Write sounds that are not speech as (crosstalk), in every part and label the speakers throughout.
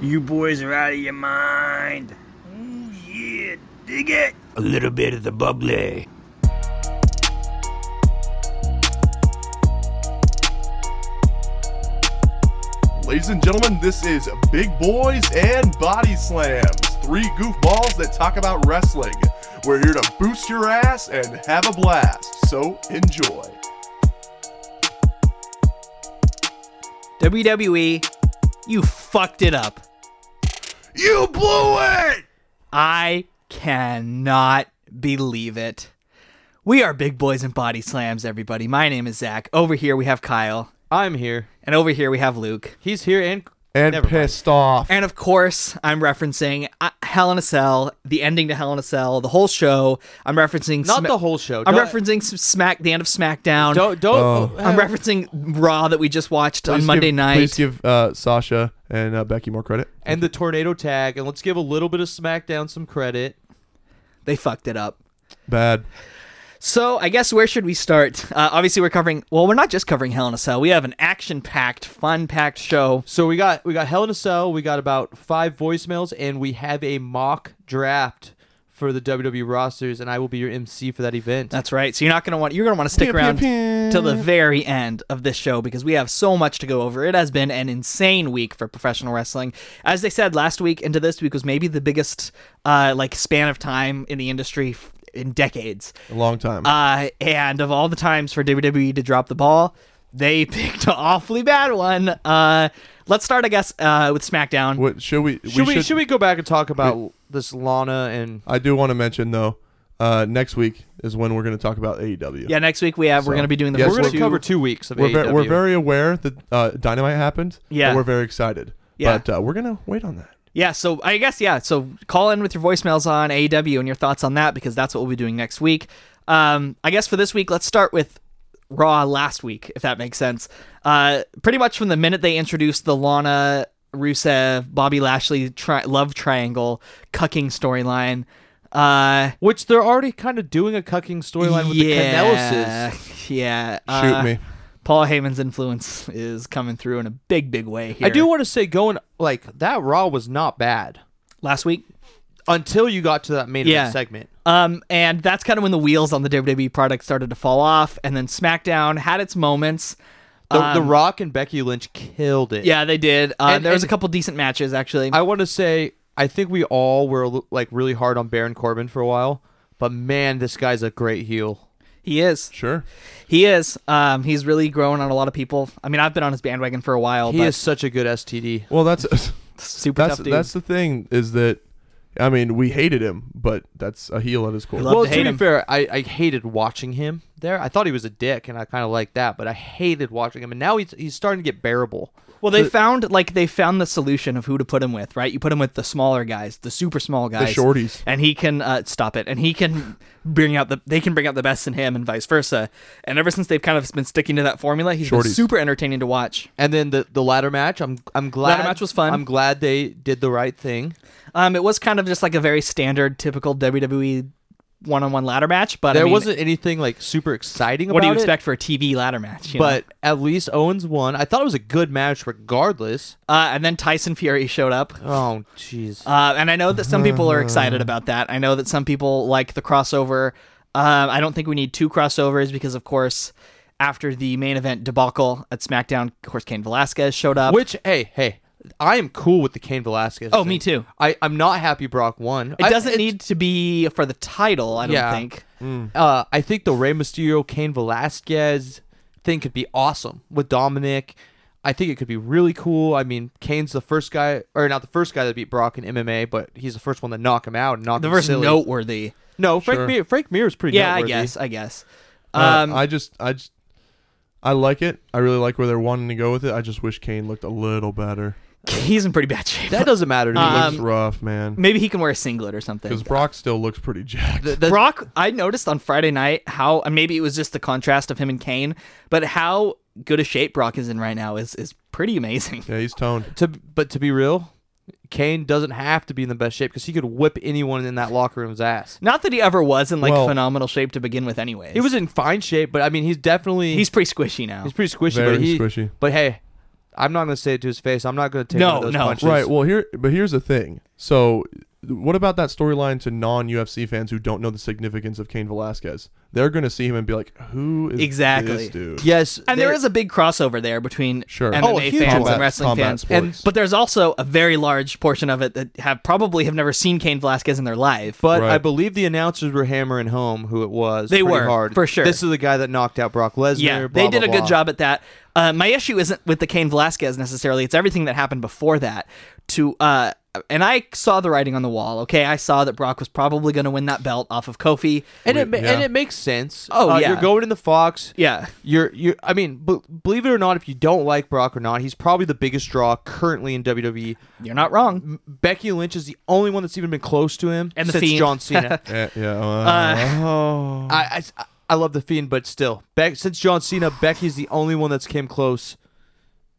Speaker 1: You boys are out of your mind. Ooh, yeah, dig it. A little bit of the bubbly.
Speaker 2: Ladies and gentlemen, this is Big Boys and Body Slams, three goofballs that talk about wrestling. We're here to boost your ass and have a blast, so enjoy.
Speaker 3: WWE, E, you fucked it up.
Speaker 2: You blew it!
Speaker 3: I cannot believe it. We are Big Boys and Body Slams, everybody. My name is Zach. Over here we have Kyle,
Speaker 4: I'm here.
Speaker 3: and over here we have Luke.
Speaker 4: He's here and
Speaker 2: And
Speaker 4: Never mind.
Speaker 2: pissed off.
Speaker 3: And of course, I'm referencing uh, Hell in a Cell, the ending to Hell in a Cell, the whole show. I'm referencing
Speaker 4: not
Speaker 3: Sma-
Speaker 4: the whole show.
Speaker 3: I'm
Speaker 4: Don't-
Speaker 3: referencing s- Smack, the end of SmackDown.
Speaker 4: Don't don't.
Speaker 3: I'm referencing Raw that we just watched
Speaker 2: Please
Speaker 3: on Monday
Speaker 2: give-
Speaker 3: night.
Speaker 2: Please give uh, Sasha and uh, Becky more credit.
Speaker 4: and the tornado tag, and let's give a little bit of SmackDown some credit.
Speaker 3: they fucked it up.
Speaker 2: Bad.
Speaker 3: So I guess where should we start? Uh, obviously, we're covering. Well, we're not just covering Hell in a Cell. We have an action-packed, fun-packed show.
Speaker 4: So we got we got Hell in a Cell. We got about five voicemails, and we have a mock draft for the WWE rosters, and I will be your MC for that event.
Speaker 3: That's right. So you're not gonna want. You're gonna want to stick
Speaker 2: Pew, pew,
Speaker 3: around
Speaker 2: pew.
Speaker 3: till the very end of this show because we have so much to go over. It has been an insane week for professional wrestling. As they said last week, into this week was maybe the biggest uh, like span of time in the industry f- in decades.
Speaker 2: A long time.
Speaker 3: Uh, and of all the times for WWE to drop the ball, they (laughs) picked an awfully bad one. Uh, let's start, I guess, uh, with SmackDown.
Speaker 2: what should we?
Speaker 4: should we,
Speaker 2: should,
Speaker 4: should we go back and talk about this Lana and
Speaker 2: I do want to mention though. Uh, next week is when we're going to talk about E AEW.
Speaker 3: yeah, next week we have we're
Speaker 2: So,
Speaker 3: gonna be doing the
Speaker 2: yes,
Speaker 3: first
Speaker 4: we're
Speaker 2: we're-
Speaker 4: going to
Speaker 3: two.
Speaker 4: cover two weeks of E
Speaker 2: We're, ve-
Speaker 4: AEW.
Speaker 2: we're very aware that uh, Dynamite happened. but
Speaker 3: Yeah.
Speaker 2: we're very excited.
Speaker 3: Yeah.
Speaker 2: But uh, we're gonna wait on that.
Speaker 3: Yeah, so I guess yeah. So call in with your voicemails on AEW and your thoughts on that because that's what we'll be doing next week. Um, I guess for this week, let's start with Raw last week, if that makes sense. Uh, pretty much from the minute they introduced the Lana Rusev Bobby Lashley tri- love triangle cucking storyline. Uh,
Speaker 4: which they're already kind of doing a cucking storyline with
Speaker 3: yeah,
Speaker 4: the Canellises.
Speaker 3: Yeah.
Speaker 2: Shoot
Speaker 3: uh,
Speaker 2: me.
Speaker 3: Paul Heyman's influence is coming through in a big, big way here.
Speaker 4: I do want to say going like that Raw was not bad
Speaker 3: last week.
Speaker 4: until you got to that main
Speaker 3: Yeah.
Speaker 4: event segment.
Speaker 3: Um, and that's kind of when the wheels on the WWE product started to fall off, and then SmackDown had its moments.
Speaker 4: The, the Rock and Becky Lynch killed it.
Speaker 3: Um, Yeah, they did. Uh,
Speaker 4: And-
Speaker 3: there was a
Speaker 4: and-
Speaker 3: couple decent matches actually.
Speaker 4: I want to say I think we all were like really hard on Baron Corbin for a while, but man, this guy's a great heel.
Speaker 3: he is,
Speaker 2: Sure.
Speaker 3: he is. Um, he's really grown on a lot of people. I mean, I've been on his bandwagon for a while.
Speaker 4: He
Speaker 3: but
Speaker 4: is such a good STD.
Speaker 2: Well, that's (laughs)
Speaker 3: super
Speaker 2: that's
Speaker 3: tough dude.
Speaker 2: that's the thing is that, I mean, we hated him, but that's a heel at his core.
Speaker 3: I love
Speaker 4: Well,
Speaker 3: to
Speaker 4: to,
Speaker 3: hate
Speaker 4: be
Speaker 3: him.
Speaker 4: fair, I, I hated watching him there. I thought he was a dick, and I kind of liked that, but I hated watching him. And now he's he's starting to get bearable.
Speaker 3: well, they found like they found the solution of who to put him with, right? You put him with the smaller guys, the super small guys,
Speaker 2: shorties.
Speaker 3: and he can uh, stop it, and he can bring out the they can bring out the best in him, and vice versa. And ever since they've kind of been sticking to that formula, he's been
Speaker 2: Shorties.
Speaker 3: super entertaining to watch.
Speaker 4: And then the the ladder match, I'm I'm glad
Speaker 3: Ladder match was fun.
Speaker 4: I'm glad they did the right thing.
Speaker 3: Um, it was kind of just like a very standard, typical WWE one-on-one ladder match, but I
Speaker 4: There
Speaker 3: mean,
Speaker 4: wasn't anything like super exciting.
Speaker 3: What do you
Speaker 4: about it,
Speaker 3: expect for a TV ladder match? you know?
Speaker 4: But at least Owens won. I thought it was a good match, regardless.
Speaker 3: uh, and then Tyson Fury showed up,
Speaker 4: Oh, jeez.
Speaker 3: uh, and I know that some people are
Speaker 4: Uh.
Speaker 3: excited about that. I know that some people like the crossover. Um, I don't think we need two crossovers because, of course, after the main event debacle at SmackDown, of course, Kane Velasquez showed up.
Speaker 4: Which, hey, hey, I am cool with the Kane Velasquez.
Speaker 3: Oh,
Speaker 4: thing.
Speaker 3: me too.
Speaker 4: I, I'm not happy Brock won.
Speaker 3: it doesn't need to be for the title, I don't
Speaker 4: Yeah.
Speaker 3: think.
Speaker 4: Uh, I think the Rey Mysterio Kane Velasquez thing could be awesome with Dominic. I think it could be really cool. I mean, Kane's the first guy, or not the first guy that beat Brock in MMA, but he's the first one to knock him out and knock
Speaker 3: The
Speaker 4: him
Speaker 3: first
Speaker 4: silly.
Speaker 3: noteworthy.
Speaker 4: No, Frank
Speaker 2: Sure.
Speaker 4: Mir- Frank Mir is pretty.
Speaker 3: Yeah, I
Speaker 4: noteworthy.
Speaker 3: guess. I guess.
Speaker 2: Uh,
Speaker 3: Um,
Speaker 2: I just, I just, I like it. I really like where they're wanting to go with it. I just wish Kane looked a little better.
Speaker 3: he's in pretty bad (laughs) shape.
Speaker 4: That doesn't matter to me.
Speaker 3: Um,
Speaker 2: Looks rough, man.
Speaker 3: Maybe he can wear a singlet or something.
Speaker 2: Because Brock still looks pretty jacked.
Speaker 4: Th- that's-
Speaker 3: Brock, I noticed on Friday night how and maybe it was just the contrast of him and Kane, but how good a shape Brock is in right now is is pretty amazing. (laughs)
Speaker 2: yeah, he's toned.
Speaker 4: to, but to be real, Kane doesn't have to be in the best shape because he could whip anyone in that locker room's ass.
Speaker 3: Not that he ever was in like
Speaker 2: Well-
Speaker 3: phenomenal shape to begin with, anyways.
Speaker 4: He was in fine shape, but I mean, he's definitely
Speaker 3: he's pretty squishy now.
Speaker 4: he's pretty squishy.
Speaker 2: Very
Speaker 4: but he,
Speaker 2: squishy.
Speaker 4: But hey, I'm not going to say it to his face. I'm not going to take
Speaker 3: No,
Speaker 4: one of those
Speaker 3: no.
Speaker 4: punches.
Speaker 2: Right. Well, here, but here's the thing. So, what about that storyline to non-UFC fans who don't know the significance of Cain Velasquez? They're gonna see him and be like, "Who is
Speaker 3: Exactly.
Speaker 2: this dude?"
Speaker 4: yes,
Speaker 3: And there is a big crossover there between
Speaker 2: Sure.
Speaker 3: MMA
Speaker 2: Oh,
Speaker 4: a huge
Speaker 3: fans
Speaker 4: combat-
Speaker 3: and wrestling
Speaker 2: combat
Speaker 3: fans.
Speaker 2: sports.
Speaker 3: And, but there's also a very large portion of it that have probably have never seen Kane Velasquez in their life.
Speaker 4: But
Speaker 2: Right.
Speaker 4: I believe the announcers were hammering home who it was.
Speaker 3: They
Speaker 4: pretty
Speaker 3: were,
Speaker 4: hard.
Speaker 3: for sure.
Speaker 4: This is the guy that knocked out Brock Lesnar.
Speaker 3: yeah,
Speaker 4: blah,
Speaker 3: they did
Speaker 4: blah,
Speaker 3: a good
Speaker 4: blah.
Speaker 3: job at that. Uh, my issue isn't with the Kane Velasquez necessarily; it's everything that happened before that. To uh, and I saw the writing on the wall. Okay, I saw that Brock was probably going to win that belt off of Kofi.
Speaker 4: and it ma-
Speaker 2: Yeah.
Speaker 4: and it makes sense.
Speaker 3: Oh,
Speaker 4: Uh,
Speaker 3: yeah.
Speaker 4: you're going in the Fox.
Speaker 3: Yeah,
Speaker 4: You're you. I mean, b- believe it or not, if you don't like Brock or not, he's probably the biggest draw currently in E. WWE.
Speaker 3: you're not wrong.
Speaker 4: Becky Lynch is the only one that's even been close to him
Speaker 3: And The
Speaker 4: since
Speaker 3: Fiend.
Speaker 4: John (laughs) Cena.
Speaker 2: Eh, yeah. uh,
Speaker 3: Oh.
Speaker 4: I, I s- I love the Fiend, but still, Beck since John Cena, Becky's the only one that's came close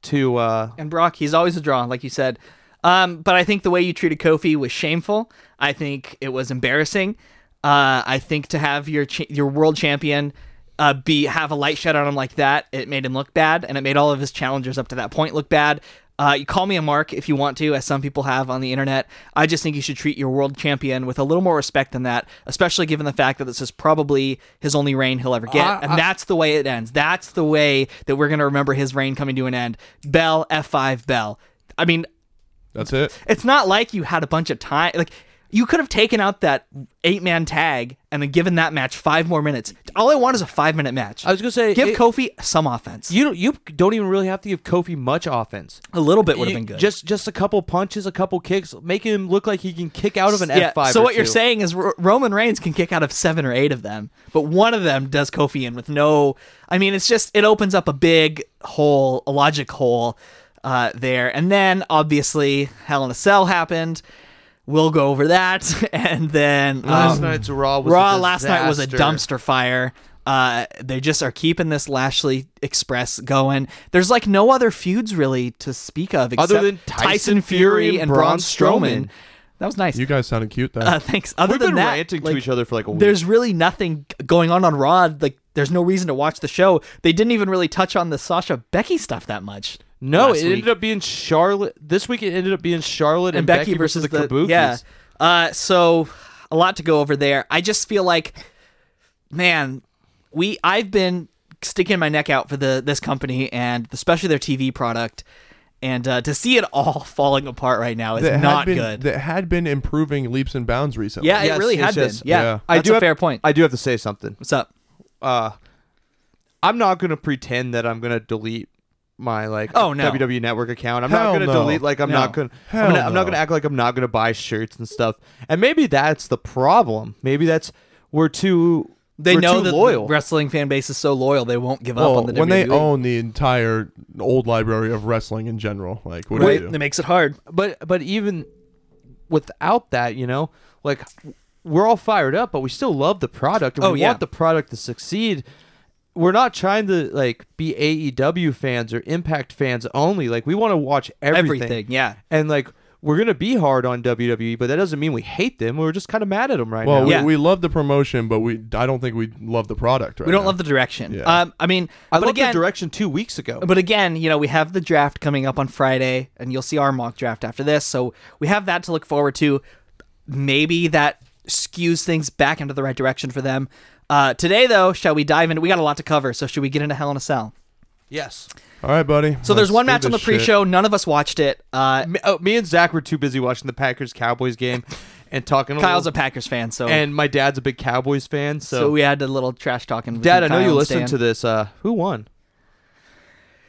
Speaker 4: to. uh
Speaker 3: And Brock, he's always a draw, like you said. Um, but I think the way you treated Kofi was shameful. I think it was embarrassing. Uh, I think to have your cha- your world champion uh, be have a light shed on him like that, it made him look bad, and it made all of his challengers up to that point look bad. Uh, you call me a mark if you want to, as some people have on the internet. I just think you should treat your world champion with a little more respect than that, especially given the fact that this is probably his only reign he'll ever
Speaker 4: Uh,
Speaker 3: get, and that's the way it ends. That's the way that we're gonna remember his reign coming to an end. Bell F five Bell. I mean,
Speaker 2: that's it.
Speaker 3: it's not like you had a bunch of time. Like you could have taken out that eight man tag and then given that match five more minutes. All I want is a five minute match.
Speaker 4: I was gonna say
Speaker 3: give
Speaker 4: it-
Speaker 3: Kofi some offense.
Speaker 4: You don't, you don't even really have to give Kofi much offense.
Speaker 3: a little bit would have
Speaker 4: You-
Speaker 3: been good.
Speaker 4: Just just a couple punches, a couple kicks, making him look like he can kick out of an
Speaker 3: yeah.
Speaker 4: F five.
Speaker 3: So what you you're saying is R- Roman Reigns can kick out of seven or eight of them, but one of them does Kofi in with no. I mean, it's just it opens up a big hole, a logic hole uh, there, and then obviously Hell in a Cell happened. We'll go over that, (laughs) and then
Speaker 4: Last
Speaker 3: um,
Speaker 4: night's Raw was a
Speaker 3: Raw last night was a
Speaker 4: disaster.
Speaker 3: dumpster fire. Uh, they just are keeping this Lashley Express going. There's like no other feuds really to speak of except
Speaker 4: Other than Tyson Fury and Braun Strowman.
Speaker 3: That was nice.
Speaker 2: You guys sounded cute. That
Speaker 3: Uh, thanks. Other
Speaker 4: We've
Speaker 3: than
Speaker 4: been
Speaker 3: that,
Speaker 4: ranting
Speaker 3: like,
Speaker 4: to each other for like a week.
Speaker 3: there's really nothing g- going on on Raw. Like, there's no reason to watch the show. They didn't even really touch on the Sasha Becky stuff that much.
Speaker 4: no,
Speaker 3: last
Speaker 4: it
Speaker 3: week.
Speaker 4: ended up being Charlotte. This week it ended up being Charlotte and,
Speaker 3: and Becky, versus,
Speaker 4: the, Kabuki.
Speaker 3: Yeah. Uh, so a lot to go over there. I just feel like, man, we I've been sticking my neck out for the this company and especially their TV product, and uh, to see it all (laughs) falling apart right now is
Speaker 2: that had
Speaker 3: not
Speaker 2: been-
Speaker 3: good.
Speaker 2: That had been improving leaps and bounds recently.
Speaker 3: yeah,
Speaker 4: Yes,
Speaker 3: it really
Speaker 4: yes,
Speaker 3: had
Speaker 4: yes.
Speaker 3: been. Yeah,
Speaker 2: Yeah.
Speaker 4: I
Speaker 3: that's
Speaker 4: do
Speaker 3: a
Speaker 4: have-
Speaker 3: fair point.
Speaker 4: I do have to say something.
Speaker 3: What's up?
Speaker 4: Uh, I'm not gonna pretend that I'm gonna delete my like
Speaker 3: Oh, no.
Speaker 4: WWE Network account. I'm
Speaker 2: Hell
Speaker 4: not gonna
Speaker 2: no.
Speaker 4: delete like I'm not
Speaker 3: No.
Speaker 4: gonna
Speaker 2: Hell
Speaker 4: I'm, gonna, I'm not
Speaker 2: no.
Speaker 4: gonna act like I'm not gonna buy shirts and stuff. And maybe that's the problem. Maybe that's we're too
Speaker 3: They
Speaker 4: we're
Speaker 3: know
Speaker 4: too
Speaker 3: that
Speaker 4: loyal.
Speaker 3: the wrestling fan base is so loyal they won't give
Speaker 2: Well,
Speaker 3: up on the E.
Speaker 2: when
Speaker 3: WWE.
Speaker 2: they own the entire old library of wrestling in general, like what
Speaker 3: Right,
Speaker 2: do you
Speaker 3: that
Speaker 2: do?
Speaker 3: makes it hard.
Speaker 4: but but even without that, you know, like we're all fired up, but we still love the product and
Speaker 3: Oh,
Speaker 4: we
Speaker 3: yeah.
Speaker 4: want the product to succeed. We're not trying to like be AEW fans or Impact fans only. Like we want to watch everything.
Speaker 3: Everything, yeah.
Speaker 4: And like we're gonna be hard on WWE, but that doesn't mean we hate them. We're just kind of mad at them right
Speaker 2: Well,
Speaker 4: now.
Speaker 2: we,
Speaker 3: Yeah.
Speaker 2: we love the promotion, but we I don't think we love the product right
Speaker 3: We don't
Speaker 2: now.
Speaker 3: love the direction.
Speaker 2: Yeah.
Speaker 3: Um, I mean,
Speaker 4: I
Speaker 3: but
Speaker 4: loved
Speaker 3: again,
Speaker 4: the direction two weeks ago.
Speaker 3: But again, you know, we have the draft coming up on Friday, and you'll see our mock draft after this. So we have that to look forward to. Maybe that skews things back into the right direction for them. Uh, today, though, shall we dive into? We got a lot to cover, so should we get into Hell in a Cell?
Speaker 4: yes.
Speaker 2: All right, buddy.
Speaker 3: So there's one match on the pre-show. None of us watched it. Uh,
Speaker 4: Me, oh, me and Zach were too busy watching the Packers Cowboys game and talking.
Speaker 3: Kyle's
Speaker 4: a
Speaker 3: a Packers fan, so
Speaker 4: and my dad's a big Cowboys fan,
Speaker 3: so, we had a little trash talking.
Speaker 4: Dad, I know you listened to this. Uh, who won?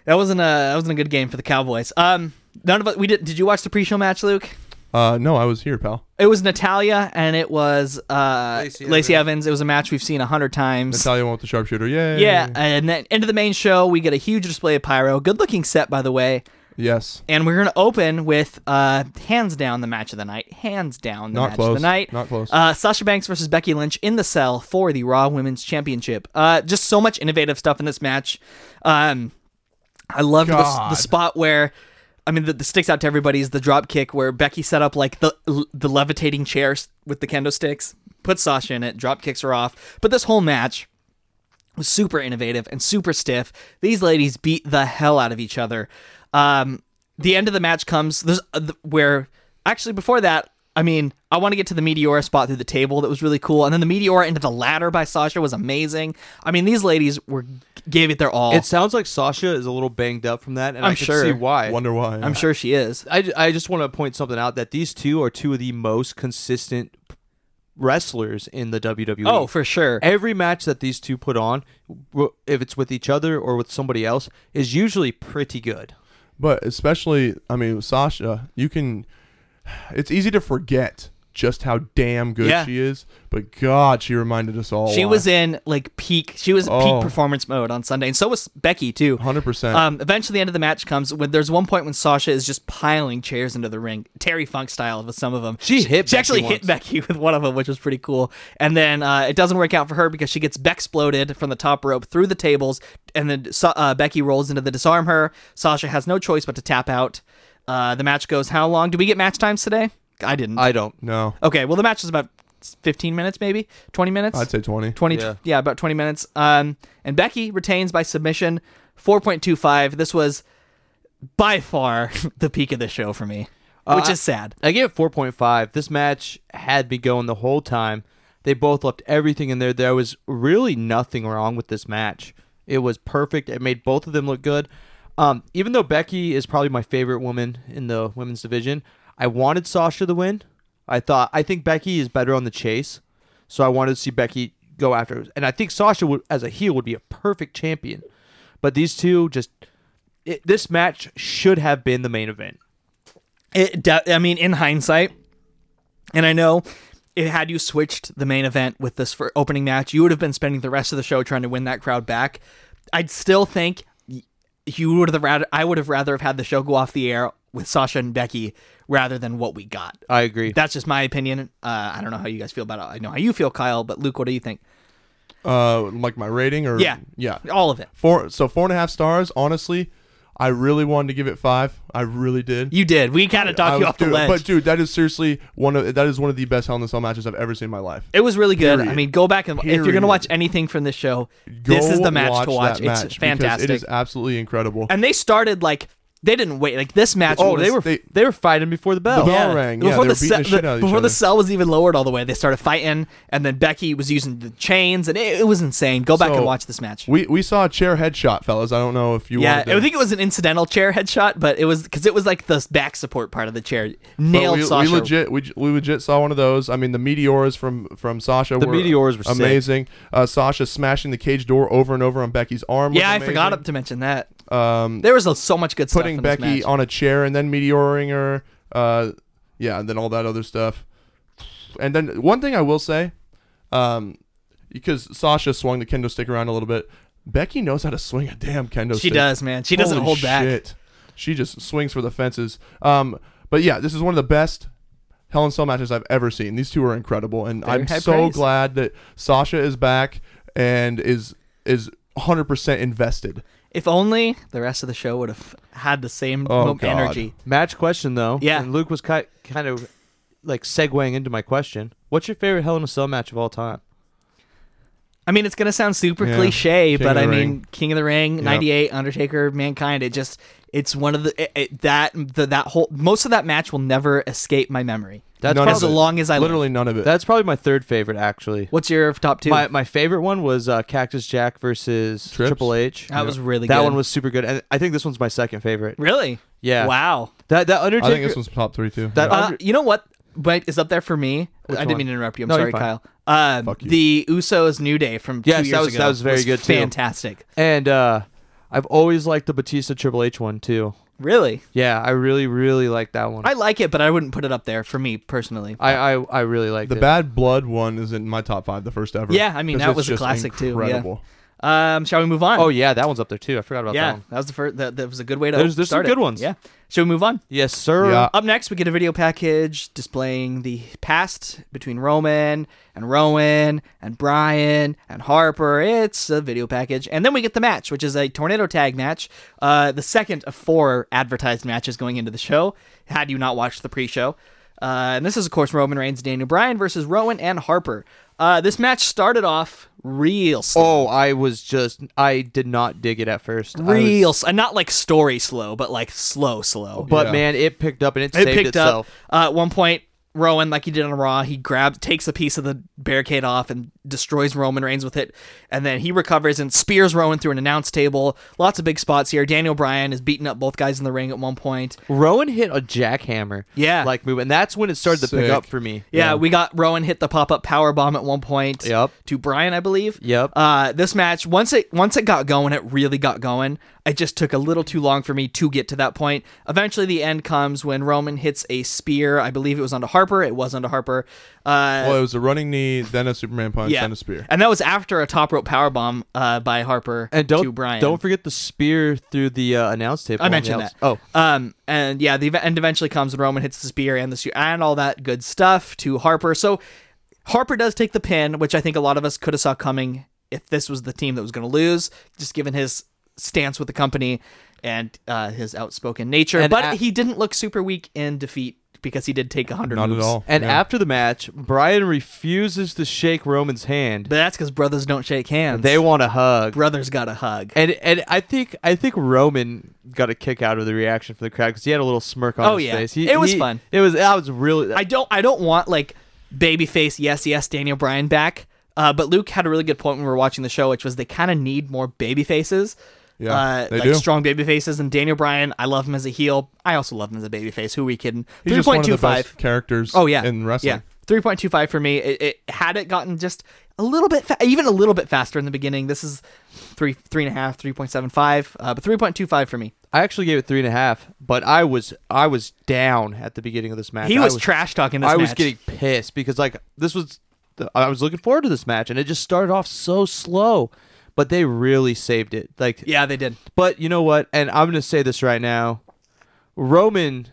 Speaker 3: That wasn't a that wasn't a good game for the Cowboys. Um, none of us. We did. Did you watch the pre-show match, Luke?
Speaker 2: Uh, no, I was here, pal.
Speaker 3: It was Natalia and it was uh, Lacey,
Speaker 4: Lacey
Speaker 3: Evans. It was a match we've seen a hundred times.
Speaker 2: Natalia went with the sharpshooter. Yay.
Speaker 3: Yeah, and then into the main show, we get a huge display of pyro. Good looking set, by the way.
Speaker 2: Yes.
Speaker 3: And we're gonna open with uh, hands down the match of the night. Hands down the
Speaker 2: Not
Speaker 3: match of
Speaker 2: close.
Speaker 3: the night.
Speaker 2: Not close.
Speaker 3: Uh, Sasha Banks versus Becky Lynch in the cell for the Raw Women's Championship. Uh, just so much innovative stuff in this match. Um, I loved the, the
Speaker 2: God.
Speaker 3: spot where. I mean, the, the sticks out to everybody is the drop kick where Becky set up like the the levitating chairs with the kendo sticks, puts Sasha in it, drop kicks her off. But this whole match, was super innovative and super stiff. These ladies beat the hell out of each other. Um, the end of the match comes there's, uh, th- where actually before that, I mean, I want to get to the Meteora spot through the table that was really cool, and then the Meteora into the ladder by Sasha was amazing. I mean, these ladies were gave it their all.
Speaker 4: It sounds like Sasha is a little banged up from that, and i
Speaker 3: Oh. I'm
Speaker 4: can
Speaker 3: sure.
Speaker 4: see why.
Speaker 5: Wonder why.
Speaker 3: I'm sure she is.
Speaker 4: I, I just want to point something out that these two are two of the most consistent wrestlers in the WWE.
Speaker 3: Oh, for sure.
Speaker 4: every match that these two put on, w- if it's with each other or with somebody else, is usually pretty good.
Speaker 5: But especially, I mean, Sasha, you can. It's easy to forget just how damn good
Speaker 3: Yeah.
Speaker 5: she is, but God, she reminded us all.
Speaker 3: She was in like peak. She was
Speaker 5: Oh.
Speaker 3: peak performance mode on Sunday, and so was Becky too.
Speaker 5: 100%.
Speaker 3: Um, eventually, the end of the match comes when there's one point when Sasha is just piling chairs into the ring, Terry Funk style with some of them.
Speaker 4: She hit
Speaker 3: She
Speaker 4: Becky
Speaker 3: actually hit
Speaker 4: once.
Speaker 3: Becky with one of them, which was pretty cool. And then uh, it doesn't work out for her because she gets exploded from the top rope through the tables, and then Sa- uh, Becky rolls into the disarm her. Sasha has no choice but to tap out. Uh, the match goes how long? Do we get match times today? I didn't.
Speaker 4: I don't.
Speaker 5: no,
Speaker 3: okay, well the match is about 15 minutes, maybe 20 minutes.
Speaker 5: I'd say 20.
Speaker 3: 20 yeah.
Speaker 4: Yeah.
Speaker 3: about 20 minutes um and becky retains by submission 4.25 this was by far (laughs) the peak of the show for me which
Speaker 4: I-
Speaker 3: is sad
Speaker 4: I gave it 4.5. This match had me going the whole time. They both left everything in there. There was really nothing wrong with this match. It was perfect. It made both of them look good. Um, even though Becky is probably my favorite woman in the women's division, I wanted Sasha to win. I thought I think Becky is better on the chase, so I wanted to see Becky go after. it. And I think Sasha would, as a heel would be a perfect champion. But these two just it, this match should have been the main event.
Speaker 3: it de- i mean in hindsight and i know it had you switched the main event with this for opening match you would have been spending the rest of the show trying to win that crowd back i'd still think y- you would have rather i would have rather have had the show go off the air with sasha and becky rather than what we got
Speaker 4: I agree.
Speaker 3: That's just my opinion. Uh, I don't know how you guys feel about it. I know how you feel, Kyle, but Luke, what do you think?
Speaker 5: Uh, like my rating or
Speaker 3: Yeah.
Speaker 5: yeah,
Speaker 3: All of it.
Speaker 5: four. So four and a half stars. Honestly, I really wanted to give it five. I really did.
Speaker 3: You did. We kind of
Speaker 5: I
Speaker 3: talked you
Speaker 5: was-
Speaker 3: off the
Speaker 5: dude,
Speaker 3: ledge.
Speaker 5: But dude, that is seriously one of that is one of the best Hell in a Cell matches I've ever seen in my life.
Speaker 3: it was really good. I
Speaker 5: Period.
Speaker 3: mean, go back and if you're going to
Speaker 5: Period.
Speaker 3: watch anything from this show,
Speaker 5: Go
Speaker 3: this is the match to watch.
Speaker 5: that
Speaker 3: It's
Speaker 5: match because
Speaker 3: fantastic.
Speaker 5: It is absolutely incredible.
Speaker 3: and they started like they didn't wait. Like this match.
Speaker 4: Oh,
Speaker 3: was,
Speaker 4: they were
Speaker 5: they-
Speaker 4: they, were fighting before the bell.
Speaker 5: The bell- rang. Yeah,
Speaker 3: before
Speaker 5: they were
Speaker 3: the,
Speaker 5: beating
Speaker 3: cell-
Speaker 5: the shit out of each
Speaker 3: before the
Speaker 5: other.
Speaker 3: cell was even lowered all the way, they started fighting, and then Becky was using the chains, and it, it was insane. Go back
Speaker 5: So,
Speaker 3: and watch this match.
Speaker 5: We we saw a chair headshot, fellas. I don't know if you
Speaker 3: yeah,
Speaker 5: wanted to-
Speaker 3: I think it was an incidental chair headshot, but it was because it was like the back support part of the chair nailed
Speaker 5: we, we
Speaker 3: Sasha.
Speaker 5: legit we, we legit saw one of those. I mean, the meteors from from Sasha.
Speaker 4: The
Speaker 5: were
Speaker 4: meteors were sick.
Speaker 5: amazing. Uh, Sasha smashing the cage door over and over on Becky's arm. was
Speaker 3: Yeah, I
Speaker 5: amazing.
Speaker 3: forgot to mention that. Um, there was a, so much good
Speaker 5: Putting
Speaker 3: stuff. in this
Speaker 5: Becky
Speaker 3: match.
Speaker 5: on a chair and then meteoring her. Uh, yeah, and then all that other stuff. And then one thing I will say, um, because Sasha swung the kendo stick around a little bit, Becky knows how to swing a damn kendo stick.
Speaker 3: she does, man. She doesn't
Speaker 5: Holy
Speaker 3: hold back.
Speaker 5: shit. She just swings for the fences. Um, but yeah, this is one of the best Hell in a Cell matches I've ever seen. These two are incredible, and
Speaker 3: Very
Speaker 5: I'm
Speaker 3: high
Speaker 5: so
Speaker 3: praise.
Speaker 5: glad that Sasha is back and is is 100 percent invested.
Speaker 3: If only the rest of the show would have had the same
Speaker 5: Oh,
Speaker 3: mo-
Speaker 5: God.
Speaker 3: energy.
Speaker 4: Match question though.
Speaker 3: Yeah.
Speaker 4: And Luke was ki- kind of like segueing into my question. What's your favorite Hell in a Cell match of all time?
Speaker 3: I mean, it's gonna sound super
Speaker 5: Yeah.
Speaker 3: cliche,
Speaker 5: King
Speaker 3: but
Speaker 5: of
Speaker 3: I
Speaker 5: the
Speaker 3: mean,
Speaker 5: Ring.
Speaker 3: King of the Ring, '98, Undertaker, Mankind. It just, it's one of the it, it- that the, that whole most of that match will never escape my memory.
Speaker 4: That's
Speaker 5: None
Speaker 3: as
Speaker 5: of it.
Speaker 4: probably,
Speaker 3: long as I
Speaker 5: Literally
Speaker 3: Live.
Speaker 5: none of it.
Speaker 4: that's probably my third favorite actually.
Speaker 3: What's your top two?
Speaker 4: My my favorite one was uh, Cactus Jack versus
Speaker 5: Trips?
Speaker 4: Triple H.
Speaker 3: that was really
Speaker 4: That
Speaker 3: good.
Speaker 4: one was super good, and I think this one's my second favorite.
Speaker 3: really
Speaker 4: Yeah.
Speaker 3: Wow.
Speaker 4: That that
Speaker 5: I
Speaker 4: Undertaker.
Speaker 5: think this was top three too.
Speaker 4: That-
Speaker 5: Yeah.
Speaker 3: Uh,
Speaker 4: Andre-
Speaker 3: you know what? But is up there for me. I didn't
Speaker 4: one?
Speaker 3: mean to interrupt you. I'm
Speaker 4: No,
Speaker 3: sorry,
Speaker 4: you're
Speaker 3: Kyle.
Speaker 4: fine.
Speaker 3: Um,
Speaker 5: Fuck you.
Speaker 3: The Usos New Day from two
Speaker 4: Yes,
Speaker 3: years
Speaker 4: that was-
Speaker 3: ago.
Speaker 4: that was very good, too.
Speaker 3: Fantastic.
Speaker 4: and uh, I've always liked the Batista Triple H one too.
Speaker 3: Really,
Speaker 4: Yeah, I really really like that one.
Speaker 3: I like it, but I wouldn't put it up there for me personally.
Speaker 4: I I, I really like
Speaker 5: the
Speaker 4: it.
Speaker 5: Bad Blood one is in my top five, the first ever.
Speaker 3: Yeah, I mean,
Speaker 5: 'Cause
Speaker 3: that
Speaker 5: it's
Speaker 3: was a
Speaker 5: just
Speaker 3: classic, too, yeah.
Speaker 5: incredible.
Speaker 3: Um, shall we move on?
Speaker 4: Oh yeah, that one's up there too. I forgot about that
Speaker 3: yeah,
Speaker 4: one.
Speaker 3: that was the first. That, that was a good way to.
Speaker 4: There's- there's some
Speaker 3: start it.
Speaker 4: good ones.
Speaker 3: Yeah. Shall we move on?
Speaker 4: Yes, sir.
Speaker 5: Yeah.
Speaker 3: Up next, we get a video package displaying the past between Roman and Rowan and Brian and Harper. It's a video package. And then we get the match, which is a tornado tag match, uh, the second of four advertised matches going into the show, had you not watched the pre show. Uh, and this is, of course, Roman Reigns, Daniel Bryan versus Rowan and Harper. Uh, this match started off real slow.
Speaker 4: Oh, I was just I did not dig it at first. Oh, I was-
Speaker 3: real s and not like story slow, but like slow, slow.
Speaker 4: but
Speaker 5: Yeah.
Speaker 4: man, it picked up and it,
Speaker 3: it
Speaker 4: saved
Speaker 3: picked
Speaker 4: itself.
Speaker 3: up. Uh, at one point, Rowan, like he did on Raw, he grabs, takes a piece of the barricade off and destroys Roman Reigns with it. And then he recovers and spears Rowan through an announce table. Lots of big spots here. Daniel Bryan is beating up both guys in the ring at one point.
Speaker 4: Rowan hit a jackhammer.
Speaker 3: Yeah.
Speaker 4: Like move and that's when it started to pick
Speaker 5: Sick.
Speaker 4: up for me.
Speaker 3: Yeah, we got Rowan hit the pop up power bomb at one point.
Speaker 4: Yep.
Speaker 3: To Bryan, I believe.
Speaker 4: Yep.
Speaker 3: Uh, this match once it once it got going, it really got going. It just took a little too long for me to get to that point. Eventually, the end comes when Roman hits a spear. I believe it was onto Harper. It was onto Harper. Uh,
Speaker 5: Well, it was a running knee, then a Superman punch,
Speaker 3: yeah.
Speaker 5: then a spear.
Speaker 3: And that was after a top rope power bomb uh, by Harper
Speaker 4: And don't
Speaker 3: to Brian.
Speaker 4: don't forget the spear through the uh, announce table.
Speaker 3: I
Speaker 4: on the
Speaker 3: mentioned
Speaker 4: outs-
Speaker 3: that.
Speaker 4: Oh,
Speaker 3: um, and yeah, the ev- end eventually comes when Roman hits the spear and the spear and all that good stuff to Harper. So Harper does take the pin, which I think a lot of us could have saw coming if this was the team that was going to lose, just given his stance with the company and uh, his outspoken nature.
Speaker 4: And
Speaker 3: but
Speaker 4: at-
Speaker 3: he didn't look super weak in defeat because he did take hundred.
Speaker 5: Not at all.
Speaker 4: and
Speaker 5: Yeah.
Speaker 4: after the match, Brian refuses to shake Roman's hand.
Speaker 3: But that's because brothers don't shake hands.
Speaker 4: They want a hug.
Speaker 3: brothers got a hug.
Speaker 4: And and I think I think Roman got a kick out of the reaction from the crowd because he had a little smirk on
Speaker 3: Oh,
Speaker 4: his
Speaker 3: yeah.
Speaker 4: face. He-
Speaker 3: It was
Speaker 4: he-
Speaker 3: fun.
Speaker 4: It was I was really
Speaker 3: I don't I don't want like babyface yes yes Daniel Bryan back. Uh, but Luke had a really good point when we were watching the show, which was they kind of need more baby faces.
Speaker 5: Yeah,
Speaker 3: uh,
Speaker 5: they
Speaker 3: like
Speaker 5: do.
Speaker 3: strong baby faces. And Daniel Bryan, I love him as a heel. I also love him as a baby face. Who are we kidding?
Speaker 5: He's
Speaker 3: Three
Speaker 5: just one
Speaker 3: point
Speaker 5: of
Speaker 3: two
Speaker 5: the best
Speaker 3: five.
Speaker 5: characters
Speaker 3: Oh yeah,
Speaker 5: in wrestling.
Speaker 3: Yeah, three point two five for me. It, it had it gotten just a little bit, fa- even a little bit faster in the beginning. This is three, three and a half, three point seven five. Uh, but three point two five for me.
Speaker 4: I actually gave it three and a half, but I was I was down at the beginning of this match.
Speaker 3: He
Speaker 4: I
Speaker 3: was, trash talking. This
Speaker 4: I was
Speaker 3: match.
Speaker 4: getting pissed because like this was the, I was looking forward to this match and it just started off so slow, but they really saved it. Like
Speaker 3: Yeah, they did.
Speaker 4: but you know what? And I'm gonna say this right now, Roman,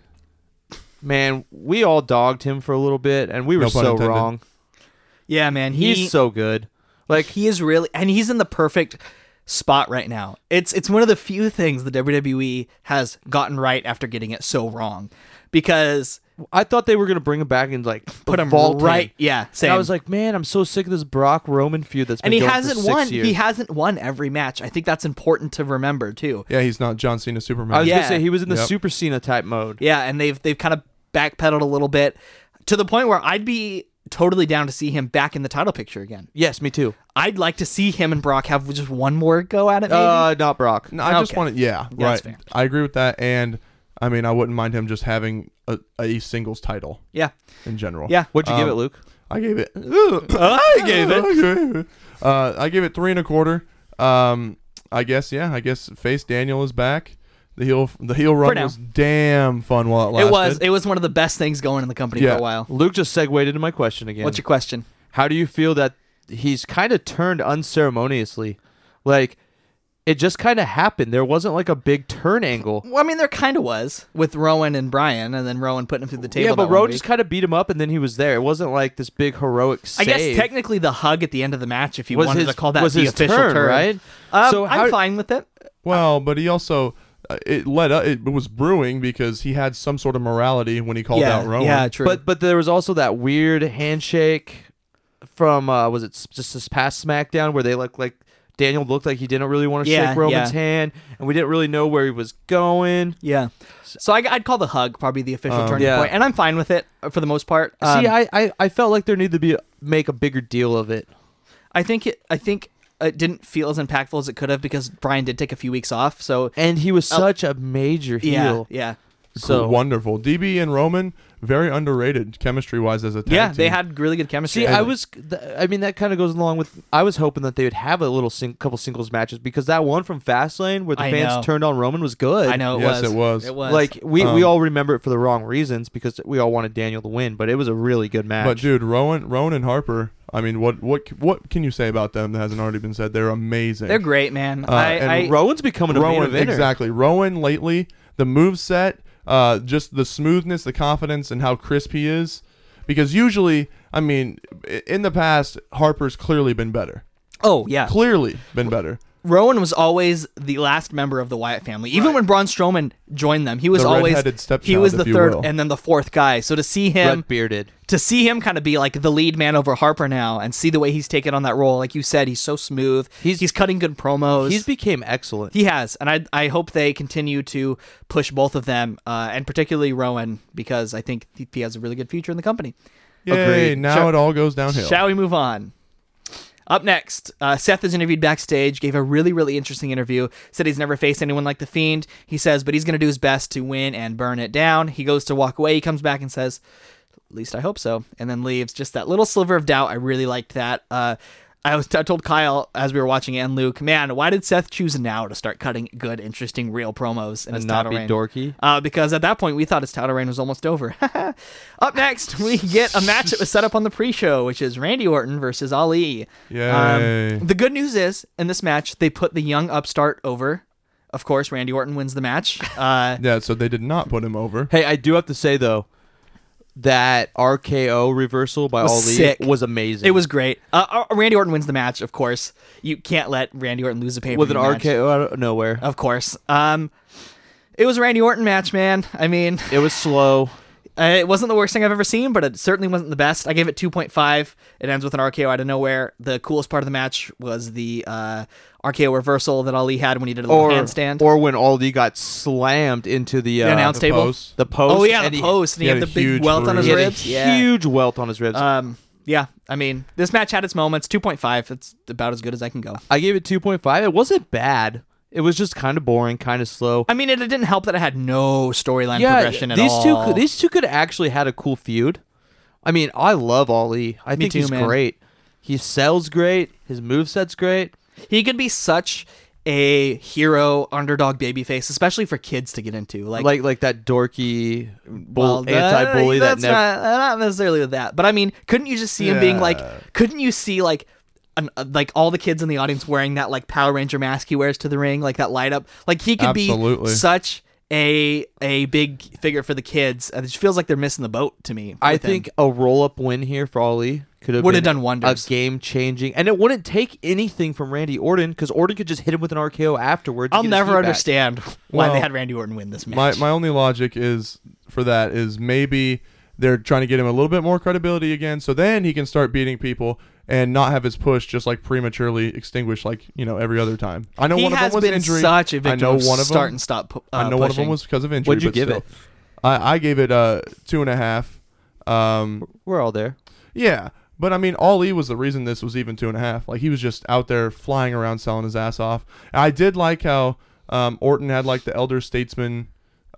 Speaker 4: man, we all dogged him for a little bit and we were
Speaker 5: No pun
Speaker 4: so
Speaker 5: intended.
Speaker 4: wrong.
Speaker 3: Yeah, man. He,
Speaker 4: He's so good. Like
Speaker 3: he is really and he's in the perfect spot right now. It's it's one of the few things the WWE has gotten right after getting it so wrong because
Speaker 4: I thought they were gonna bring him back and like
Speaker 3: put him
Speaker 4: vault
Speaker 3: right yeah,
Speaker 4: And
Speaker 3: same.
Speaker 4: I was like, man, I'm so sick of this Brock Roman feud that's been
Speaker 3: and he
Speaker 4: going for
Speaker 3: hasn't
Speaker 4: six
Speaker 3: won
Speaker 4: years.
Speaker 3: he hasn't won every match. I think that's important to remember too.
Speaker 5: Yeah, he's not John Cena Superman.
Speaker 4: I was
Speaker 3: Yeah.
Speaker 4: gonna say he was in the
Speaker 5: Yep.
Speaker 4: Super Cena type mode.
Speaker 3: Yeah, and they've they've kind of backpedaled a little bit to the point where I'd be totally down to see him back in the title picture again.
Speaker 4: Yes, me too.
Speaker 3: I'd like to see him and Brock have just one more go at it maybe.
Speaker 4: Uh, not Brock.
Speaker 5: No, I just
Speaker 3: Okay.
Speaker 5: want to. Yeah,
Speaker 3: Yeah,
Speaker 5: right.
Speaker 3: that's fair.
Speaker 5: I agree with that, and I mean, I wouldn't mind him just having a, a singles title
Speaker 3: yeah.
Speaker 5: in general.
Speaker 3: Yeah.
Speaker 4: What'd you give
Speaker 5: Um,
Speaker 4: it, Luke?
Speaker 5: I gave it. (laughs) I
Speaker 3: (laughs)
Speaker 5: gave it. Uh, I gave it three and a quarter. Um, I guess yeah. I guess face Daniel is back. The heel the heel run
Speaker 3: now.
Speaker 5: was damn fun while it lasted.
Speaker 3: It was it uh, was one of the best things going in the company for
Speaker 5: Yeah.
Speaker 3: a while.
Speaker 4: Luke just segued into my question again.
Speaker 3: What's your question?
Speaker 4: How do you feel that he's kind of turned unceremoniously? Like, it just kind of happened. There wasn't like a big turn angle.
Speaker 3: Well, I mean, there kind of was with Rowan and Brian, and then Rowan putting him through the table.
Speaker 4: yeah, but
Speaker 3: that one
Speaker 4: Rowe
Speaker 3: week.
Speaker 4: just kind of beat him up, and then he was there. It wasn't like this big heroic
Speaker 3: I
Speaker 4: save.
Speaker 3: guess technically the hug at the end of the match, if you
Speaker 4: Was
Speaker 3: wanted
Speaker 4: his-
Speaker 3: to call that
Speaker 4: was
Speaker 3: the
Speaker 4: his
Speaker 3: official
Speaker 4: turn,
Speaker 3: turn,
Speaker 4: right?
Speaker 3: Um,
Speaker 4: So how-
Speaker 3: I'm fine with it.
Speaker 5: Well, but he also uh, it led up. It was brewing because he had some sort of morality when he called
Speaker 3: yeah,
Speaker 5: out Rowan.
Speaker 3: yeah, true.
Speaker 4: But but there was also that weird handshake from uh, was it s- just this past SmackDown where they looked like Daniel looked like he didn't really want to
Speaker 3: Yeah,
Speaker 4: shake Roman's
Speaker 3: yeah.
Speaker 4: hand, and we didn't really know where he was going.
Speaker 3: yeah, so I, would call the hug probably the official turning
Speaker 4: Um, yeah.
Speaker 3: point, and I'm fine with it uh, for the most part. Um,
Speaker 4: See, I, I I felt like there needed to be make a bigger deal of it.
Speaker 3: I think it, I think it didn't feel as impactful as it could have because Brian did take a few weeks off. So
Speaker 4: And he was such a major
Speaker 3: yeah,
Speaker 4: heel.
Speaker 3: yeah,
Speaker 4: Oh. So
Speaker 5: wonderful. DB and Roman very underrated chemistry wise as a tag
Speaker 3: yeah.
Speaker 5: team.
Speaker 3: They had really good chemistry.
Speaker 4: See, I was, th- I mean, that kind of goes along with. I was hoping that they would have a little sing- couple singles matches because that one from Fastlane where the
Speaker 3: I
Speaker 4: fans
Speaker 3: know.
Speaker 4: turned on Roman was good.
Speaker 3: I know it
Speaker 5: Yes,
Speaker 3: was.
Speaker 5: it was.
Speaker 3: It was
Speaker 4: Like we,
Speaker 5: Um,
Speaker 4: we all remember it for the wrong reasons because we all wanted Daniel to win, but it was a really good match.
Speaker 5: But dude, Rowan, Rowan and Harper. I mean, what what what can you say about them that hasn't already been said? They're amazing.
Speaker 3: they're great, man.
Speaker 5: uh, and
Speaker 3: I, I
Speaker 4: Rowan's becoming a
Speaker 5: Rowan
Speaker 4: main eventer.
Speaker 5: exactly. Rowan lately, the move set, uh, just the smoothness, the confidence, and how crisp he is. Because usually, I mean, i- in the past, Harper's clearly been better.
Speaker 3: oh yeah,
Speaker 5: Clearly been better.
Speaker 3: Rowan was always the last member of the Wyatt family. Even when Braun Strowman joined them, he was
Speaker 5: The
Speaker 3: always
Speaker 5: redheaded
Speaker 3: he
Speaker 5: stepchild,
Speaker 3: was
Speaker 5: if
Speaker 3: the
Speaker 5: you
Speaker 3: third
Speaker 5: will.
Speaker 3: and then the fourth guy. So to see him
Speaker 4: Red bearded.
Speaker 3: to see him kind of be like the lead man over Harper now and see the way he's taken on that role, like you said, he's so smooth. He's,
Speaker 4: He's-
Speaker 3: he's cutting good promos.
Speaker 4: He's became excellent.
Speaker 3: he has, and I I hope they continue to push both of them, uh, and particularly Rowan because I think he- he has a really good future in the company.
Speaker 5: Yay,
Speaker 4: Agreed.
Speaker 5: now
Speaker 3: Shall-
Speaker 5: it all goes downhill.
Speaker 3: Shall we move on? Up next, uh, Seth is interviewed backstage, gave a really, really interesting interview. Said he's never faced anyone like The Fiend. He says, but he's going to do his best to win and burn it down. He goes to walk away. He comes back and says, at least I hope so, and then leaves. Just that little sliver of doubt. I really liked that. Uh, I was I told Kyle as we were watching it and Luke, man, why did Seth choose now to start cutting good, interesting, real promos in his
Speaker 4: And not
Speaker 3: title
Speaker 4: be
Speaker 3: reign?
Speaker 4: dorky?
Speaker 3: Uh, because at that point, we thought his title reign was almost over. (laughs) Up next, we get a match that was set up on the pre-show, which is Randy Orton versus Ali. Um,
Speaker 5: Yay.
Speaker 3: the good news is, in this match, they put the young upstart over. Of course, Randy Orton wins the match. Uh,
Speaker 5: Yeah, so they did not put him over.
Speaker 4: Hey, I do have to say though that RKO reversal by
Speaker 3: Was
Speaker 4: Ali
Speaker 3: sick.
Speaker 4: was amazing.
Speaker 3: it was great. Uh, uh, Randy Orton wins the match, of course. You can't let Randy Orton lose a pay
Speaker 4: with an
Speaker 3: match. Uh,
Speaker 4: RKO out of nowhere.
Speaker 3: Of course. Um, it was a Randy Orton match, man. I mean, (laughs)
Speaker 4: It was slow.
Speaker 3: Uh, it wasn't the worst thing I've ever seen, but it certainly wasn't the best. I gave it 2.5. It ends with an RKO out of nowhere. The coolest part of the match was the uh, RKO reversal that Ali had when he did a little
Speaker 4: Or
Speaker 3: handstand.
Speaker 4: or when Ali got slammed into the, uh,
Speaker 3: the announce
Speaker 5: the
Speaker 3: table.
Speaker 5: post.
Speaker 4: the post.
Speaker 3: Oh, yeah,
Speaker 4: and
Speaker 3: the
Speaker 4: he-
Speaker 3: post. And he,
Speaker 5: he
Speaker 3: had,
Speaker 5: had
Speaker 3: the
Speaker 5: a
Speaker 3: big
Speaker 5: huge
Speaker 3: welt on his
Speaker 4: He had a
Speaker 3: ribs. Yeah.
Speaker 4: huge welt on his ribs.
Speaker 3: Um, yeah, I mean, this match had its moments. 2.5. It's about as good as I can go.
Speaker 4: I gave it 2.5. It wasn't bad. It was just kind of boring, kind of slow.
Speaker 3: I mean, it, it didn't help that it had no storyline progression at
Speaker 4: these
Speaker 3: all.
Speaker 4: two could, these two could actually had a cool feud. I mean, I love Ali. I
Speaker 3: Me
Speaker 4: think
Speaker 3: too,
Speaker 4: he's
Speaker 3: man.
Speaker 4: great. He sells great. His moveset's great.
Speaker 3: he could be such a hero underdog babyface, especially for kids to get into. Like,
Speaker 4: Like like that dorky bull,
Speaker 3: Well,
Speaker 4: anti-bully that
Speaker 3: that's
Speaker 4: never
Speaker 3: not, uh, not necessarily with that but i mean couldn't you just see him being like
Speaker 5: Yeah.
Speaker 3: couldn't you see like an, uh, like all the kids in the audience wearing that like power ranger mask he wears to the ring like that light up like he could
Speaker 5: Absolutely.
Speaker 3: be such a a big figure for the kids and it just feels like they're missing the boat to me
Speaker 4: I
Speaker 3: with him.
Speaker 4: think a roll-up win here for Ali could have
Speaker 3: Would have
Speaker 4: been
Speaker 3: done wonders.
Speaker 4: A game-changing, and it wouldn't take anything from Randy Orton because Orton could just hit him with an RKO afterwards. to
Speaker 3: i'll
Speaker 4: get his
Speaker 3: never
Speaker 4: heat back.
Speaker 3: understand why they
Speaker 5: Well,
Speaker 3: had randy orton win this
Speaker 5: My
Speaker 3: match
Speaker 5: my only logic is for that is maybe they're trying to get him a little bit more credibility again, so then he can start beating people and not have his push just like prematurely extinguished, like you know every other time. I know
Speaker 3: he
Speaker 5: one of them
Speaker 3: has
Speaker 5: was
Speaker 3: been
Speaker 5: injury.
Speaker 3: such a victim
Speaker 5: I know
Speaker 3: of
Speaker 5: one of
Speaker 3: start
Speaker 5: them.
Speaker 3: and stop pu- uh,
Speaker 5: I know one of
Speaker 3: pushing.
Speaker 5: them was because of injury.
Speaker 4: What'd you
Speaker 5: but
Speaker 4: give
Speaker 5: still.
Speaker 4: it?
Speaker 5: I, I gave it uh, two and a half. Um,
Speaker 4: We're all there.
Speaker 5: yeah, but I mean, Ali was the reason this was even two and a half. Like he was just out there flying around, selling his ass off. And I did like how um, Orton had like the elder statesman,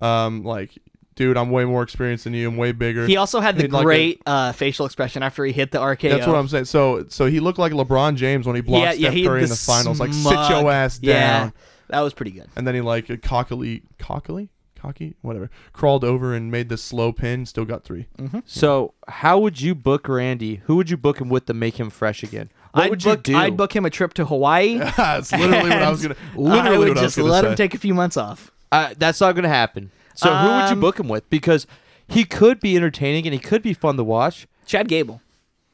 Speaker 5: um, like, dude, I'm way more experienced than you. I'm way bigger.
Speaker 3: he also had the
Speaker 5: He'd like a-
Speaker 3: great uh, facial expression after he hit the RKO.
Speaker 5: That's what I'm saying. So, so he looked like LeBron James when he blocked
Speaker 3: yeah, yeah,
Speaker 5: Steph
Speaker 3: he had
Speaker 5: Curry in the finals. Like, sit your
Speaker 3: smug-
Speaker 5: ass down.
Speaker 3: Yeah, that was pretty good.
Speaker 5: And then he like cockily, cockily, cocky, whatever, crawled over and made the slow pin. Still got three.
Speaker 3: Mm-hmm.
Speaker 4: So, how would you book Randy? Who would you book him with to make him fresh again? What
Speaker 3: I'd
Speaker 4: would
Speaker 3: book,
Speaker 4: you do?
Speaker 3: I'd book him a trip to Hawaii.
Speaker 5: (laughs) That's (laughs) literally what I was gonna.
Speaker 3: and
Speaker 5: Literally
Speaker 3: (laughs) I would
Speaker 5: what I was
Speaker 3: just
Speaker 5: gonna
Speaker 3: let
Speaker 5: say.
Speaker 3: him take a few months off.
Speaker 4: Uh, that's not going to happen. So, who would you
Speaker 3: Um,
Speaker 4: book him with? Because he could be entertaining and he could be fun to watch.
Speaker 3: Chad Gable.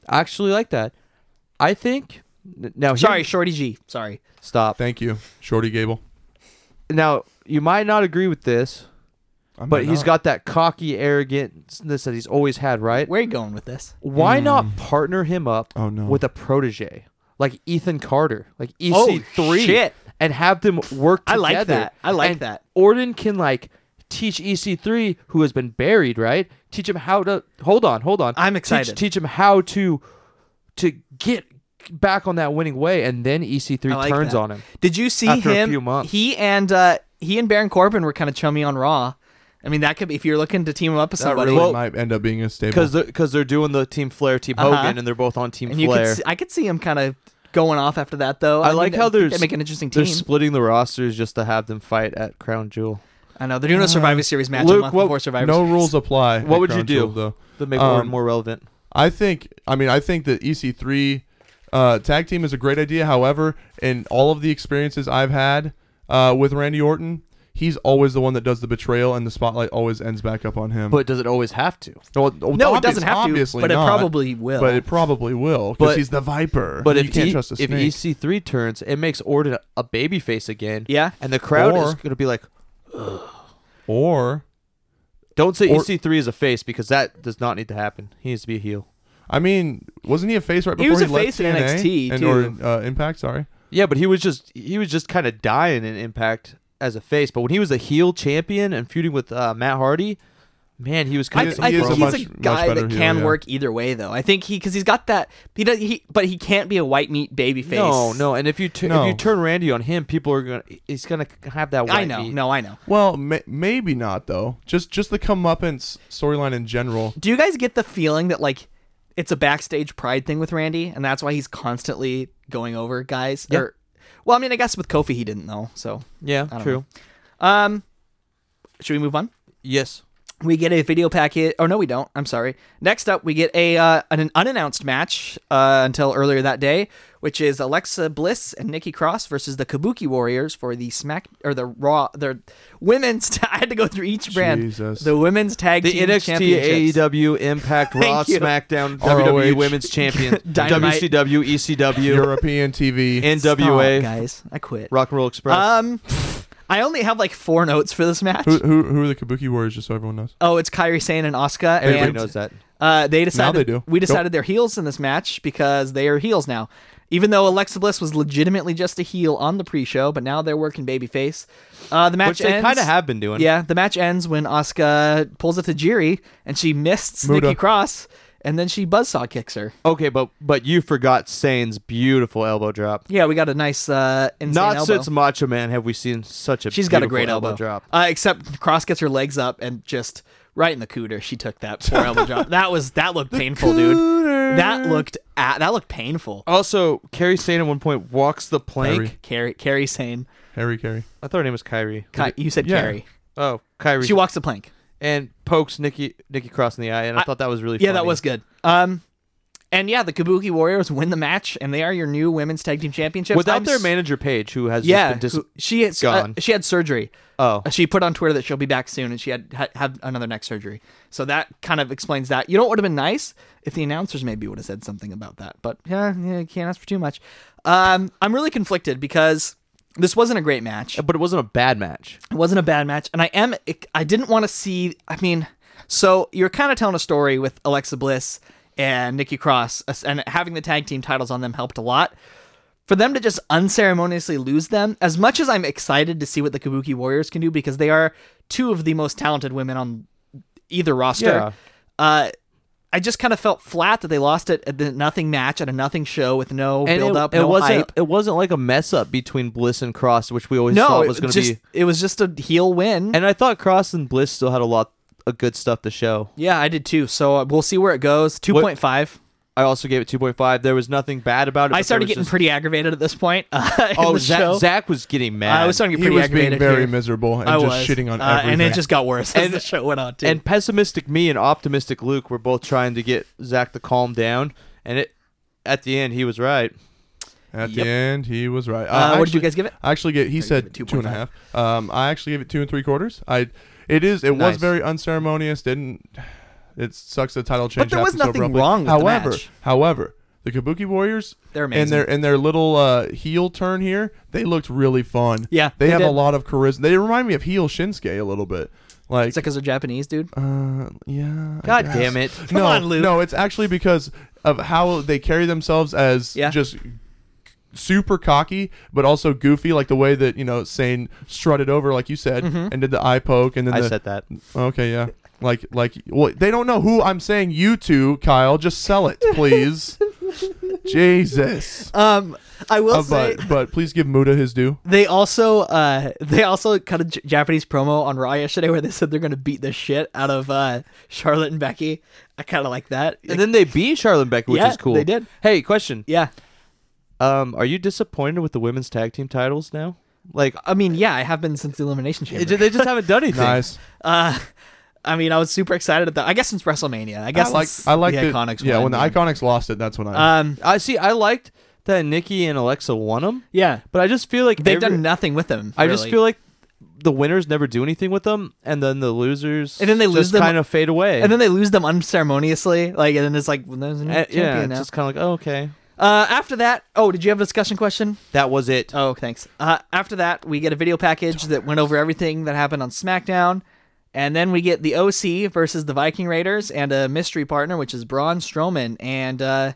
Speaker 4: I actually like that. I think. n- Now, here-
Speaker 3: Sorry, Shorty G. Sorry.
Speaker 4: stop.
Speaker 5: Thank you, Shorty Gable.
Speaker 4: Now, you might not agree with this,
Speaker 5: I
Speaker 4: but
Speaker 5: might
Speaker 4: he's
Speaker 5: not.
Speaker 4: got that cocky arrogantness that he's always had, right?
Speaker 3: Where are you going with this?
Speaker 4: Why
Speaker 3: Hmm.
Speaker 4: not partner him up
Speaker 5: Oh, no.
Speaker 4: with a protege like Ethan Carter, like
Speaker 3: Oh,
Speaker 4: EC3,
Speaker 3: shit.
Speaker 4: and have them work
Speaker 3: I
Speaker 4: together?
Speaker 3: like that. I like
Speaker 4: And
Speaker 3: that.
Speaker 4: Orton can like teach EC3, who has been buried, right? Teach him how to hold on, hold on.
Speaker 3: I'm
Speaker 4: Teach-
Speaker 3: excited.
Speaker 4: Teach, him how to to get back on that winning way, and then EC3
Speaker 3: I like
Speaker 4: turns
Speaker 3: that.
Speaker 4: on him.
Speaker 3: Did you see
Speaker 4: After a
Speaker 3: him?
Speaker 4: few months.
Speaker 3: He and uh, he and Baron Corbin were kind of chummy on Raw. I mean, that could be if you're looking to team him up with
Speaker 5: that
Speaker 3: somebody.
Speaker 5: really
Speaker 4: Well,
Speaker 5: might end up being a stable.
Speaker 4: because they're, 'cause they're doing the Team Flair, Team
Speaker 3: Uh-huh.
Speaker 4: Hogan, and they're both on Team
Speaker 3: and you
Speaker 4: Flair.
Speaker 3: could, see, I could see him kind of going off after that, though.
Speaker 4: I, like how
Speaker 3: they're
Speaker 4: they're
Speaker 3: they make an interesting
Speaker 4: They're
Speaker 3: team.
Speaker 4: splitting the rosters just to have them fight at Crown Jewel.
Speaker 3: I know they're doing a Survivor Series match a
Speaker 4: Luke,
Speaker 3: month
Speaker 4: what-
Speaker 3: before Survivor.
Speaker 5: Uh, no
Speaker 3: Series.
Speaker 5: rules apply.
Speaker 4: What
Speaker 5: at
Speaker 4: would you
Speaker 5: Crown
Speaker 4: do?
Speaker 5: Jewel, though?
Speaker 4: To make
Speaker 5: Um,
Speaker 4: Orton more relevant.
Speaker 5: I think. I mean, I think that EC3 uh, tag team is a great idea. However, in all of the experiences I've had uh, with Randy Orton, he's always the one that does the betrayal, and the spotlight always ends back up on him.
Speaker 4: But does it always have to?
Speaker 5: well,
Speaker 3: No, it doesn't have to,
Speaker 5: obviously
Speaker 3: but it
Speaker 5: not,
Speaker 3: probably will.
Speaker 5: But it probably will because
Speaker 4: But-
Speaker 5: he's the Viper.
Speaker 4: But
Speaker 5: you
Speaker 4: if
Speaker 5: can't
Speaker 3: E
Speaker 4: he,
Speaker 5: trust a
Speaker 4: if
Speaker 5: snake.
Speaker 4: EC3 turns, it makes Orton a babyface again.
Speaker 3: Yeah.
Speaker 4: and the crowd
Speaker 5: Or-
Speaker 4: is going to be like,
Speaker 5: or
Speaker 4: "Don't say
Speaker 5: Or-
Speaker 4: EC3 is a face because that does not need to happen. He needs to be a heel."
Speaker 5: I mean, wasn't he a face right
Speaker 3: He
Speaker 5: before
Speaker 3: was
Speaker 5: he,
Speaker 3: a
Speaker 5: left
Speaker 3: face in
Speaker 5: TNA?
Speaker 3: NXT
Speaker 5: and,
Speaker 3: too.
Speaker 5: or uh, Impact? Sorry,
Speaker 4: Yeah, but he was just he was just kind of dying in Impact as a face. But when he was a heel champion and feuding with uh, Matt Hardy, man, he was
Speaker 3: I,
Speaker 4: kind of.
Speaker 5: He-
Speaker 3: I
Speaker 5: he is
Speaker 3: think
Speaker 5: a
Speaker 3: he's
Speaker 5: much-
Speaker 3: a
Speaker 5: much
Speaker 3: guy
Speaker 5: better
Speaker 3: that
Speaker 5: heel,
Speaker 3: can
Speaker 5: yeah.
Speaker 3: work either way, though. I think he because he's got that he does he, but he can't be a white meat baby face.
Speaker 4: No, no, and if you tu-
Speaker 5: No.
Speaker 4: if you turn Randy on him, people are gonna he's gonna have that. White
Speaker 3: I know,
Speaker 4: meat.
Speaker 3: no, I know.
Speaker 5: Well, ma maybe not though. Just just the comeuppance storyline in general.
Speaker 3: Do you guys get the feeling that like it's a backstage pride thing with Randy, and that's why he's constantly going over guys?
Speaker 4: Yeah.
Speaker 3: Or, well, I mean, I guess with Kofi he didn't know. So,
Speaker 4: Yeah,
Speaker 3: don't
Speaker 4: true.
Speaker 3: know. um, should we move on?
Speaker 4: Yes,
Speaker 3: We get a video packet. Oh no, we don't. I'm sorry. Next up, we get a uh, an unannounced match uh, until earlier that day, which is Alexa Bliss and Nikki Cross versus the Kabuki Warriors for the Smack or the Raw the women's. (laughs) ta- I had to go through each brand.
Speaker 5: Jesus.
Speaker 3: The women's tag
Speaker 4: the
Speaker 3: team
Speaker 4: NXT,
Speaker 3: championships.
Speaker 4: AEW, E Impact,
Speaker 3: (laughs)
Speaker 4: Raw,
Speaker 3: Thank you.
Speaker 4: SmackDown,
Speaker 5: ROH.
Speaker 4: WWE Women's Champion,
Speaker 3: (laughs) Dynamite.
Speaker 4: WCW, ECW,
Speaker 5: European TV.
Speaker 4: NWA,
Speaker 3: Stop, guys. I quit.
Speaker 4: Rock and Roll Express.
Speaker 3: Um, I only have like four notes for this match.
Speaker 5: who, who who are the Kabuki Warriors? Just so everyone knows.
Speaker 3: Oh, it's Kyrie Sane and Oscar.
Speaker 4: Everybody
Speaker 3: and,
Speaker 4: knows that.
Speaker 3: Uh, they decided
Speaker 5: they do.
Speaker 3: we decided they're heels in this match because they are heels now. Even though Alexa Bliss was legitimately just a heel on the pre-show, but now they're working babyface. Uh, the match
Speaker 4: Which they
Speaker 3: ends-
Speaker 4: kinda have been doing.
Speaker 3: Yeah, the match ends when Oscar pulls a Tajiri and she mists Nikki Cross, and then she buzzsaw kicks her.
Speaker 4: Okay, but but you forgot Sane's beautiful elbow drop.
Speaker 3: Yeah, we got a nice uh, insane
Speaker 4: Not
Speaker 3: elbow.
Speaker 4: since Macho Man have we seen such a
Speaker 3: She's got a
Speaker 4: beautiful
Speaker 3: great elbow,
Speaker 4: drop.
Speaker 3: Uh, except Cross gets her legs up and just right in the cooter. She took that poor
Speaker 4: (laughs)
Speaker 3: elbow drop. That was that looked painful, dude. That looked at, that looked painful.
Speaker 4: Also, Carrie Sane at one point walks the plank.
Speaker 5: Kyrie.
Speaker 3: Carrie Carrie Sane,
Speaker 5: Harry Carey.
Speaker 4: I thought her name was Kyrie.
Speaker 3: Ki- you said
Speaker 5: Yeah.
Speaker 3: Carrie.
Speaker 4: Oh, Kyrie.
Speaker 3: She walks the plank.
Speaker 4: and pokes Nikki Nikki Cross in the eye, and I,
Speaker 3: I-
Speaker 4: thought that was really
Speaker 3: Yeah, that
Speaker 4: funny.
Speaker 3: was good. Um, and yeah, the Kabuki Warriors win the match, and they are your new women's tag team championships.
Speaker 4: Without
Speaker 3: I'm
Speaker 4: their
Speaker 3: s-
Speaker 4: manager Paige, who has
Speaker 3: yeah,
Speaker 4: just been
Speaker 3: who- she is uh,
Speaker 4: gone.
Speaker 3: she had surgery. Uh,
Speaker 4: Oh.
Speaker 3: she put on Twitter that she'll be back soon, and she had had, had another neck surgery. So that kind of explains that. You know, what would have been nice if the announcers maybe would have said something about that, but yeah, yeah you can't ask for too much. Um, I'm really conflicted because this wasn't a great match.
Speaker 4: dis- but it wasn't a bad match.
Speaker 3: It wasn't a bad match, and I am. I didn't want to see. I mean, so you're kind of telling a story with Alexa Bliss and Nikki Cross, us- and having the tag team titles on them helped a lot. For them to just unceremoniously lose them, as much as I'm excited to see what the Kabuki Warriors can do because they are two of the most talented women on either roster.
Speaker 4: Yeah.
Speaker 3: Uh, I just kind of felt flat that they lost it at the nothing match at a nothing show with no
Speaker 4: And
Speaker 3: build
Speaker 4: it,
Speaker 3: up,
Speaker 4: it
Speaker 3: no
Speaker 4: wasn't
Speaker 3: hype.
Speaker 4: it wasn't like a mess up between Bliss and Cross, which we always
Speaker 3: No,
Speaker 4: thought
Speaker 3: it was
Speaker 4: was going to
Speaker 3: just
Speaker 4: be.
Speaker 3: it was just a heel win.
Speaker 4: And I thought Cross and Bliss still had a lot of good stuff to show.
Speaker 3: Yeah, I did too. So uh, we'll see where it goes. Two point five.
Speaker 4: I also gave it two point five. There was nothing bad about it. but
Speaker 3: I
Speaker 4: there
Speaker 3: started
Speaker 4: was
Speaker 3: getting
Speaker 4: just-
Speaker 3: pretty aggravated at this point. Uh, (laughs) in
Speaker 4: Oh,
Speaker 3: the show. Uh,
Speaker 4: Zach, Zach was getting mad.
Speaker 3: I was starting to get
Speaker 5: He
Speaker 3: pretty
Speaker 5: was being
Speaker 3: aggravated.
Speaker 5: very
Speaker 3: here.
Speaker 5: miserable and
Speaker 3: I
Speaker 5: just
Speaker 3: was.
Speaker 5: shitting on
Speaker 3: uh,
Speaker 5: everything.
Speaker 3: and it just got worse as
Speaker 4: And-
Speaker 3: the show went on too.
Speaker 4: and pessimistic me and optimistic Luke were both trying to get Zach to calm down, and it at the end he was right.
Speaker 5: At
Speaker 3: Yep.
Speaker 5: the end, he was right.
Speaker 3: uh, what did you guys give it?
Speaker 5: I actually get. He
Speaker 3: gave
Speaker 5: said
Speaker 3: it
Speaker 5: two and a
Speaker 3: 2.5.
Speaker 5: half. Um, I actually gave it two and three quarters. I. It is. It
Speaker 4: Nice.
Speaker 5: was very unceremonious. Didn't. It sucks the title change.
Speaker 3: there was
Speaker 5: happened so
Speaker 3: nothing
Speaker 5: abruptly.
Speaker 3: wrong with the
Speaker 5: however,
Speaker 3: match.
Speaker 5: however, the Kabuki Warriors
Speaker 3: They're
Speaker 5: and their and their little uh, heel turn here. They looked really fun.
Speaker 3: Yeah,
Speaker 5: they,
Speaker 3: they
Speaker 5: have a
Speaker 3: did.
Speaker 5: lot of charisma. They remind me of heel Shinsuke a little bit. Like,
Speaker 3: Is that because they're Japanese, dude?
Speaker 5: uh, yeah. I
Speaker 4: God
Speaker 5: guess.
Speaker 4: damn it!
Speaker 5: no,
Speaker 3: on, Luke.
Speaker 5: No, it's actually because of how they carry themselves as
Speaker 3: Yeah.
Speaker 5: just super cocky, but also goofy, like the way that you know Sane strutted over, like you said, and did the eye poke, and then
Speaker 4: Mm-hmm.
Speaker 5: the,
Speaker 4: I said that.
Speaker 5: Okay, yeah. Like, like, well, they don't know who I'm saying you to, Kyle. Just sell it,
Speaker 4: (laughs)
Speaker 5: please. Jesus.
Speaker 3: Um, I will
Speaker 5: Uh,
Speaker 3: say
Speaker 5: but, but please give Muda his due.
Speaker 3: they also uh they also cut a J- Japanese promo on Raw yesterday where they said they're gonna beat the shit out of uh Charlotte and Becky. I kind of like that.
Speaker 4: And then they beat Charlotte and Becky, which
Speaker 3: Yeah,
Speaker 4: is cool.
Speaker 3: they did.
Speaker 4: Hey, question.
Speaker 3: yeah,
Speaker 4: Um, are you disappointed with the women's tag team titles now? Like,
Speaker 3: I mean, yeah, I have been since the Elimination Chamber.
Speaker 4: it- they just haven't done
Speaker 3: (laughs)
Speaker 4: anything.
Speaker 5: Nice.
Speaker 3: Uh, I mean, I was super excited at that. I guess since WrestleMania, I
Speaker 5: I
Speaker 3: guess
Speaker 5: like.
Speaker 3: since
Speaker 5: I like
Speaker 3: the
Speaker 5: that-
Speaker 3: Iconics.
Speaker 5: Yeah, when
Speaker 3: won,
Speaker 5: the Iconics lost it, that's when I.
Speaker 3: Um,
Speaker 4: I see. I liked that Nikki and Alexa won them,
Speaker 3: yeah,
Speaker 4: but I just feel like
Speaker 3: they've
Speaker 4: every-
Speaker 3: done nothing with them.
Speaker 4: I just
Speaker 3: really.
Speaker 4: feel like the winners never do anything with them, and then the losers
Speaker 3: And then they lose
Speaker 4: just
Speaker 3: them-
Speaker 4: kind of fade away.
Speaker 3: and then they lose them unceremoniously. Like, and then it's like well, there's a new
Speaker 4: Uh,
Speaker 3: champion
Speaker 4: yeah, it's
Speaker 3: now.
Speaker 4: just kind of like oh, okay,
Speaker 3: Uh, after that, oh, did you have a discussion question?
Speaker 4: that was it.
Speaker 3: Oh, thanks. Uh, after that, we get a video package that went over everything that happened on SmackDown, and then we get the OC versus the Viking Raiders and a mystery partner, which is Braun Strowman. And uh,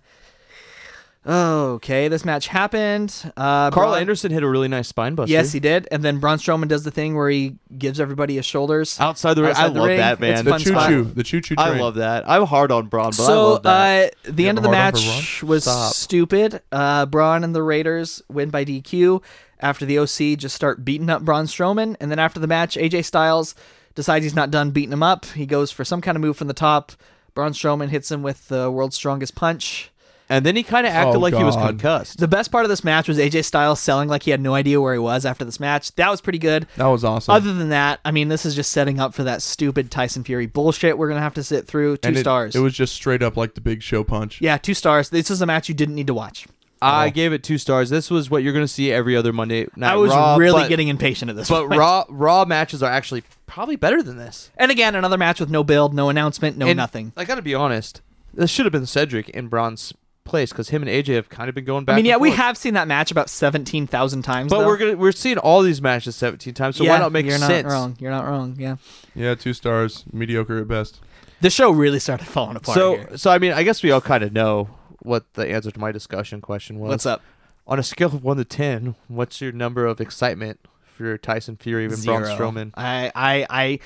Speaker 3: okay, this match happened. Uh,
Speaker 4: Carl
Speaker 3: Braun-
Speaker 4: Anderson hit a really nice spine buster.
Speaker 3: Yes, he did. And then Braun Strowman does the thing where he gives everybody his shoulders.
Speaker 4: outside the ring.
Speaker 3: Outside
Speaker 4: Oh, I
Speaker 3: the
Speaker 4: love
Speaker 3: ring,
Speaker 4: that
Speaker 3: it's
Speaker 4: man.
Speaker 3: fun
Speaker 5: Choo
Speaker 3: spot.
Speaker 5: choo. The choo choo train.
Speaker 4: I love that. I'm hard on Braun, but I
Speaker 3: so
Speaker 4: love that.
Speaker 3: Uh, the end of
Speaker 5: have
Speaker 3: the
Speaker 5: a hard on for
Speaker 3: match was
Speaker 4: Stop.
Speaker 3: stupid. Uh, Braun and the Raiders win by DQ after the OC just start beating up Braun Strowman, and then after the match, AJ Styles decides he's not done beating him up. He goes for some kind of move from the top. Braun Strowman hits him with the world's strongest punch.
Speaker 4: and then he kind of acted
Speaker 5: Oh,
Speaker 4: like he was
Speaker 5: God.
Speaker 4: concussed.
Speaker 3: The best part of this match was AJ Styles selling like he had no idea where he was after this match. That was pretty good.
Speaker 5: That was awesome.
Speaker 3: Other than that, I mean, this is just setting up for that stupid Tyson Fury bullshit we're gonna have to sit through. Two
Speaker 5: And it-
Speaker 3: stars.
Speaker 5: It was just straight up like the big show punch.
Speaker 3: yeah, two stars. This is a match you didn't need to watch.
Speaker 4: I gave it two stars. This was what you're going to see every other Monday night.
Speaker 3: I was
Speaker 4: Raw,
Speaker 3: really
Speaker 4: but,
Speaker 3: getting impatient at this.
Speaker 4: But
Speaker 3: point.
Speaker 4: raw raw matches are actually probably better than this.
Speaker 3: and again, another match with no build, no announcement, no
Speaker 4: And
Speaker 3: Oh, nothing.
Speaker 4: I got to be honest. This should have been Cedric in Braun's place because him and AJ have kind of been going back.
Speaker 3: I mean,
Speaker 4: and
Speaker 3: yeah, we
Speaker 4: forth.
Speaker 3: have seen that match about seventeen thousand times.
Speaker 4: But
Speaker 3: though.
Speaker 4: we're gonna, we're seeing all these matches 17 times, so
Speaker 3: yeah,
Speaker 4: why not make
Speaker 3: you're
Speaker 4: sense?
Speaker 3: not wrong. You're not wrong. Yeah,
Speaker 5: Yeah, two stars. Mediocre at best.
Speaker 3: the show really started falling apart.
Speaker 4: So
Speaker 3: here.
Speaker 4: so I mean, I guess we all kind of know what the answer to my discussion question was.
Speaker 3: what's up?
Speaker 4: On a scale of one to ten, what's your number of excitement for Tyson Fury and Braun
Speaker 3: Zero.
Speaker 4: Strowman?
Speaker 3: I, I, I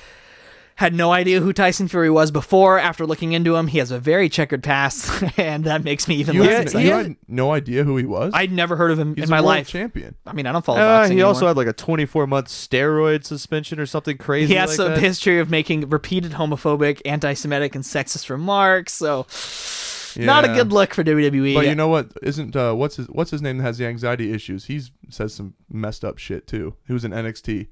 Speaker 3: had no idea who Tyson Fury was before. After looking into him, he has a very checkered past, (laughs) and that makes me even
Speaker 5: You,
Speaker 3: less.
Speaker 4: Yeah,
Speaker 5: had,
Speaker 3: excited.
Speaker 4: he
Speaker 5: you
Speaker 4: had-
Speaker 5: had no idea who he was.
Speaker 3: I'd never heard of him
Speaker 5: He's a
Speaker 3: in my
Speaker 5: world
Speaker 3: life.
Speaker 5: champion.
Speaker 3: I mean, I don't follow
Speaker 4: Uh,
Speaker 3: boxing.
Speaker 4: he also
Speaker 3: anymore.
Speaker 4: had like a 24 month steroid suspension or something
Speaker 3: he
Speaker 4: crazy.
Speaker 3: has
Speaker 4: like
Speaker 3: a
Speaker 4: that.
Speaker 3: history of making repeated homophobic, anti-Semitic, and sexist remarks. So, not a
Speaker 5: Yeah.
Speaker 3: good look for E. WWE.
Speaker 5: But you know what? Isn't uh, what's his what's his name that has the anxiety issues? He's says some messed up shit too. He was in NXT.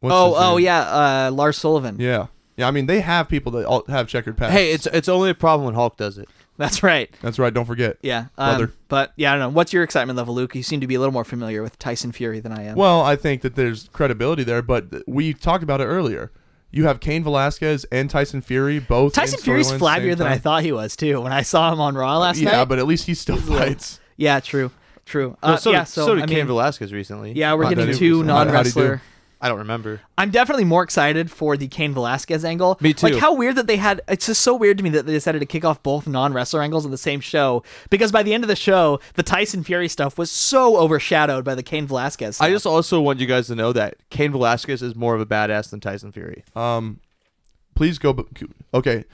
Speaker 5: What's
Speaker 3: oh,
Speaker 5: his
Speaker 3: oh
Speaker 5: name?
Speaker 3: yeah, uh, Lars Sullivan.
Speaker 5: yeah, yeah. I mean, they have people that all have checkered past.
Speaker 4: Hey, it's it's only a problem when Hulk does it.
Speaker 3: That's right.
Speaker 5: that's right. Don't forget.
Speaker 3: Yeah, um,
Speaker 5: Brother.
Speaker 3: but yeah, I don't know. What's your excitement level, Luke? You seem to be a little more familiar with Tyson Fury than I am.
Speaker 5: Well, I think that there's credibility there, but th- we talked about it earlier. You have Kane Velasquez and Tyson Fury both.
Speaker 3: Tyson
Speaker 5: in
Speaker 3: Fury's
Speaker 5: storylines at the
Speaker 3: flabbier
Speaker 5: same
Speaker 3: than I
Speaker 5: time.
Speaker 3: thought he was too when I saw him on Raw last
Speaker 5: Yeah,
Speaker 3: night.
Speaker 5: but at least he still fights.
Speaker 3: yeah, true, true. Uh,
Speaker 4: Well, so
Speaker 3: yeah,
Speaker 4: did,
Speaker 3: so,
Speaker 4: so did
Speaker 3: I
Speaker 4: Cain
Speaker 3: mean,
Speaker 4: Velasquez recently.
Speaker 3: yeah, we're
Speaker 5: How'd
Speaker 3: getting
Speaker 5: he do?
Speaker 3: two
Speaker 5: How'd- how'd he do?
Speaker 3: non-wrestler.
Speaker 4: I don't remember.
Speaker 3: I'm definitely more excited for the Kane Velasquez angle.
Speaker 4: Me too.
Speaker 3: Like how weird that they had. It's just so weird to me that they decided to kick off both non-wrestler angles in the same show. Because by the end of the show, the Tyson Fury stuff was so overshadowed by the Kane Velasquez. Stuff.
Speaker 4: I just also want you guys to know that Cain Velasquez is more of a badass than Tyson Fury.
Speaker 5: Um, please go. b- Okay,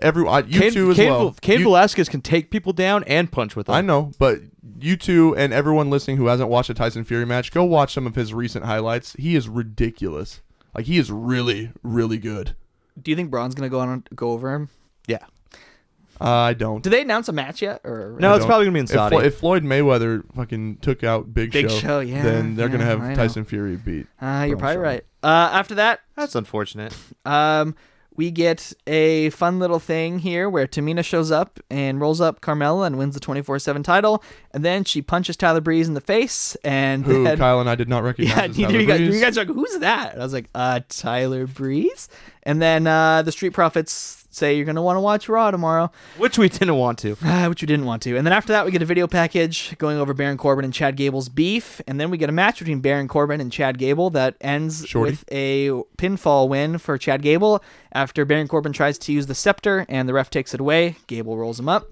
Speaker 5: everyone, you
Speaker 4: Cain,
Speaker 5: two as
Speaker 4: Cain,
Speaker 5: well.
Speaker 4: Vel- Cain
Speaker 5: You-
Speaker 4: Velasquez can take people down and punch with them.
Speaker 5: I know, but you two and everyone listening who hasn't watched a Tyson Fury match, go watch some of his recent highlights. He is ridiculous. Like he is really, really good.
Speaker 3: Do you think Braun's gonna go on go over him?
Speaker 4: Yeah.
Speaker 5: I don't.
Speaker 3: Did they announce a match yet? Or
Speaker 4: No,
Speaker 5: I
Speaker 4: it's
Speaker 5: don't.
Speaker 4: probably gonna be in
Speaker 5: If
Speaker 4: Saudi.
Speaker 5: Flo- If, Floyd Mayweather fucking took out Big,
Speaker 3: Big Show, yeah,
Speaker 5: then they're gonna
Speaker 3: yeah,
Speaker 5: have
Speaker 3: I know.
Speaker 5: Tyson Fury beat.
Speaker 3: Uh, you're
Speaker 5: Braun
Speaker 3: probably
Speaker 5: Strowman.
Speaker 3: right. Uh, after that,
Speaker 4: That's unfortunate.
Speaker 3: um, we get a fun little thing here where Tamina shows up and rolls up Carmella and wins the 24 7 title. And then she punches Tyler Breeze in the face. And (laughs)
Speaker 5: Who
Speaker 3: then,
Speaker 5: Kyle and I did not recognize.
Speaker 3: yeah,
Speaker 5: as
Speaker 3: neither
Speaker 5: Tyler
Speaker 3: you guys,
Speaker 5: Breeze.
Speaker 3: you guys are like, who's that? And I was like, uh, Tyler Breeze. And then uh, the Street Profits say, you're going to want to watch Raw tomorrow,
Speaker 4: (laughs) Which we didn't want to.
Speaker 3: uh, which you didn't want to. And then after that, we get a video package going over Baron Corbin and Chad Gable's beef. And then we get a match between Baron Corbin and Chad Gable that ends
Speaker 5: Shorty.
Speaker 3: with a pinfall win for Chad Gable after Baron Corbin tries to use the scepter and the ref takes it away. Gable rolls him up.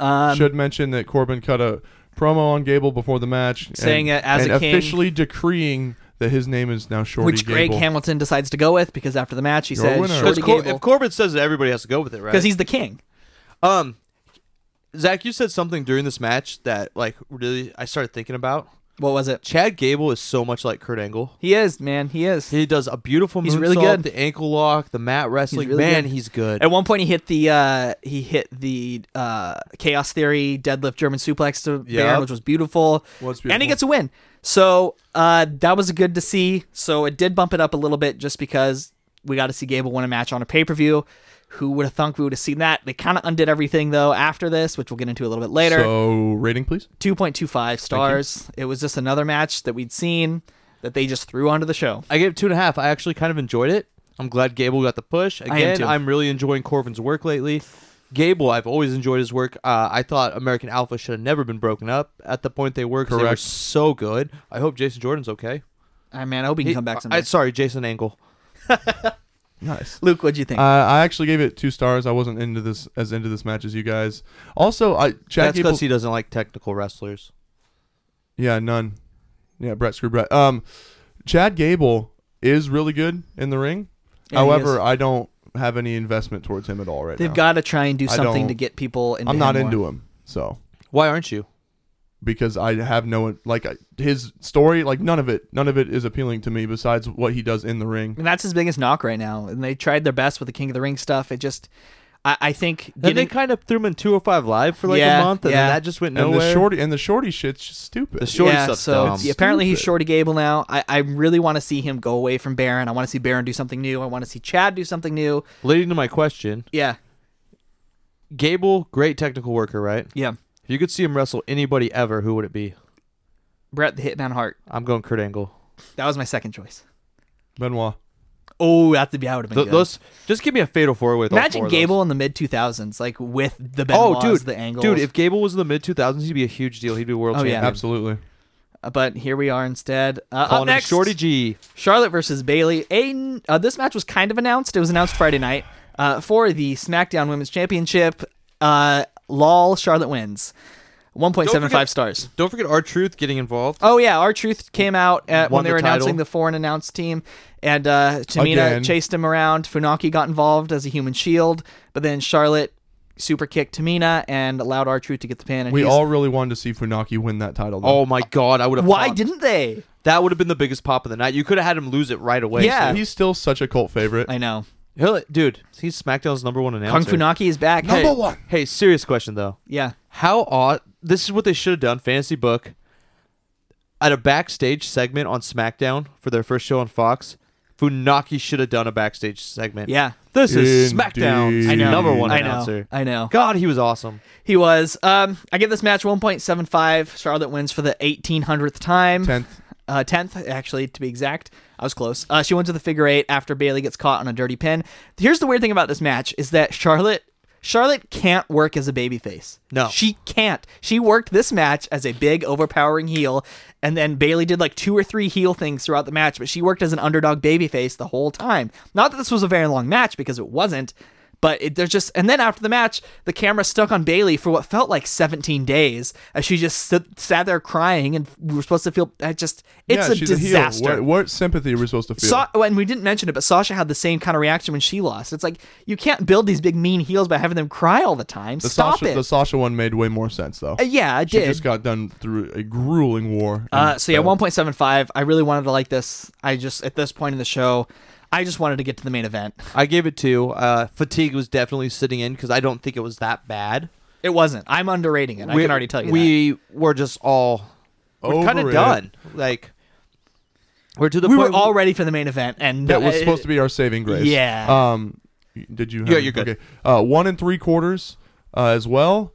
Speaker 3: Um,
Speaker 5: Should mention that Corbin cut a promo on Gable before the match,
Speaker 3: Saying
Speaker 5: and,
Speaker 3: that as
Speaker 5: and
Speaker 3: a king-
Speaker 5: officially decreeing that his name is now Shorty
Speaker 3: which Greg
Speaker 5: Gable.
Speaker 3: Hamilton decides to go with because after the match he
Speaker 5: You're a
Speaker 3: says
Speaker 5: winner.
Speaker 3: Shorty
Speaker 4: Because Cor-
Speaker 3: Gable
Speaker 4: if Corbin says it, everybody has to go with it, right?
Speaker 3: because he's the king.
Speaker 4: um, Zach, you said something during this match that like really I started thinking about.
Speaker 3: What was it?
Speaker 4: Chad Gable is so much like Kurt Angle.
Speaker 3: He is man. He is.
Speaker 4: He does a beautiful moonsault,
Speaker 3: He's really good.
Speaker 4: the ankle lock, the mat wrestling.
Speaker 3: really
Speaker 4: Man,
Speaker 3: good.
Speaker 4: he's good.
Speaker 3: At one point, he hit the uh, he hit the uh, Chaos Theory deadlift German suplex to Baron,
Speaker 4: Yep.
Speaker 3: which was beautiful.
Speaker 5: Was
Speaker 3: And he
Speaker 5: beautiful.
Speaker 3: gets a win. So uh, that was good to see. So it did bump it up a little bit just because we got to see Gable win a match on a pay per view. Who would have thunk we would have seen that? They kind of undid everything though after this, which we'll get into a little bit later.
Speaker 5: So rating, please.
Speaker 3: 2.25 stars. It was just another match that we'd seen. that they just threw onto the show.
Speaker 4: I gave it two and a half. I actually kind of enjoyed it. I'm glad Gable got the push.
Speaker 3: am
Speaker 4: Again,
Speaker 3: too.
Speaker 4: I'm really enjoying Corbin's work lately. Gable, I've always enjoyed his work. Uh, I thought American Alpha should have never been broken up at the point they were 'cause they were
Speaker 5: Correct.
Speaker 4: so good. I hope Jason Jordan's okay.
Speaker 3: All right, man. I hope he can
Speaker 4: He-
Speaker 3: come back someday.
Speaker 4: I, sorry, Jason Angle.
Speaker 5: Nice.
Speaker 3: Luke, what'd you think?
Speaker 5: Uh, I actually gave it two stars. I wasn't into this as into this match as you guys. Also, I Chad
Speaker 4: That's
Speaker 5: Gable.
Speaker 4: because he doesn't like technical wrestlers.
Speaker 5: yeah, none. Yeah, Brett screw Brett. Um, Chad Gable is really good in the ring.
Speaker 3: Yeah, he is.
Speaker 5: However, I don't have any investment towards him at all right
Speaker 3: They've
Speaker 5: now.
Speaker 3: got to try and do
Speaker 5: I
Speaker 3: something
Speaker 5: don't-
Speaker 3: to get people into
Speaker 5: I'm not
Speaker 3: him more.
Speaker 5: into him. So
Speaker 4: Why aren't you?
Speaker 5: because I have no like I- his story, like none of it, none of it is appealing to me besides what he does in the
Speaker 3: I
Speaker 5: ring.
Speaker 3: mean, that's his biggest knock right now. And they tried their best with the King of the Ring stuff. It just, I, I think
Speaker 4: Then they
Speaker 3: getting
Speaker 4: kind of threw him in 205 Live for like
Speaker 3: Yeah,
Speaker 4: a month, and
Speaker 3: yeah.
Speaker 4: then that just went
Speaker 5: And
Speaker 4: nowhere.
Speaker 5: the shorty and the shorty shit's just stupid.
Speaker 4: The shorty
Speaker 3: yeah,
Speaker 4: stuff's
Speaker 3: so
Speaker 4: dumb.
Speaker 3: it's- apparently he's
Speaker 5: Stupid.
Speaker 3: Shorty Gable now. I, I really want to see him go away from Baron. I want to see Baron do something new. I want to see Chad do something new.
Speaker 4: Leading to my question,
Speaker 3: Yeah,
Speaker 4: Gable, great technical worker, right?
Speaker 3: yeah.
Speaker 4: If you could see him wrestle anybody ever, who would it be?
Speaker 3: Brett the Hitman Hart.
Speaker 4: I'm going Kurt Angle.
Speaker 3: That was my second choice.
Speaker 5: Benoit.
Speaker 3: Oh, that would be that would have been
Speaker 4: Th-
Speaker 3: good.
Speaker 4: those just give me a fatal four with all four
Speaker 3: Imagine
Speaker 4: of those.
Speaker 3: Gable in the mid 2000s, like with the
Speaker 4: Oh,
Speaker 3: Benoit's,
Speaker 4: dude,
Speaker 3: the angles.
Speaker 4: dude! If Gable was in the mid 2000s, he'd be a huge deal. He'd be world
Speaker 3: Oh, yeah.
Speaker 4: champion.
Speaker 5: Absolutely.
Speaker 3: Uh, but here we are instead. Uh,
Speaker 4: Calling
Speaker 3: up
Speaker 4: him
Speaker 3: next,
Speaker 4: Shorty G.
Speaker 3: Charlotte versus Bailey. A, uh, this match was kind of announced. It was announced Friday night uh, for the SmackDown Women's Championship. Uh, lol, Charlotte wins. 1.75
Speaker 4: forget-
Speaker 3: stars.
Speaker 4: Don't forget our truth getting involved.
Speaker 3: Oh yeah, our truth came out at, when
Speaker 4: Won
Speaker 3: they
Speaker 4: the
Speaker 3: were
Speaker 4: title.
Speaker 3: announcing the foreign announced team, and uh, Tamina
Speaker 5: Again.
Speaker 3: chased him around. Funaki got involved as a human shield, but then Charlotte super kicked Tamina and allowed our truth to get the pin. And
Speaker 5: We
Speaker 3: he's-
Speaker 5: all really wanted to see Funaki win that title. Though.
Speaker 4: Oh my God! I would have.
Speaker 3: why didn't they?
Speaker 4: that would have been the biggest pop of the night? You could have had him lose it right away.
Speaker 3: Yeah.
Speaker 5: he's still such a cult favorite.
Speaker 3: I know.
Speaker 4: He'll- dude. He's SmackDown's number one
Speaker 3: Kung
Speaker 4: announcer.
Speaker 3: Funaki is back.
Speaker 4: Hey,
Speaker 5: Number one.
Speaker 4: Hey, serious question though.
Speaker 3: Yeah.
Speaker 4: How odd. This is what they should have done. Fantasy book. At a backstage segment on SmackDown for their first show on Fox, Funaki should have done a backstage segment.
Speaker 3: Yeah.
Speaker 4: This is
Speaker 5: Indeed.
Speaker 4: SmackDown's
Speaker 5: I know.
Speaker 4: number one
Speaker 3: I know.
Speaker 4: announcer.
Speaker 3: I know.
Speaker 4: God, he was awesome.
Speaker 3: He was. Um, I give this match 1.75. Charlotte wins for the 1800th time.
Speaker 5: Tenth.
Speaker 3: Uh, 10th, actually, to be exact. I was close. Uh, she wins with the figure eight after Bailey gets caught on a dirty pin. Here's the weird thing about this match is that Charlotte. Charlotte can't work as a babyface.
Speaker 4: No.
Speaker 3: She can't. She worked this match as a big, overpowering heel, and then Bailey did like two or three heel things throughout the match, but she worked as an underdog babyface the whole time. Not that this was a very long match because it wasn't, but it, there's just. And then after the match, the camera stuck on Bailey for what felt like 17 days as she just sit, sat there crying, and we were supposed to feel. I just. It's
Speaker 5: yeah,
Speaker 3: a
Speaker 5: she's
Speaker 3: disaster.
Speaker 5: A heel. What, what sympathy are we supposed to feel?
Speaker 3: Sa- oh, and we didn't mention it, but Sasha had the same kind of reaction when she lost. It's like you can't build these big mean heels by having them cry all the time.
Speaker 5: the
Speaker 3: Stop
Speaker 5: Sasha,
Speaker 3: it.
Speaker 5: the Sasha one made way more sense though.
Speaker 3: Uh, yeah, I
Speaker 5: she
Speaker 3: did.
Speaker 5: just got done through a grueling war.
Speaker 3: Uh,
Speaker 4: Mm,
Speaker 5: and
Speaker 3: so yeah,
Speaker 5: failed.
Speaker 3: one point seven five. I really wanted to like this. I just at this point in the show, I just wanted to get to the main event.
Speaker 4: I gave it two. Uh, fatigue was definitely sitting in because I don't think it was that bad.
Speaker 3: It wasn't. I'm underrating it. I can already tell you. that.
Speaker 4: We were just all we're kind of
Speaker 5: Overrated.
Speaker 4: done. Like we're to the
Speaker 3: we
Speaker 4: point.
Speaker 3: were all ready for the main event, and
Speaker 5: That was supposed to be our saving grace.
Speaker 3: uh, Yeah.
Speaker 5: Um, did you? Have
Speaker 4: Yeah, you're good.
Speaker 5: Okay. Uh, one and three quarters uh, as well.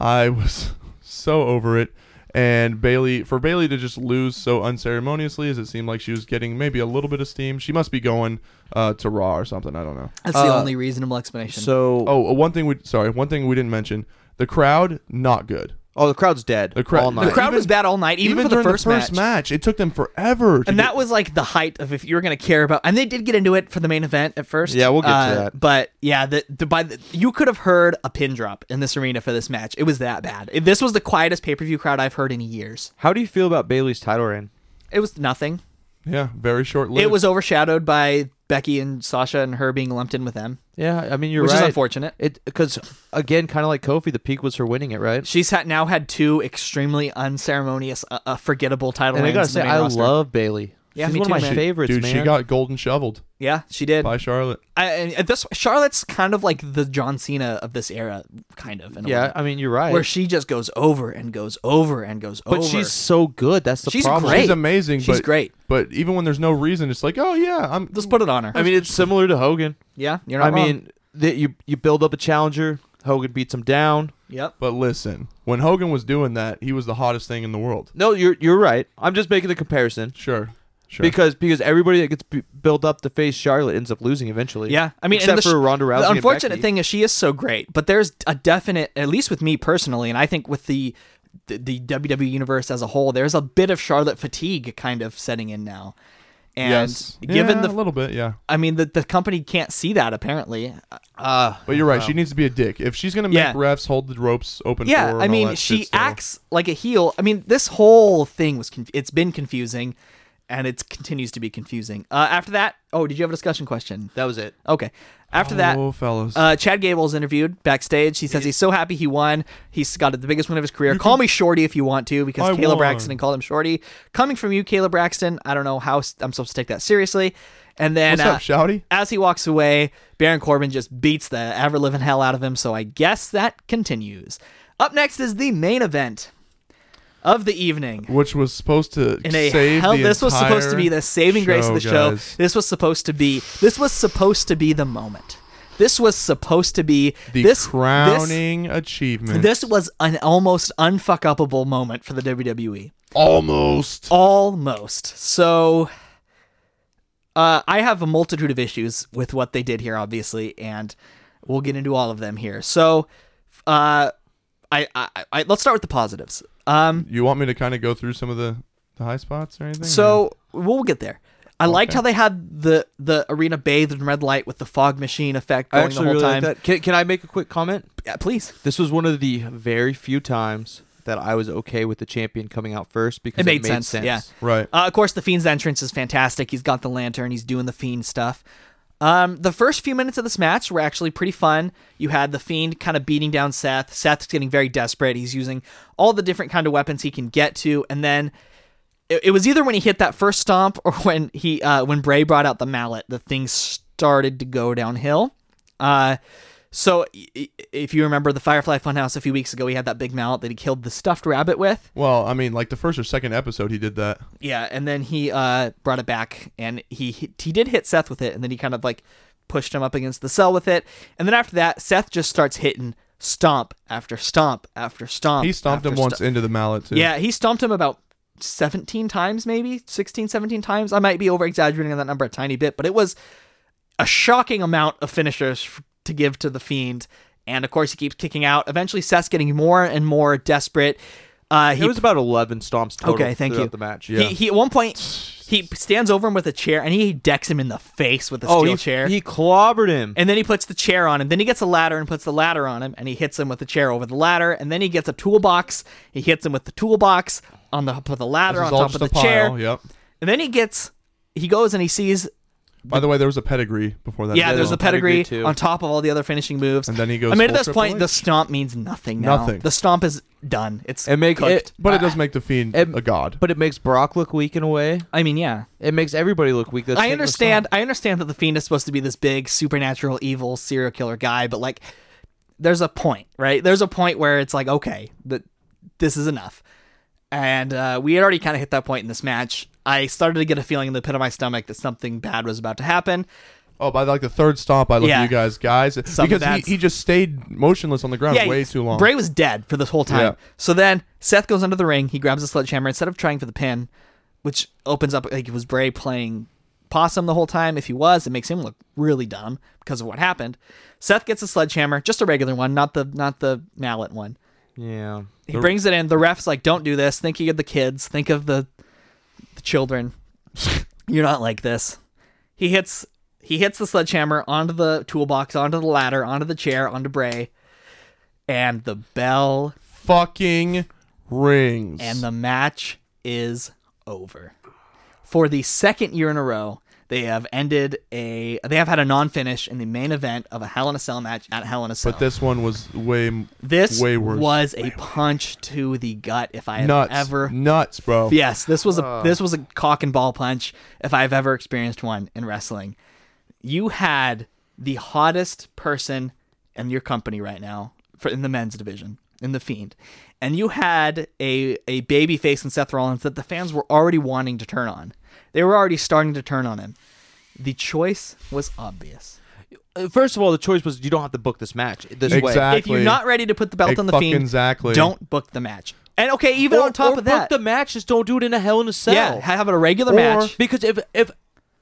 Speaker 5: I was (laughs) so over it. And Bailey, for Bailey to just lose so unceremoniously, as it seemed like she was getting maybe a little bit of steam. She must be going uh, to Raw or something. I don't know.
Speaker 3: That's the
Speaker 4: uh,
Speaker 3: only reasonable explanation.
Speaker 4: so oh,
Speaker 5: Oh, uh, one thing we sorry, one thing we didn't mention. The crowd not good.
Speaker 4: oh, the crowd's dead.
Speaker 5: The crowd-
Speaker 4: all
Speaker 5: the
Speaker 4: night.
Speaker 3: the crowd
Speaker 5: even-
Speaker 3: was bad all night, even, for the
Speaker 5: during
Speaker 3: first,
Speaker 5: the first
Speaker 3: match.
Speaker 5: match. it took them forever. To
Speaker 3: And
Speaker 5: get-
Speaker 3: that was like the height of if you were going to care about, and they did get into it for the main event at first. Uh,
Speaker 4: Yeah, we'll get to that.
Speaker 3: But yeah, the, the by the, you could have heard a pin drop in this arena for this match. It was that bad. It- this was the quietest pay per view crowd I've heard in years.
Speaker 4: How do you feel about Bailey's title reign?
Speaker 3: It was nothing.
Speaker 5: yeah, very short lived.
Speaker 3: It was overshadowed by Becky and Sasha and her being lumped in with them,
Speaker 4: Yeah, I mean you're
Speaker 3: which
Speaker 4: right.
Speaker 3: is unfortunate.
Speaker 4: It because again, kind of like Kofi, the peak was her winning it, right?
Speaker 3: She's had, now had two extremely unceremonious, uh, uh, forgettable title
Speaker 4: And I
Speaker 3: reigns
Speaker 4: gotta
Speaker 3: in
Speaker 4: say,
Speaker 3: the main
Speaker 4: I
Speaker 3: roster.
Speaker 4: love Bailey.
Speaker 3: Yeah,
Speaker 4: She's
Speaker 3: me
Speaker 4: one
Speaker 3: too,
Speaker 4: of my
Speaker 3: man.
Speaker 4: favorites,
Speaker 5: dude.
Speaker 4: man.
Speaker 5: She got golden shoveled
Speaker 3: Yeah, she did.
Speaker 5: by Charlotte.
Speaker 3: I, and at this Charlotte's kind of like the John Cena of this era, kind of. In a way.
Speaker 4: yeah, I mean you're right.
Speaker 3: where she just goes over and goes over and goes over.
Speaker 4: but she's so good. That's the
Speaker 3: She's
Speaker 4: problem.
Speaker 3: great.
Speaker 5: She's amazing.
Speaker 3: She's
Speaker 5: but,
Speaker 3: great.
Speaker 5: But even when there's no reason, it's like, oh yeah, I'm.
Speaker 3: let's put it on her.
Speaker 4: I mean, it's similar to Hogan.
Speaker 3: yeah, you're
Speaker 4: I
Speaker 3: not wrong.
Speaker 4: mean, that you you build up a challenger. Hogan beats him down.
Speaker 3: yep.
Speaker 5: But listen, when Hogan was doing that, he was the hottest thing in the world.
Speaker 4: No, you're you're right. I'm just making the comparison.
Speaker 5: Sure. Sure.
Speaker 4: Because because everybody that gets b- built up to face Charlotte ends up losing eventually.
Speaker 3: Yeah, I mean, and
Speaker 4: except
Speaker 3: the sh-
Speaker 4: for Ronda Rousey.
Speaker 3: The
Speaker 4: and
Speaker 3: unfortunate
Speaker 4: Becky.
Speaker 3: thing is she is so great, but there's a definite, at least with me personally, and I think with the the, the WWE universe as a whole, there's a bit of Charlotte fatigue kind of setting in now. And
Speaker 5: yes.
Speaker 3: given
Speaker 5: Yeah,
Speaker 3: the,
Speaker 5: a little bit, yeah.
Speaker 3: I mean, the, the company can't see that apparently.
Speaker 4: Uh,
Speaker 5: But you're right. She needs to be a dick if she's gonna make
Speaker 3: Yeah.
Speaker 5: refs hold the ropes open. for her
Speaker 3: Yeah,
Speaker 5: and
Speaker 3: I
Speaker 5: all
Speaker 3: mean,
Speaker 5: that
Speaker 3: she
Speaker 5: shit still.
Speaker 3: acts like a heel. I mean, this whole thing was conf- it's been confusing, and it continues to be confusing. Uh, after that, oh, did you have a discussion question?
Speaker 4: that was it.
Speaker 3: Okay, after that,
Speaker 5: Oh, fellas.
Speaker 3: Uh, Chad Gable is interviewed backstage. He says he's so happy he won. He's got the biggest win of his career. Call me Shorty if you want to, because
Speaker 5: I
Speaker 3: Kayla
Speaker 5: won.
Speaker 3: Braxton called him Shorty. Coming from you, Kayla Braxton, I don't know how s- I'm supposed to take that seriously. And then,
Speaker 5: What's up,
Speaker 3: uh,
Speaker 5: Shouty?
Speaker 3: as he walks away, Baron Corbin just beats the ever living hell out of him. So I guess that continues. Up next is the main event of the evening
Speaker 5: Which was supposed to
Speaker 3: in a
Speaker 5: save
Speaker 3: hell
Speaker 5: the
Speaker 3: this was supposed to
Speaker 5: entire
Speaker 3: be the saving grace of the show
Speaker 5: guys.
Speaker 3: this was supposed to be this was supposed to be the moment this was supposed to be
Speaker 5: The
Speaker 3: this this,
Speaker 5: crowning achievement.
Speaker 3: this was an almost unfuck upable moment for the E. WWE
Speaker 5: almost.
Speaker 3: almost so uh, I have a multitude of issues with what they did here obviously and we'll get into all of them here so uh I, I, I let's start with the positives um
Speaker 5: You want me to kind of go through some of the, the high spots or anything?
Speaker 3: So
Speaker 4: Mm-hmm.
Speaker 3: we'll get there. I liked how they had the the arena bathed in red light with the fog machine effect
Speaker 4: I
Speaker 3: going the
Speaker 4: actually
Speaker 3: whole
Speaker 4: really
Speaker 3: time.
Speaker 4: like that. Can, can I make a quick comment?
Speaker 3: Yeah, please.
Speaker 4: This was one of the very few times that I was okay with the champion coming out first because
Speaker 3: It
Speaker 4: it
Speaker 3: made sense, yeah.
Speaker 5: right.
Speaker 3: Uh, of course, the Fiend's entrance is fantastic. He's got the lantern. He's doing the Fiend stuff. Um, the first few minutes of this match were actually pretty fun. You had the Fiend kind of beating down Seth. Seth's getting very desperate. He's using all the different kind of weapons he can get to, and then it, it was either when he hit that first stomp or when he uh, when Bray brought out the mallet, the thing started to go downhill. Uh, so i- i- if you remember the Firefly Funhouse a few weeks ago, he had that big mallet that he killed the stuffed rabbit with.
Speaker 5: Well, I mean, like the first or second episode, he did that.
Speaker 3: Yeah, and then he uh, brought it back, and he hit- he did hit Seth with it, and then he kind of like pushed him up against the cell with it, and then after that, Seth just starts hitting stomp after stomp after stomp.
Speaker 5: He stomped
Speaker 3: Oh, after
Speaker 5: him once
Speaker 3: stomp.
Speaker 5: into the mallet too.
Speaker 3: Yeah, he stomped him about 17 times, maybe 16, 17 times. I might be over exaggerating on that number a tiny bit, but it was a shocking amount of finishers f- to give to the Fiend. And of course, he keeps kicking out. Eventually, Seth's getting more and more desperate. Uh, he
Speaker 4: It was about 11 stomps total
Speaker 3: Okay, thank
Speaker 4: throughout
Speaker 3: you.
Speaker 4: the match.
Speaker 5: Yeah.
Speaker 3: He, he at one point he stands over him with a chair and he decks him in the face with a
Speaker 4: Oh,
Speaker 3: steel
Speaker 4: he,
Speaker 3: chair.
Speaker 4: he clobbered him.
Speaker 3: and then he puts the chair on him. Then he gets a ladder and puts the ladder on him and he hits him with the chair over the ladder. And then he gets a toolbox. He hits him with the toolbox on the with the ladder
Speaker 5: this is
Speaker 3: on
Speaker 5: all
Speaker 3: top
Speaker 5: just
Speaker 3: of
Speaker 5: a
Speaker 3: the
Speaker 5: pile.
Speaker 3: chair.
Speaker 5: Yep.
Speaker 3: And then he gets he goes and he sees
Speaker 5: By the way, there was a pedigree before that.
Speaker 3: yeah,
Speaker 5: as
Speaker 3: there's
Speaker 5: well.
Speaker 3: the pedigree,
Speaker 4: pedigree too.
Speaker 3: on top of all the other finishing moves.
Speaker 5: And then he goes
Speaker 3: I mean, at
Speaker 5: full
Speaker 3: this
Speaker 5: Triple
Speaker 3: point, the
Speaker 5: H.
Speaker 3: stomp means nothing now.
Speaker 5: Nothing.
Speaker 3: The stomp is done. It's
Speaker 4: It make-
Speaker 3: cooked.
Speaker 4: it-
Speaker 5: (laughs) But it does make the fiend
Speaker 4: It-
Speaker 5: a god.
Speaker 4: but it makes Brock look weak in a way.
Speaker 3: I mean, yeah.
Speaker 4: It makes everybody look weak. That's
Speaker 3: I
Speaker 4: taking the
Speaker 3: understand.
Speaker 4: stomp.
Speaker 3: I understand that the fiend is supposed to be this big supernatural evil serial killer guy, but like, there's a point, right? There's a point where it's like, okay, that this is enough, and uh, we had already kind of hit that point in this match. I started to get a feeling in the pit of my stomach that something bad was about to happen.
Speaker 5: oh, by like the third stomp, I look
Speaker 3: Yeah.
Speaker 5: at you guys, guys, because
Speaker 3: that's-
Speaker 5: he, he just stayed motionless on the ground
Speaker 3: yeah,
Speaker 5: way too long.
Speaker 3: Bray was dead for this whole time.
Speaker 5: Yeah.
Speaker 3: So then Seth goes under the ring. He grabs a sledgehammer instead of trying for the pin, which opens up like it was Bray playing possum the whole time. If he was, it makes him look really dumb because of what happened. Seth gets a sledgehammer, just a regular one, not the not the mallet one.
Speaker 4: Yeah.
Speaker 3: He brings it in. The ref's like, "Don't do this. Think of the kids. Think of the the children. (laughs) You're not like this." He hits he hits the sledgehammer onto the toolbox, onto the ladder, onto the chair, onto Bray, and the bell
Speaker 5: fucking rings.
Speaker 3: and the match is over. For the second year in a row, they have ended a they have had a non-finish in the main event of a Hell in a Cell match at Hell in a Cell.
Speaker 5: but this one was way m-
Speaker 3: this
Speaker 5: way worse.
Speaker 3: was a punch to the gut if I have
Speaker 5: nuts,
Speaker 3: ever
Speaker 5: nuts, bro.
Speaker 3: Yes, this was a this was a cock and ball punch if I've ever experienced one in wrestling. You had the hottest person in your company right now for in the men's division in the Fiend, and you had a a baby face in Seth Rollins that the fans were already wanting to turn on. They were already starting to turn on him. The choice was obvious.
Speaker 4: Uh, First of all, the choice was you don't have to book this match this way.
Speaker 5: Exactly.
Speaker 3: If you're not ready to put the belt on the Fiend,
Speaker 5: Exactly.
Speaker 3: don't book the match. And okay, even
Speaker 4: Or-
Speaker 3: on top
Speaker 4: or
Speaker 3: of that,
Speaker 4: book the match, just don't do it in a Hell in a Cell.
Speaker 3: yeah, ha- have a regular match.
Speaker 4: because if if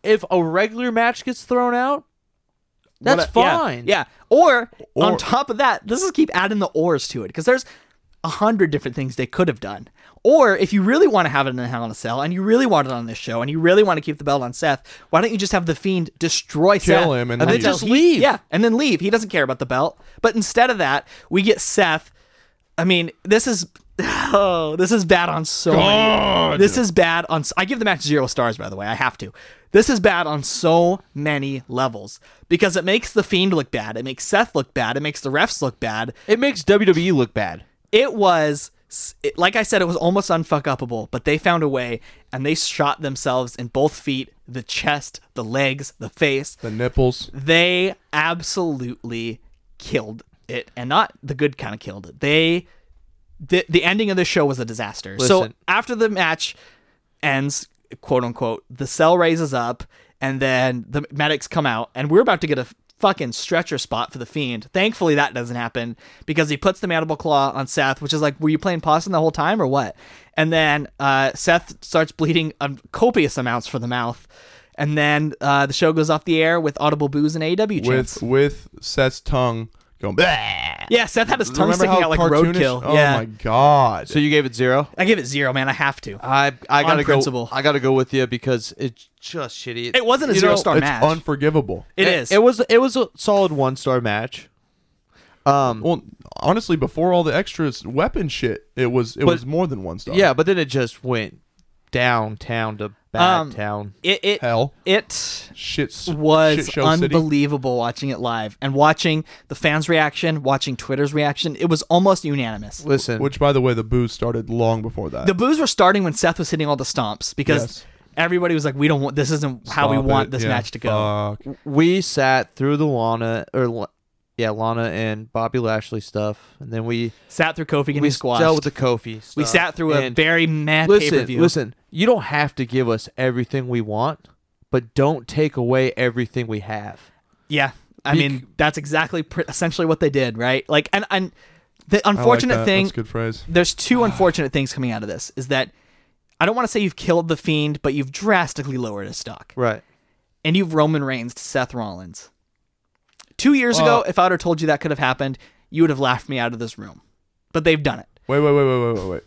Speaker 4: if a regular match gets thrown out, that's
Speaker 3: What I- yeah,
Speaker 4: fine.
Speaker 3: Yeah, Or,
Speaker 5: Or-
Speaker 3: on top of that, let's just keep adding the ors to it because there's a hundred different things they could have done. Or if you really want to have it in a Hell in a Cell and you really want it on this show and you really want to keep the belt on Seth, why don't you just have the Fiend destroy Seth
Speaker 5: him and
Speaker 3: until
Speaker 5: leave.
Speaker 4: Just leave.
Speaker 3: Yeah, and then leave. He doesn't care about the belt. But instead of that, we get Seth. I mean, this is (laughs) oh, this is bad on so many. This is bad on. s- I give the match zero stars, by the way. I have to. This is bad on so many levels because it makes the fiend look bad. It makes Seth look bad. It makes the refs look bad.
Speaker 4: It makes WWE look bad.
Speaker 3: It was. s- It, like I said, it was almost unfuck upable, but they found a way and they shot themselves in both feet, the chest, the legs, the face
Speaker 5: The nipples.
Speaker 3: they absolutely killed it and not the good kind of killed it they the, the ending of this show was a disaster so
Speaker 4: Listen.
Speaker 3: after the match ends quote unquote the cell raises up and then the medics come out and we're about to get a fucking stretcher spot for the fiend thankfully that doesn't happen because he puts the mandible claw on seth which is like were you playing possum the whole time or what and then uh, seth starts bleeding um, copious amounts from the mouth and then uh, the show goes off the air with audible boos and aw chants.
Speaker 5: With with Seth's tongue going. "Bleh."
Speaker 3: Yeah, Seth had his tongue
Speaker 5: Remember
Speaker 3: sticking
Speaker 5: how
Speaker 3: out like
Speaker 5: cartoonish-
Speaker 3: roadkill.
Speaker 5: Oh
Speaker 3: yeah,
Speaker 5: my god.
Speaker 4: So you gave it zero.
Speaker 3: I give it zero, man. I have to.
Speaker 4: I I
Speaker 3: On
Speaker 4: gotta
Speaker 3: principle.
Speaker 4: go. I gotta go with you because it's just shitty.
Speaker 3: It wasn't a
Speaker 4: You
Speaker 3: zero
Speaker 4: know,
Speaker 3: star
Speaker 5: it's
Speaker 3: match.
Speaker 5: unforgivable.
Speaker 3: it is.
Speaker 4: It was it was a solid one star match. Um,
Speaker 5: Well, honestly, before all the extras weapon shit, it was it
Speaker 4: But-
Speaker 5: was more than one star.
Speaker 3: Um,
Speaker 4: yeah, but then it just went downtown to bad
Speaker 3: Um,
Speaker 4: town.
Speaker 3: it it
Speaker 5: Hell.
Speaker 3: it
Speaker 5: Shit
Speaker 3: was
Speaker 5: shit show city.
Speaker 3: unbelievable watching it live and watching the fans' reaction, watching Twitter's reaction. It was almost unanimous.
Speaker 4: Listen,
Speaker 5: Which, by the way, the booze started long before that.
Speaker 3: The boos were starting when Seth was hitting all the stomps because
Speaker 5: Yes.
Speaker 3: everybody was like, "We don't want this. Isn't how we
Speaker 5: Stop
Speaker 3: want
Speaker 5: it.
Speaker 3: this
Speaker 5: Yeah,
Speaker 3: match to go."
Speaker 5: fuck.
Speaker 4: we sat through the Lana or La- yeah Lana and Bobby Lashley stuff, and then we
Speaker 3: Sat through Kofi getting
Speaker 4: we
Speaker 3: squashed.
Speaker 4: dealt with the Kofi.
Speaker 3: we
Speaker 4: stuff,
Speaker 3: sat through a
Speaker 4: and
Speaker 3: very mad pay per
Speaker 4: listen.
Speaker 3: view.
Speaker 4: Listen, you don't have to give us everything we want, but don't take away everything we have.
Speaker 3: Yeah, I
Speaker 4: Bec-
Speaker 3: mean that's exactly pr- essentially what they did, right? Like, and and the unfortunate
Speaker 5: I like that.
Speaker 3: thing
Speaker 5: That's a good phrase.
Speaker 3: there's
Speaker 5: Ah.
Speaker 3: two unfortunate things coming out of this is that I don't want to say you've killed the fiend, but you've drastically lowered his stock.
Speaker 4: Right.
Speaker 3: And you've Roman Reigns to Seth Rollins. Two years ago, if I would have told you that could have happened, you would have laughed me out of this room. But they've done it.
Speaker 5: Wait, wait, wait, wait, wait, wait, wait.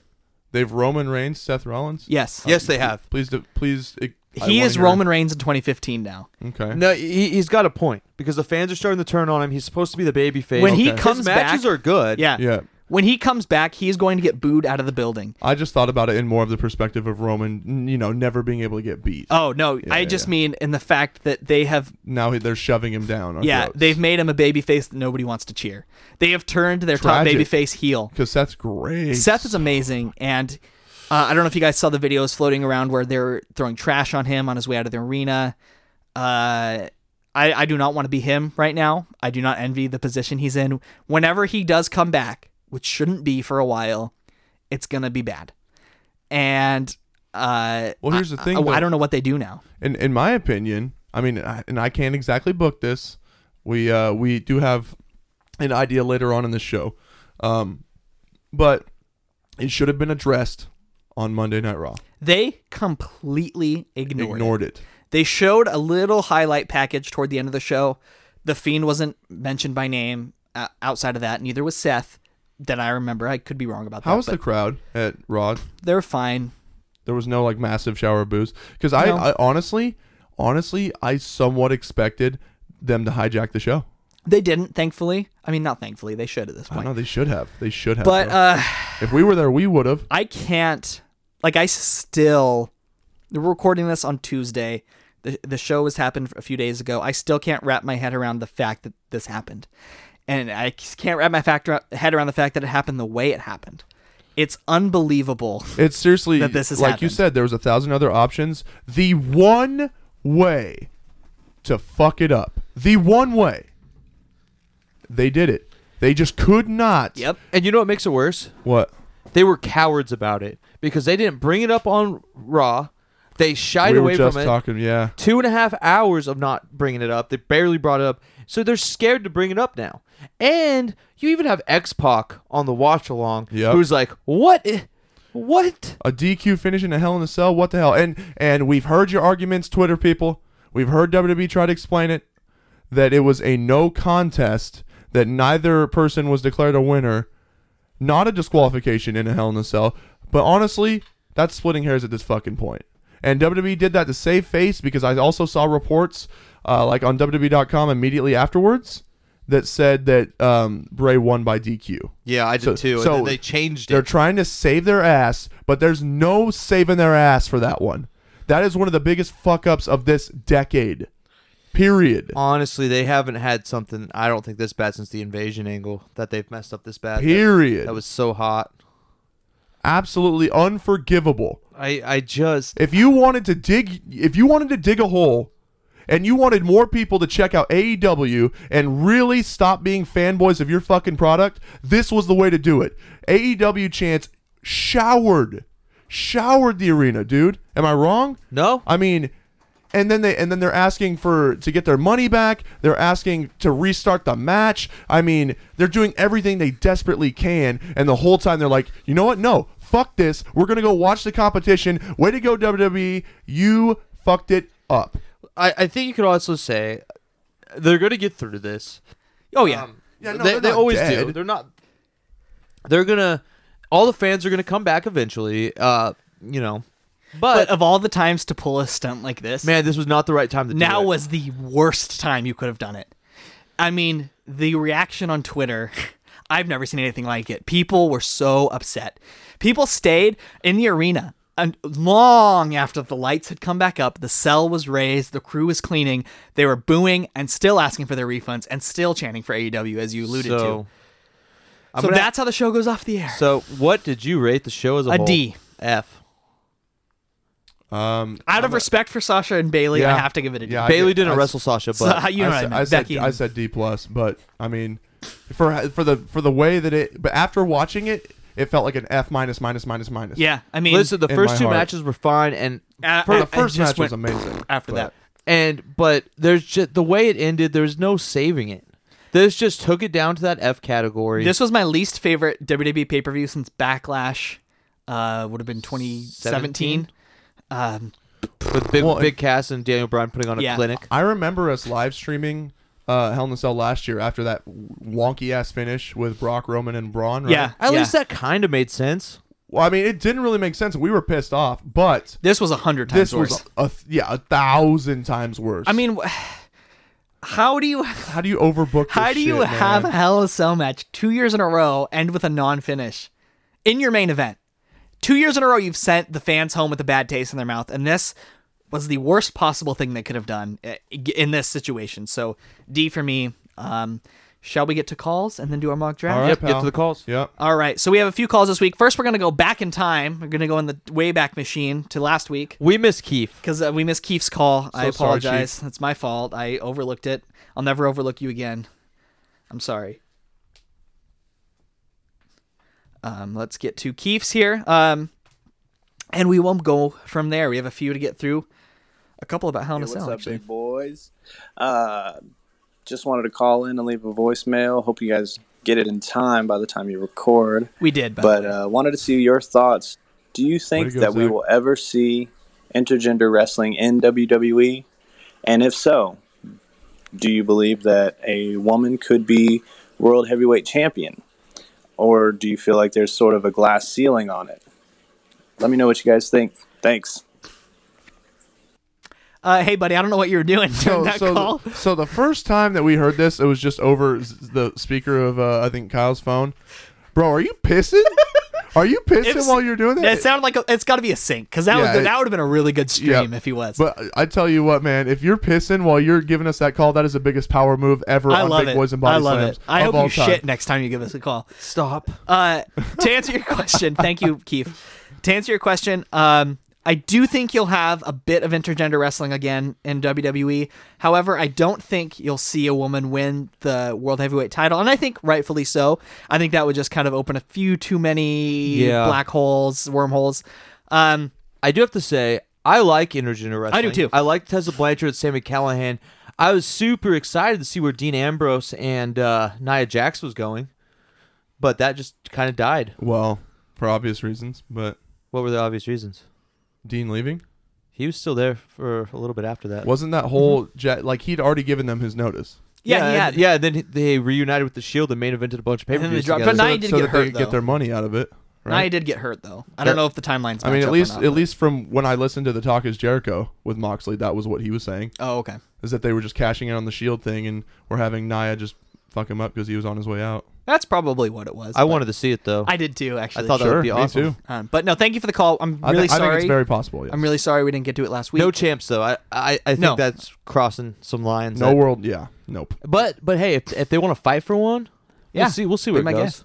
Speaker 5: They've Roman Reigns, Seth Rollins.
Speaker 3: Yes.
Speaker 4: Yes, they have.
Speaker 5: Please, do, please. I- I
Speaker 3: He
Speaker 5: wanna
Speaker 3: is
Speaker 5: hear-
Speaker 3: Roman Reigns in 2015 now.
Speaker 5: Okay.
Speaker 4: No, he, he's got a point because the fans are starting to turn on him. He's supposed to be the baby face.
Speaker 3: When he
Speaker 4: His
Speaker 3: comes
Speaker 4: matches
Speaker 3: back-
Speaker 4: are good.
Speaker 3: Yeah.
Speaker 5: Uh, Yeah.
Speaker 3: When he comes back, he's going to get booed out of the building.
Speaker 5: I just thought about it in more of the perspective of Roman, n- you know, never being able to get beat.
Speaker 3: Oh, no. I
Speaker 5: yeah,
Speaker 3: just
Speaker 5: yeah.
Speaker 3: mean in the fact that they have
Speaker 5: now he- they're shoving him down.
Speaker 3: yeah, they've made him a baby face that nobody wants to cheer. They have turned their top
Speaker 5: Tragic.
Speaker 3: baby face heel.
Speaker 5: because Seth's great.
Speaker 3: Seth is amazing, and uh, I don't know if you guys saw the videos floating around where they're throwing trash on him on his way out of the arena. Uh, I, I do not want to be him right now. I do not envy the position he's in. Whenever he does come back, which shouldn't be for a while, it's gonna be bad. And uh,
Speaker 5: Well, here's the
Speaker 3: I-
Speaker 5: thing,
Speaker 3: I, I
Speaker 5: though.
Speaker 3: don't know what they do now.
Speaker 5: in in my opinion, I mean, I, and I can't exactly book this. We uh we do have an idea later on in the show, um, but it should have been addressed on Monday Night Raw.
Speaker 3: They completely ignored. it.
Speaker 5: Ignored it.
Speaker 3: They showed a little highlight package toward the end of the show. The Fiend wasn't mentioned by name uh, outside of that. Neither was Seth, that I remember. I could be wrong about
Speaker 5: How
Speaker 3: that.
Speaker 5: was the
Speaker 3: but
Speaker 5: crowd at Raw?
Speaker 3: They're fine.
Speaker 5: There was no like massive shower of booze because I,
Speaker 3: No.
Speaker 5: I honestly, honestly, I somewhat expected them to hijack the show.
Speaker 3: They didn't, thankfully. I mean, not thankfully. They should at this
Speaker 5: I
Speaker 3: point.
Speaker 5: know they should have. They should have.
Speaker 3: But
Speaker 5: bro.
Speaker 3: uh,
Speaker 5: if we were there, we would have.
Speaker 3: I can't. Like, I still. We're recording this on Tuesday. The, the show has happened a few days ago. I still can't wrap my head around the fact that this happened. And I can't wrap my fact, head around the fact that it happened the way it happened. It's unbelievable.
Speaker 5: It's seriously
Speaker 3: That this has
Speaker 5: like you
Speaker 3: happened.
Speaker 5: said. There was a thousand other options. The one way to fuck it up. The one way. They did it. They just could not.
Speaker 3: Yep.
Speaker 4: And you know what makes it worse?
Speaker 5: What?
Speaker 4: They were cowards about it because they didn't bring it up on Raw. They shied
Speaker 5: we
Speaker 4: away
Speaker 5: were just
Speaker 4: from it.
Speaker 5: talking. Yeah.
Speaker 4: Two and a half hours of not bringing it up. They barely brought it up. So they're scared to bring it up now. And you even have X Pac on the watch along
Speaker 5: Yep.
Speaker 4: who's like, what? i- What?
Speaker 5: a DQ finish and a Hell in a Cell. What the hell? And and we've heard your arguments, Twitter people. We've heard WWE try to explain it that it was a no contest that neither person was declared a winner, not a disqualification in a Hell in a Cell. But honestly, that's splitting hairs at this fucking point. And WWE did that to save face because I also saw reports uh, like on WWE.com immediately afterwards that said that um, Bray won by DQ.
Speaker 4: Yeah, I did
Speaker 5: So-
Speaker 4: too.
Speaker 5: so
Speaker 4: and then they changed
Speaker 5: They're
Speaker 4: it.
Speaker 5: trying to save their ass, but there's no saving their ass for that one. That is one of the biggest fuck ups of this decade. Period.
Speaker 4: Honestly, they haven't had something I don't think this bad since the invasion angle that they've messed up this bad. That-
Speaker 5: Period.
Speaker 4: That was so hot.
Speaker 5: absolutely unforgivable.
Speaker 4: I I just
Speaker 5: If you wanted to dig if you wanted to dig a hole and you wanted more people to check out AEW and really stop being fanboys of your fucking product, this was the way to do it. AEW chants showered showered the arena, dude. Am I wrong?
Speaker 4: no.
Speaker 5: I mean, and then they and then they're asking for to get their money back. They're asking to restart the match. I mean, they're doing everything they desperately can, and the whole time they're like, you know what? No, fuck this. We're gonna go watch the competition. Way to go, WWE. You fucked it up.
Speaker 4: I, I think you could also say they're going to get through this. Um,
Speaker 3: Oh yeah.
Speaker 5: Yeah, no,
Speaker 4: they
Speaker 5: they're
Speaker 4: they
Speaker 5: not
Speaker 4: always do.
Speaker 5: dead.
Speaker 4: They're not. They're gonna. All the fans are gonna come back eventually. Uh, you know, but,
Speaker 3: but uh, of all the times to pull a stunt like this,
Speaker 4: man, this was not the right time to do
Speaker 3: now
Speaker 4: it.
Speaker 3: was the worst time you could have done it. I mean, the reaction on Twitter, (laughs) I've never seen anything like it. People were so upset. People stayed in the arena and long after the lights had come back up, the cell was raised, the crew was cleaning, they were booing and still asking for their refunds and still chanting for AEW as you alluded
Speaker 4: so.
Speaker 3: to.
Speaker 4: I'm
Speaker 3: So
Speaker 4: gonna-
Speaker 3: that's how the show goes off the air.
Speaker 4: So what did you rate the show as a,
Speaker 3: A
Speaker 4: whole?
Speaker 3: D.
Speaker 4: F.
Speaker 5: Um,
Speaker 3: Out of respect for Sasha and Bailey,
Speaker 5: Yeah.
Speaker 3: I have to give it a D.
Speaker 5: Yeah, I
Speaker 4: Bailey
Speaker 5: get-
Speaker 4: didn't
Speaker 5: I s-
Speaker 4: wrestle Sasha,
Speaker 3: So, (laughs)
Speaker 4: but
Speaker 3: you know
Speaker 5: I,
Speaker 3: what
Speaker 5: said, I
Speaker 3: I meant.
Speaker 5: said
Speaker 3: Becky
Speaker 5: I
Speaker 3: and-
Speaker 5: said D plus, but I mean, for for the for the way that it, but after watching it, it felt like an F minus minus minus minus.
Speaker 3: yeah, I mean,
Speaker 4: listen, the
Speaker 5: In my
Speaker 4: first two
Speaker 5: heart.
Speaker 4: matches were fine, and
Speaker 3: I-
Speaker 4: per-
Speaker 3: I-
Speaker 5: the first
Speaker 3: I just
Speaker 5: match was
Speaker 3: went
Speaker 5: amazing.
Speaker 3: After
Speaker 5: but-
Speaker 3: that,
Speaker 4: and but there's just the way it ended. There's no saving it. This just took it down to that F category.
Speaker 3: This was my least favorite WWE pay per view since Backlash. Uh, would have been 2017. Um,
Speaker 4: with big
Speaker 5: Well,
Speaker 4: big Cass and Daniel Bryan putting on a
Speaker 3: Yeah.
Speaker 4: clinic.
Speaker 5: I remember us live streaming uh, Hell in a Cell last year after that wonky ass finish with Brock Roman and Braun. Right?
Speaker 3: Yeah.
Speaker 4: At least that kind of made sense.
Speaker 5: Well, I mean, it didn't really make sense. We were pissed off, but
Speaker 3: this was a hundred times
Speaker 5: this
Speaker 3: worse.
Speaker 5: was a th- yeah a thousand times worse.
Speaker 3: I mean, wh- how do you
Speaker 5: how do you overbook? This
Speaker 3: how do you
Speaker 5: shit,
Speaker 3: have a
Speaker 5: man?
Speaker 3: Hell in a Cell match two years in a row end with a non finish in your main event? Two years in a row, you've sent the fans home with a bad taste in their mouth, and this was the worst possible thing they could have done uh, in this situation. So D for me. Um, shall we get to calls and then do our mock draft?
Speaker 5: All right,
Speaker 4: Yep, get
Speaker 5: pal.
Speaker 4: to the calls.
Speaker 3: (laughs)
Speaker 5: Yep.
Speaker 3: All right, so we have a few calls this week. First, we're going to go back in time. We're going to go in the Wayback Machine to last week
Speaker 4: We miss Keith.
Speaker 3: because uh, we missed Keith's call. I
Speaker 5: So sorry,
Speaker 3: apologize. That's my fault. I overlooked it. I'll never overlook you again. I'm sorry. Um, let's get to Keith's here. Um, and we won't go from there. We have a few to get through. A couple about Hell in a
Speaker 6: Hey, what's
Speaker 3: Cell,
Speaker 6: up,
Speaker 3: actually.
Speaker 6: big boys? Uh, just wanted to call in and leave a voicemail. Hope you guys get it in time by the time you record.
Speaker 3: We did, but,
Speaker 6: But uh, wanted to see your thoughts. Do you think
Speaker 5: go,
Speaker 6: that we
Speaker 5: Zach.
Speaker 6: will ever see intergender wrestling in WWE? And if so, do you believe that a woman could be world heavyweight champion? Or do you feel like there's sort of a glass ceiling on it? Let me know what you guys think. Thanks.
Speaker 3: uh, hey, buddy, I don't know what you were doing during that
Speaker 5: so, (laughs)
Speaker 3: call.
Speaker 5: The, so the first time that we heard this, it was just over z- the speaker of uh, I think Kyle's phone. Bro, are you
Speaker 3: (laughs)
Speaker 5: pissing? are you pissing
Speaker 3: It's-
Speaker 5: while you're doing that?
Speaker 3: It sounded like a, it's got to be a sync because that
Speaker 5: Yeah,
Speaker 3: was
Speaker 5: it-
Speaker 3: that would have been a really good stream
Speaker 5: Yeah,
Speaker 3: if he was.
Speaker 5: But I tell you what, man, if you're pissing while you're giving us that call, that is the biggest power move ever
Speaker 3: I
Speaker 5: on
Speaker 3: love
Speaker 5: Big
Speaker 3: it.
Speaker 5: Boys and
Speaker 3: I
Speaker 5: Body
Speaker 3: love
Speaker 5: Slams
Speaker 3: it. I
Speaker 5: of
Speaker 3: hope
Speaker 5: all
Speaker 3: you
Speaker 5: time.
Speaker 3: shit next time you give us a call.
Speaker 4: Stop.
Speaker 3: Uh, to
Speaker 5: (laughs)
Speaker 3: answer your question, thank you, Keith. To answer your question, um, I do think you'll have a bit of intergender wrestling again in WWE. However, I don't think you'll see a woman win the World Heavyweight title, and I think rightfully so. I think that would just kind of open a few too many
Speaker 4: Yeah.
Speaker 3: black holes, wormholes. Um,
Speaker 4: I do have to say, I like intergender wrestling.
Speaker 3: I do too.
Speaker 4: I like Tessa Blanchard and Sammy Callahan. I was super excited to see where Dean Ambrose and uh, Nia Jax was going, but that just kind of died.
Speaker 5: Well, for obvious reasons, but
Speaker 4: What were the obvious reasons?
Speaker 5: Dean leaving?
Speaker 4: He was still there for a little bit after that.
Speaker 5: Wasn't that whole
Speaker 3: Mm-hmm.
Speaker 5: jet like he'd already given them his notice?
Speaker 3: Yeah, he
Speaker 4: yeah,
Speaker 3: had.
Speaker 4: and, yeah. Then he- they reunited with the Shield and main evented a bunch of pay per
Speaker 3: then they
Speaker 4: views
Speaker 3: dropped-
Speaker 4: together.
Speaker 3: but now he did
Speaker 5: so
Speaker 3: get
Speaker 5: that they
Speaker 3: hurt,
Speaker 5: could get
Speaker 3: though.
Speaker 5: their money out of it.
Speaker 3: Now he
Speaker 5: Right.
Speaker 3: did get hurt though. I don't
Speaker 5: That-
Speaker 3: know if the timelines.
Speaker 5: I mean,
Speaker 3: match
Speaker 5: at
Speaker 3: up or
Speaker 5: least
Speaker 3: not,
Speaker 5: at
Speaker 3: but-
Speaker 5: least from when I listened to the talk is Jericho with Moxley, that was what he was saying
Speaker 3: Oh, okay.
Speaker 5: is that they were just cashing in on the Shield thing and were having Nia just fuck him up because he was on his way out.
Speaker 3: That's probably what it was.
Speaker 4: I
Speaker 3: but-
Speaker 4: wanted to see it though.
Speaker 3: I did too, actually.
Speaker 4: I thought that would be
Speaker 5: me
Speaker 4: awesome.
Speaker 5: too.
Speaker 3: Um, but no, thank you for the call. I'm
Speaker 5: I,
Speaker 3: really
Speaker 5: thi- I
Speaker 3: sorry.
Speaker 5: think it's very possible. Yes.
Speaker 3: I'm really sorry we didn't get to it last week.
Speaker 4: no champs though. I I, I think
Speaker 3: No.
Speaker 4: that's crossing some lines.
Speaker 5: no
Speaker 4: that-
Speaker 5: world. Yeah. Nope.
Speaker 4: But but hey, if, if they want to fight for one,
Speaker 3: Yeah,
Speaker 4: we'll see. We'll see
Speaker 3: be
Speaker 4: where it
Speaker 3: my
Speaker 4: goes.
Speaker 3: guess.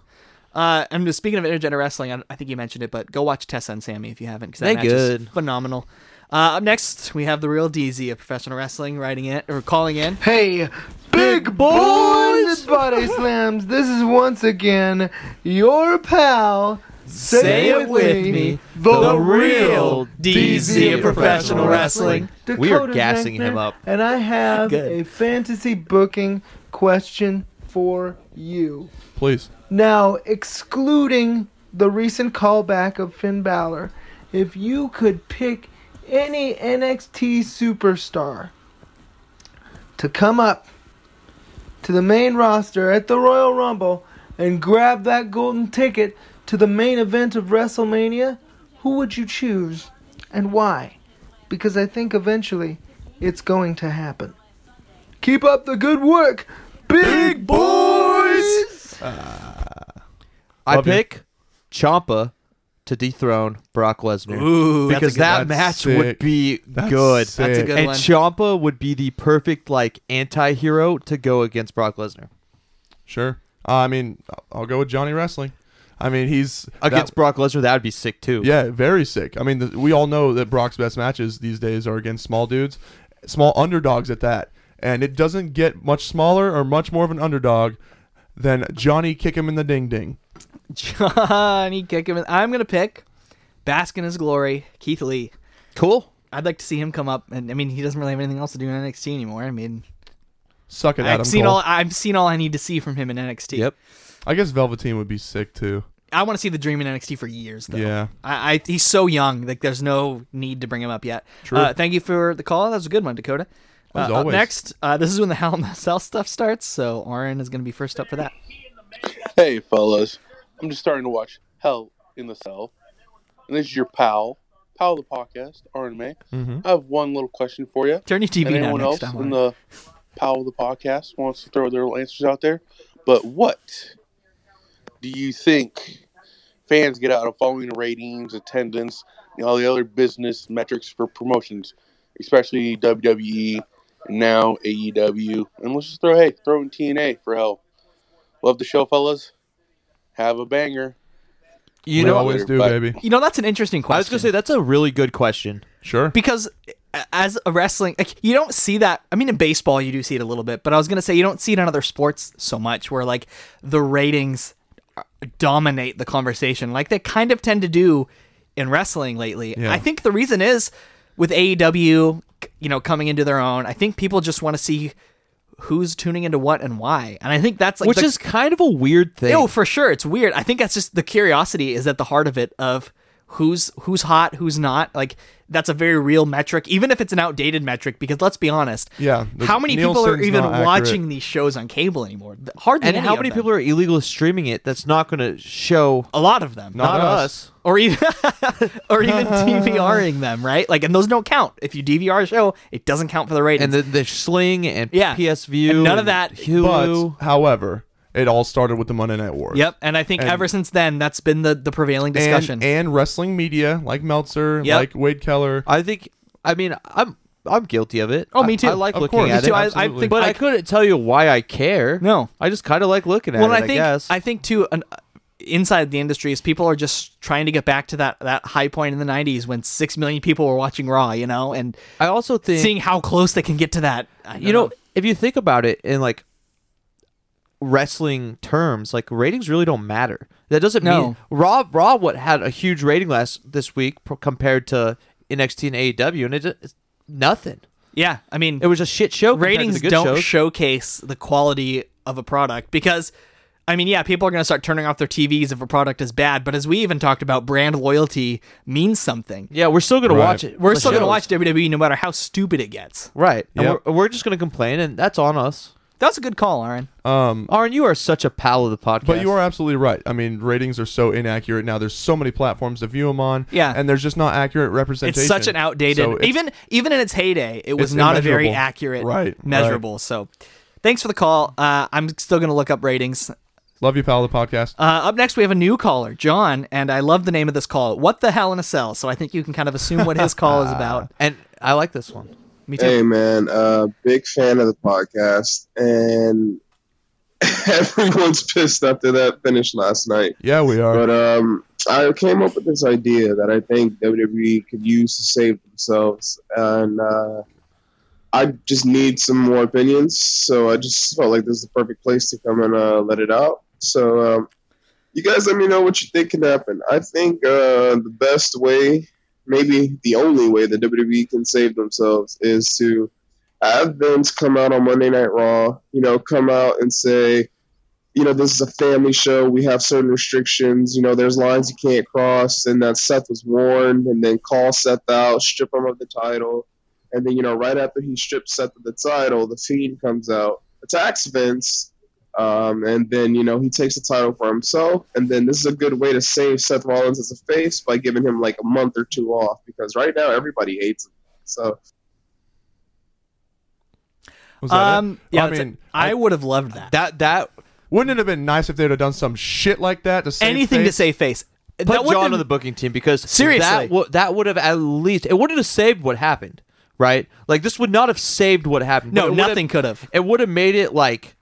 Speaker 3: Uh, and just speaking of intergender wrestling, I, I think you mentioned it, but go watch Tessa and Sammy if you haven't, because that
Speaker 4: They
Speaker 3: match is
Speaker 4: good.
Speaker 3: phenomenal. Uh, up next, we have the real DZ of professional wrestling writing in or calling in.
Speaker 7: Hey, big boys, body slams. This is once again your pal. Say,
Speaker 3: it with me,
Speaker 7: The,
Speaker 4: real DZ
Speaker 3: of professional wrestling.
Speaker 4: We are
Speaker 7: Dakota
Speaker 4: gassing
Speaker 7: Jackman,
Speaker 4: him up.
Speaker 7: And I have
Speaker 3: Good.
Speaker 7: a fantasy booking question for you.
Speaker 5: Please.
Speaker 7: Now, excluding the recent callback of Finn Balor, if you could pick any NXT superstar to come up to the main roster at the Royal Rumble and grab that golden ticket to the main event of WrestleMania, who would you choose and why? Because I think eventually it's going to happen. Keep up the good work, big boys!
Speaker 4: I
Speaker 5: Love you.
Speaker 4: pick Champa to dethrone Brock Lesnar
Speaker 3: Ooh, (laughs) that's a
Speaker 4: because
Speaker 3: good
Speaker 4: that
Speaker 3: one.
Speaker 4: match
Speaker 5: That's
Speaker 4: would
Speaker 5: sick.
Speaker 4: be
Speaker 5: That's
Speaker 4: good.
Speaker 5: sick.
Speaker 3: That's a good one.
Speaker 4: and Champa would be the perfect like anti-hero to go against Brock Lesnar
Speaker 5: Sure. Uh, I mean, I'll go with Johnny Wrestling. I mean, he's
Speaker 4: against
Speaker 5: that-
Speaker 4: Brock Lesnar. That would be sick too.
Speaker 5: Yeah, very sick. I mean, the, we all know that Brock's best matches these days are against small dudes, small underdogs at that. And it doesn't get much smaller or much more of an underdog than Johnny kick him in the ding ding.
Speaker 3: Johnny kick him. in- I'm gonna pick Bask in his glory, Keith Lee.
Speaker 4: cool.
Speaker 3: I'd like to see him come up, and I mean, he doesn't really have anything else to do in NXT anymore. I mean,
Speaker 5: Suck it, Adam
Speaker 3: I've seen
Speaker 5: Cole.
Speaker 3: all I've seen all I need to see from him in NXT.
Speaker 4: Yep.
Speaker 5: I guess Velveteen would be sick too.
Speaker 3: I want to see the Dream in NXT for years, though.
Speaker 5: Yeah.
Speaker 3: I, I he's so young. Like, there's no need to bring him up yet.
Speaker 5: True.
Speaker 3: Uh, thank you for the call. That was a good one, Dakota. Uh,
Speaker 5: As
Speaker 3: up
Speaker 5: always.
Speaker 3: next, uh, this is when the Hell in the Cell stuff starts. So Oren is going to be first up for that.
Speaker 8: Hey, fellas. I'm just starting to watch Hell in the Cell. And this is your pal, pal of the podcast, Aaron May.
Speaker 5: Mhm.
Speaker 8: I have one little question for you.
Speaker 3: Turn your TV
Speaker 8: And
Speaker 3: down
Speaker 8: anyone
Speaker 3: next time.
Speaker 8: else in
Speaker 3: Oren.
Speaker 8: the pal of the podcast wants to throw their little answers out there. But what do you think fans get out of following the ratings, attendance, and all the other business metrics for promotions, especially WWE and now AEW? And let's just throw hey, throw in TNA for hell. Love the show, fellas. Have a banger.
Speaker 4: You
Speaker 5: we
Speaker 4: know,
Speaker 5: always do,
Speaker 8: Bye.
Speaker 5: baby.
Speaker 3: you know, that's an interesting question.
Speaker 4: I was gonna say that's a really good question.
Speaker 5: Sure.
Speaker 3: because as a wrestling like you don't see that i mean in baseball you do see it a little bit but i was going to say you don't see it in other sports so much where like the ratings uh, dominate the conversation like they kind of tend to do in wrestling lately
Speaker 5: Yeah.
Speaker 3: i think the reason is with aew you know coming into their own i think people just want to see who's tuning into what and why and i think that's like
Speaker 4: Which
Speaker 3: the-
Speaker 4: is kind of a weird thing.
Speaker 3: no, Oh, for sure. It's weird. I think that's just the curiosity is at the heart of it of who's who's hot, who's not. Like that's a very real metric, even if it's an outdated metric. Because let's be honest,
Speaker 5: Yeah, the
Speaker 3: how many people are
Speaker 5: Nielsen's
Speaker 3: even
Speaker 5: not accurate.
Speaker 3: watching these shows on cable anymore? Th- Hardly.
Speaker 4: and
Speaker 3: any
Speaker 4: how
Speaker 3: of
Speaker 4: many
Speaker 3: them.
Speaker 4: people are illegally streaming it? That's not gonna show.
Speaker 3: A lot of them,
Speaker 5: Not us.
Speaker 3: or even (laughs) or
Speaker 5: (laughs)
Speaker 3: even DVRing them, right? Like, and those don't count. If you DVR a show, it doesn't count for the ratings.
Speaker 4: and the, the sling and
Speaker 3: Yeah.
Speaker 4: PS View.
Speaker 3: And none of
Speaker 4: and
Speaker 3: that-
Speaker 5: But
Speaker 4: Hulu.
Speaker 5: however, it all started with the Monday Night Wars.
Speaker 3: yep. And I think
Speaker 5: And-
Speaker 3: ever since then, that's been the the prevailing
Speaker 5: And-
Speaker 3: discussion.
Speaker 5: And, wrestling media like Meltzer,
Speaker 3: Yep.
Speaker 5: like Wade Keller.
Speaker 4: I think. I mean, I'm I'm guilty of it.
Speaker 3: Oh, me
Speaker 4: I-
Speaker 3: too.
Speaker 4: I, like
Speaker 5: Of
Speaker 4: looking
Speaker 5: course.
Speaker 4: at
Speaker 5: Me
Speaker 4: it.
Speaker 5: too. I- I
Speaker 4: absolutely.
Speaker 5: think
Speaker 4: but
Speaker 3: I-
Speaker 4: I, couldn't tell you why I care.
Speaker 3: No.
Speaker 4: I just kind of like looking at
Speaker 3: well,
Speaker 4: it.
Speaker 3: and I think
Speaker 4: guess.
Speaker 3: think too an, uh, inside the industry is people are just trying to get back to that that high point in the 90s when 6 million people were watching Raw, you know, and
Speaker 4: I also think
Speaker 3: seeing how close they can get to that. I don't
Speaker 4: you know, if you think about it in like wrestling terms, like ratings really don't matter. That doesn't
Speaker 3: No.
Speaker 4: mean Raw Raw what had a huge rating last this week pro- compared to NXT and AEW, and it, it's nothing.
Speaker 3: yeah, I mean
Speaker 4: It was a shit show. compared to
Speaker 3: ratings
Speaker 4: the good
Speaker 3: don't
Speaker 4: shows.
Speaker 3: showcase the quality of a product because I mean, yeah, people are going to start turning off their TVs if a product is bad, but as we even talked about, brand loyalty means something.
Speaker 4: Yeah, we're still gonna watch it.
Speaker 3: We're
Speaker 4: The
Speaker 3: still going to
Speaker 4: shows.
Speaker 3: watch WWE no matter how stupid it gets.
Speaker 4: Right. And
Speaker 5: Yep.
Speaker 4: we're, we're just gonna complain, and that's on us.
Speaker 3: That's a good call, Aaron.
Speaker 5: Um,
Speaker 4: Aaron, you are such a pal of the podcast.
Speaker 5: But you are absolutely right. I mean, ratings are so inaccurate now. There's so many platforms to view them on.
Speaker 3: Yeah.
Speaker 5: And there's just not accurate representation.
Speaker 3: It's such an outdated,
Speaker 5: So it's-
Speaker 3: even even in its heyday, it was
Speaker 5: it's
Speaker 3: not a very
Speaker 5: immeasurable.
Speaker 3: accurate,
Speaker 5: Right,
Speaker 3: measurable. So, thanks for the call. Uh, I'm still going to look up ratings.
Speaker 5: Love you, pal. The podcast.
Speaker 3: Uh, up next, we have a new caller, John, and I love the name of this call. What the hell in a cell? So I think you can kind of assume what his
Speaker 5: (laughs)
Speaker 3: call
Speaker 5: Ah.
Speaker 3: is about.
Speaker 4: and I like this one.
Speaker 3: Me too.
Speaker 9: Hey man, uh, big fan of the podcast, and (laughs) everyone's pissed after that finish last night.
Speaker 5: yeah, we are.
Speaker 9: But um, I came up with this idea that I think WWE could use to save themselves, and uh, I just need some more opinions. So I just felt like this is the perfect place to come and uh, let it out. So um, you guys, let me know what you think can happen. I think uh, the best way, maybe the only way, that WWE can save themselves is to have Vince come out on Monday Night Raw. You know, come out and say you know, this is a family show. We have certain restrictions. You know, there's lines you can't cross, and that Seth was warned, and then call Seth out, strip him of the title. And then, you know, right after he strips Seth of the title, the Fiend comes out, attacks Vince, um, and then, you know, he takes the title for himself. And then this is a good way to save Seth Rollins as a face by giving him like a month or two off because right now everybody hates him. So
Speaker 5: Was that it?
Speaker 3: Um, yeah,
Speaker 5: I
Speaker 3: that's it.
Speaker 5: mean,
Speaker 3: I,
Speaker 5: I-
Speaker 3: would have loved that.
Speaker 4: That that
Speaker 5: Wouldn't it have been nice if they'd have done some shit like that to save
Speaker 3: Anything to
Speaker 5: face?
Speaker 3: save face.
Speaker 4: put
Speaker 3: that
Speaker 4: John
Speaker 3: wouldn't
Speaker 4: on
Speaker 3: have-
Speaker 4: the booking team because
Speaker 3: Seriously.
Speaker 4: that, w- that would have at least it would have saved what happened, right? Like this would not have saved what happened. but
Speaker 3: no,
Speaker 4: it would've-
Speaker 3: nothing could have.
Speaker 4: It would have made it like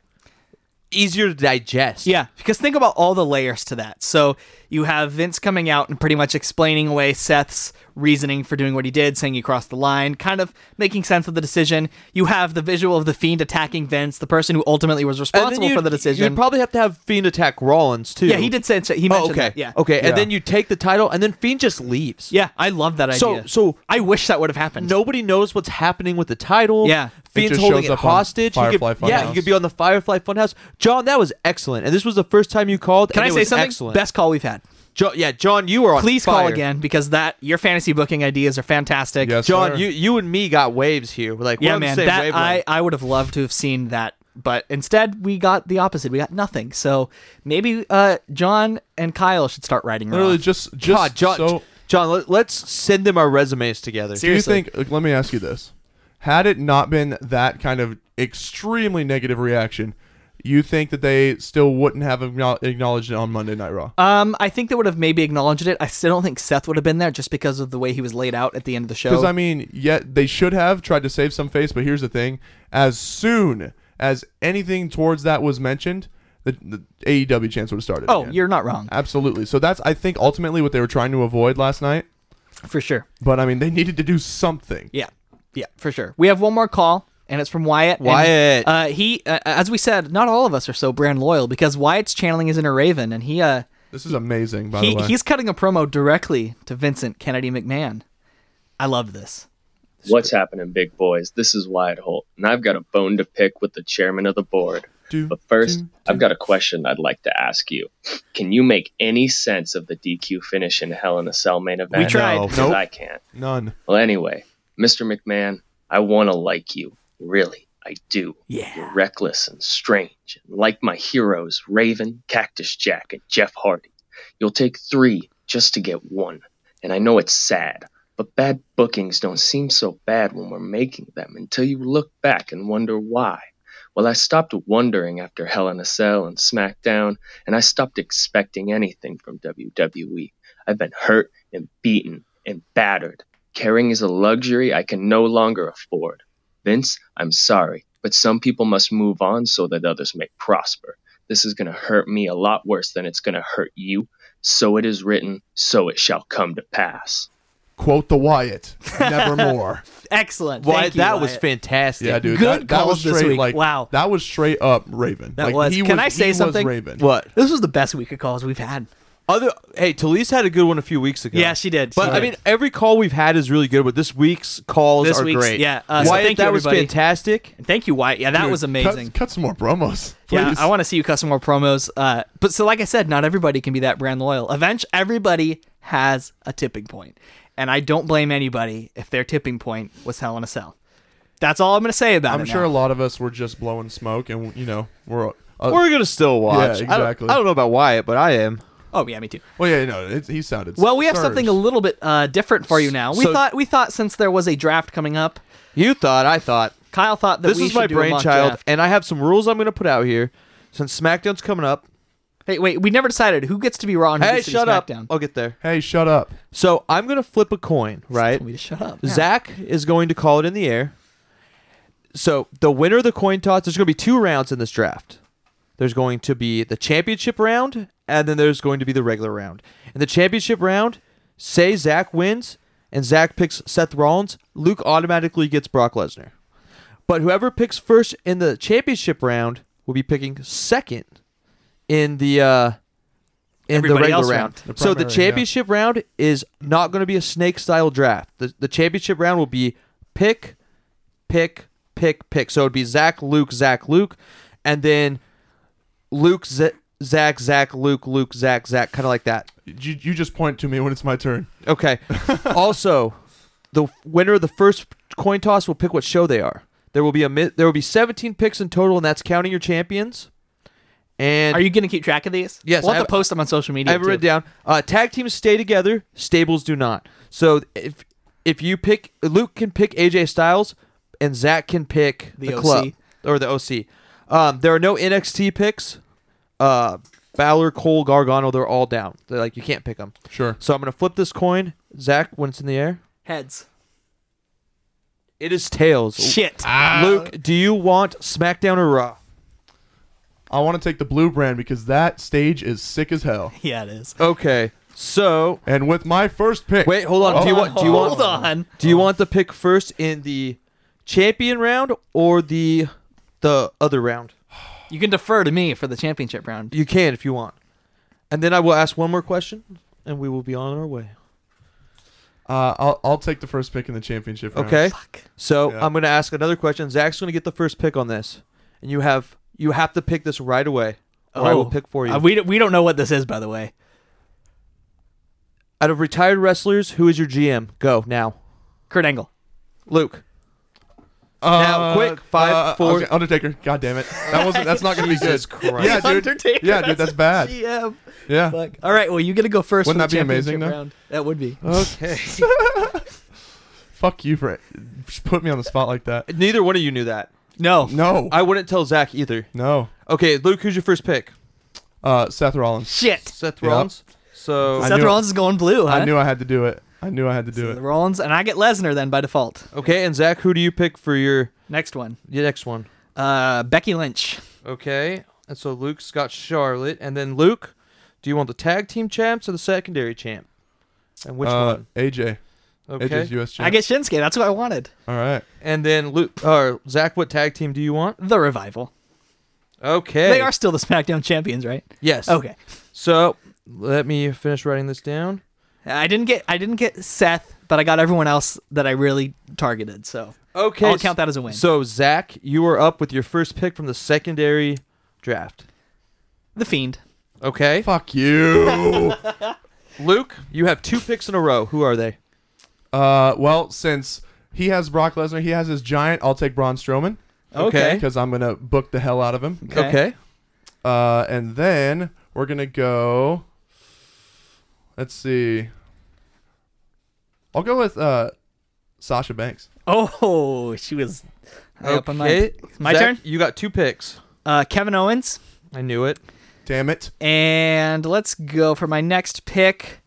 Speaker 4: easier to digest.
Speaker 3: Yeah, because think about all the layers to that. So you have Vince coming out and pretty much explaining away Seth's reasoning for doing what he did, saying he crossed the line, kind of making sense of the decision. You have the visual of the Fiend attacking Vince, the person who ultimately was
Speaker 4: And then
Speaker 3: responsible
Speaker 4: you'd-
Speaker 3: for the decision.
Speaker 4: You'd probably have to have Fiend attack Rollins too.
Speaker 3: yeah, he did say he
Speaker 4: Oh,
Speaker 3: mentioned
Speaker 4: okay.
Speaker 3: that. Yeah.
Speaker 4: Okay,
Speaker 5: Yeah.
Speaker 4: and then you take the title, and then Fiend just leaves.
Speaker 3: Yeah, I love that
Speaker 4: So-
Speaker 3: idea.
Speaker 4: so-
Speaker 3: I wish that would have happened.
Speaker 4: Nobody knows what's happening with the title.
Speaker 3: Yeah.
Speaker 5: It
Speaker 4: Fiend's
Speaker 5: just
Speaker 4: holding
Speaker 5: shows
Speaker 4: it
Speaker 5: up on
Speaker 4: hostage. He could-
Speaker 5: Firefly
Speaker 4: yeah,
Speaker 5: Funhouse.
Speaker 4: he could be on the Firefly Funhouse. John, that was excellent, and this was the first time you called.
Speaker 3: Can
Speaker 4: and
Speaker 3: I
Speaker 4: it
Speaker 3: say
Speaker 4: was
Speaker 3: something?
Speaker 4: Excellent.
Speaker 3: Best call we've had.
Speaker 4: Jo- yeah, John, you are on.
Speaker 3: Please call
Speaker 4: fire.
Speaker 3: again because that your fantasy booking ideas are fantastic.
Speaker 5: Yes,
Speaker 4: John.
Speaker 5: sir.
Speaker 4: You you and me got waves here. We're like, we're
Speaker 3: yeah,
Speaker 4: on the
Speaker 3: man.
Speaker 4: same
Speaker 3: That I,
Speaker 4: wavelength.
Speaker 3: I would have loved to have seen that, but instead we got the opposite. We got nothing. So maybe uh, John and Kyle should start writing.
Speaker 5: literally
Speaker 3: Literally,
Speaker 5: just just
Speaker 4: God, John,
Speaker 5: so.
Speaker 4: John, let, let's send them our resumes together.
Speaker 5: Do you think? like, let me ask you this: Had it not been that kind of extremely negative reaction, you think that they still wouldn't have acknow- acknowledged it on Monday Night Raw?
Speaker 3: um, I think they would have maybe acknowledged it. I still don't think Seth would have been there just because of the way he was laid out at the end of the show.
Speaker 5: Because I mean, yet they should have tried to save some face. But here's the thing: as soon as anything towards that was mentioned, the, the E AEW chance would have started.
Speaker 3: oh,
Speaker 5: again.
Speaker 3: you're not wrong
Speaker 5: absolutely. So that's I think ultimately what they were trying to avoid last night.
Speaker 3: for sure.
Speaker 5: But I mean, they needed to do something.
Speaker 3: Yeah, yeah, for sure. We have one more call, and it's from Wyatt. and,
Speaker 4: Wyatt.
Speaker 3: uh, he, uh, as we said, not all of us are so brand loyal because Wyatt's channeling his inner Raven, and he, uh,
Speaker 5: This is amazing. By
Speaker 3: he,
Speaker 5: the way,
Speaker 3: he's cutting a promo directly to Vincent Kennedy McMahon. I love this.
Speaker 10: What's happening, big boys? This is Wyatt Holt, and I've got a bone to pick with the chairman of the board.
Speaker 5: Do,
Speaker 10: But first,
Speaker 5: do,
Speaker 10: I've
Speaker 5: do.
Speaker 10: got a question I'd like to ask you. Can you make any sense of the DQ finish in Hell in a Cell main event?
Speaker 3: tried.
Speaker 10: Because
Speaker 5: Nope.
Speaker 10: I can't.
Speaker 5: none.
Speaker 10: Well, anyway, Mr. McMahon, I want to like you. Really, I do.
Speaker 3: Yeah.
Speaker 10: You're reckless and strange, and like my heroes, Raven, Cactus Jack, and Jeff Hardy. You'll take three just to get one. And I know it's sad, but bad bookings don't seem so bad when we're making them until you look back and wonder why. Well, I stopped wondering after Hell in a Cell and SmackDown, and I stopped expecting anything from E. WWE. I've been hurt and beaten and battered. Caring is a luxury I can no longer afford. Vince, I'm sorry, but some people must move on so that others may prosper. This is going to hurt me a lot worse than it's going to hurt you. So it is written, so it shall come to pass.
Speaker 5: Quote the Wyatt.
Speaker 3: (laughs)
Speaker 5: Nevermore.
Speaker 3: Excellent.
Speaker 4: Wyatt,
Speaker 3: Thank you,
Speaker 4: that was
Speaker 3: Wyatt.
Speaker 4: fantastic.
Speaker 5: yeah, dude.
Speaker 3: Good
Speaker 5: that, that was
Speaker 3: calls this
Speaker 5: straight
Speaker 3: week.
Speaker 5: like
Speaker 3: Wow.
Speaker 5: That was straight up Raven.
Speaker 3: That
Speaker 5: like,
Speaker 3: was.
Speaker 5: He
Speaker 3: Can
Speaker 5: was,
Speaker 3: I say
Speaker 5: he
Speaker 3: something?
Speaker 5: Was Raven.
Speaker 4: What?
Speaker 3: This was the best week of calls we've had.
Speaker 4: Other hey, Talise had a good one a few weeks ago.
Speaker 3: Yeah, she did.
Speaker 4: But
Speaker 3: She
Speaker 4: I
Speaker 3: did.
Speaker 4: mean, every call we've had is really good. But this week's calls
Speaker 3: This
Speaker 4: are
Speaker 3: week's-
Speaker 4: great.
Speaker 3: yeah, uh, so
Speaker 4: Wyatt,
Speaker 3: thank you,
Speaker 4: that was
Speaker 3: everybody.
Speaker 4: fantastic.
Speaker 3: Thank you, Wyatt. Yeah, that was amazing.
Speaker 5: Cut, cut some more promos.
Speaker 3: Yeah,
Speaker 5: please.
Speaker 3: I want to see you cut some more promos. Uh, but so, like I said, not everybody can be that brand loyal. Eventually, everybody has a tipping point, and I don't blame anybody if their tipping point was Hell in a Cell. That's all I'm going to say about
Speaker 5: I'm
Speaker 3: it.
Speaker 5: sure a
Speaker 3: now.
Speaker 5: lot of us were just blowing smoke, and you know we're. Uh,
Speaker 4: We're gonna still watch. I don't-
Speaker 5: exactly.
Speaker 4: I don't, know about Wyatt, but I am.
Speaker 3: Oh yeah, me too.
Speaker 5: well, yeah, no, it, he sounded.
Speaker 3: Well, we have
Speaker 5: surged.
Speaker 3: something a little bit uh, different for you now. We
Speaker 4: So-
Speaker 3: thought we thought since there was a draft coming up,
Speaker 4: You thought? I thought.
Speaker 3: Kyle thought that
Speaker 4: This
Speaker 3: we
Speaker 4: is
Speaker 3: should
Speaker 4: my
Speaker 3: do a mock
Speaker 4: brainchild,
Speaker 3: draft.
Speaker 4: and I have some rules I'm gonna put out here. Since SmackDown's coming up,
Speaker 3: Hey, wait, we never decided who gets to be Raw and who
Speaker 4: hey,
Speaker 3: gets to be
Speaker 4: shut up!
Speaker 3: SmackDown.
Speaker 4: I'll get there.
Speaker 5: Hey, shut up!
Speaker 4: So I'm gonna flip a coin, right?
Speaker 3: Told me to shut up. Yeah.
Speaker 4: Zach is going to call it in the air. So the winner of the coin toss, there's going to be two rounds in this draft. There's going to be the championship round, and then there's going to be the regular round. In the championship round, say Zach wins, and Zach picks Seth Rollins, Luke automatically gets Brock Lesnar. But whoever picks first in the championship round will be picking second in the uh, in
Speaker 3: Everybody
Speaker 4: the regular
Speaker 3: else
Speaker 4: round.
Speaker 3: round.
Speaker 5: The
Speaker 4: so
Speaker 5: primary,
Speaker 4: the
Speaker 5: yeah.
Speaker 4: championship round is not going to be a snake style draft. The, the championship round will be pick, pick, pick, pick. So it'd be Zach, Luke, Zach, Luke, and then Luke, Z- Zach, Zach, Luke, Luke, Zach, Zach, kind of like that.
Speaker 5: You, you just point to me when it's my turn. (laughs)
Speaker 4: Okay. also, the winner of the first coin toss will pick what show they are. There will be a mi- there will be 17 picks in total, and that's counting your champions. And
Speaker 3: Are you going to keep track of these?
Speaker 4: Yes,
Speaker 3: We'll have
Speaker 4: I-
Speaker 3: to post them on social media.
Speaker 4: I have it
Speaker 3: too.
Speaker 4: written down. Uh, tag teams stay together. Stables do not. So if if you pick Luke can pick AJ Styles, and Zach can pick
Speaker 3: The
Speaker 4: the,
Speaker 3: OC.
Speaker 4: club or the OC. Um, there are no NXT picks. Uh, Balor, Cole, Gargano, they're all down. They're like you can't pick them.
Speaker 5: Sure.
Speaker 4: So I'm gonna flip this coin, Zach. When it's in the air,
Speaker 3: Heads.
Speaker 4: it is tails.
Speaker 3: Shit.
Speaker 5: Ah.
Speaker 4: Luke, do you want SmackDown or Raw?
Speaker 5: I want to take the blue brand because that stage is sick as hell.
Speaker 3: (laughs) Yeah, it is.
Speaker 4: Okay. So
Speaker 5: And with my first pick,
Speaker 4: wait, hold on. Oh, do you want? Do you want?
Speaker 3: Hold on.
Speaker 4: Do you want the pick first in the champion round or the the other round?
Speaker 3: You can defer to me for the championship round.
Speaker 4: You can if you want. And then I will ask one more question and we will be on our way.
Speaker 5: Uh, I'll, I'll take the first pick in the championship. round.
Speaker 4: Okay. So
Speaker 5: Yeah.
Speaker 4: I'm gonna ask another question. Zach's gonna get the first pick on this. And you have you have to pick this right away. Or Oh,
Speaker 5: Oh.
Speaker 4: I will pick for you.
Speaker 3: Uh, we, don't- we don't know what this is, by the way.
Speaker 4: Out of retired wrestlers, who is your GM? Go now.
Speaker 3: Kurt Angle.
Speaker 4: Luke.
Speaker 5: Uh,
Speaker 4: Now, quick, five,
Speaker 5: uh,
Speaker 4: four-
Speaker 5: okay, Undertaker. God damn it. That wasn't. That's not gonna be good.
Speaker 4: Jesus
Speaker 5: (laughs)
Speaker 3: (laughs)
Speaker 4: Christ.
Speaker 5: Yeah, dude.
Speaker 3: Undertaker
Speaker 5: Yeah, dude. That's bad.
Speaker 3: GM.
Speaker 5: Yeah. (laughs)
Speaker 3: All right, well, you get to go first.
Speaker 5: Wouldn't
Speaker 3: for
Speaker 5: that
Speaker 3: the
Speaker 5: be amazing,
Speaker 3: championship
Speaker 5: though?
Speaker 3: Round. That would be.
Speaker 4: Okay.
Speaker 5: Fuck you for (laughs) it. Just put me on the spot like that.
Speaker 4: (laughs) Neither one of you knew that.
Speaker 3: No.
Speaker 5: No.
Speaker 4: I wouldn't tell Zach either.
Speaker 5: no.
Speaker 4: Okay, Luke, who's your first pick?
Speaker 5: Uh, Seth Rollins.
Speaker 3: Shit.
Speaker 4: Seth
Speaker 5: Yep.
Speaker 4: Rollins. So
Speaker 5: I
Speaker 3: Seth
Speaker 5: knew it.
Speaker 3: Rollins is going blue, huh?
Speaker 5: I knew I had to do it. I knew I had to do it.
Speaker 3: Rollins, and I get Lesnar then by default.
Speaker 4: Okay, and Zach, who do you pick for your,
Speaker 3: Next one.
Speaker 4: your next one?
Speaker 3: Uh, Becky Lynch.
Speaker 4: Okay, and so Luke's got Charlotte, and then Luke, do you want the tag team champs or the secondary champ? And which
Speaker 5: uh,
Speaker 4: one?
Speaker 5: AJ.
Speaker 4: Okay,
Speaker 5: AJ's US champ.
Speaker 3: I get Shinsuke. That's what I wanted.
Speaker 5: All right.
Speaker 4: and then Luke or Zach, what tag team do you want?
Speaker 3: The Revival.
Speaker 4: Okay,
Speaker 3: They are still the SmackDown champions, right?
Speaker 4: Yes.
Speaker 3: Okay.
Speaker 4: So let me finish writing this down.
Speaker 3: I didn't get I didn't get Seth, but I got everyone else that I really targeted. So
Speaker 4: Okay,
Speaker 3: I'll count that as a win.
Speaker 4: So Zach, you are up with your first pick from the secondary draft.
Speaker 3: the Fiend,
Speaker 4: Okay,
Speaker 5: Fuck
Speaker 4: (laughs)
Speaker 5: you.
Speaker 4: Luke, you have two picks in a row. Who are they?
Speaker 5: uh, well, since he has Brock Lesnar, he has his giant. I'll take Braun Strowman
Speaker 4: Okay.
Speaker 5: because I'm gonna book the hell out of him.
Speaker 3: Okay.
Speaker 5: Uh, and then we're gonna go. Let's see. I'll go with uh, Sasha Banks.
Speaker 3: Oh, she was high up on mine. My
Speaker 4: Zach,
Speaker 3: turn?
Speaker 4: You got two picks.
Speaker 3: Uh, Kevin Owens,
Speaker 4: I knew it.
Speaker 5: Damn it.
Speaker 3: and let's go for my next pick.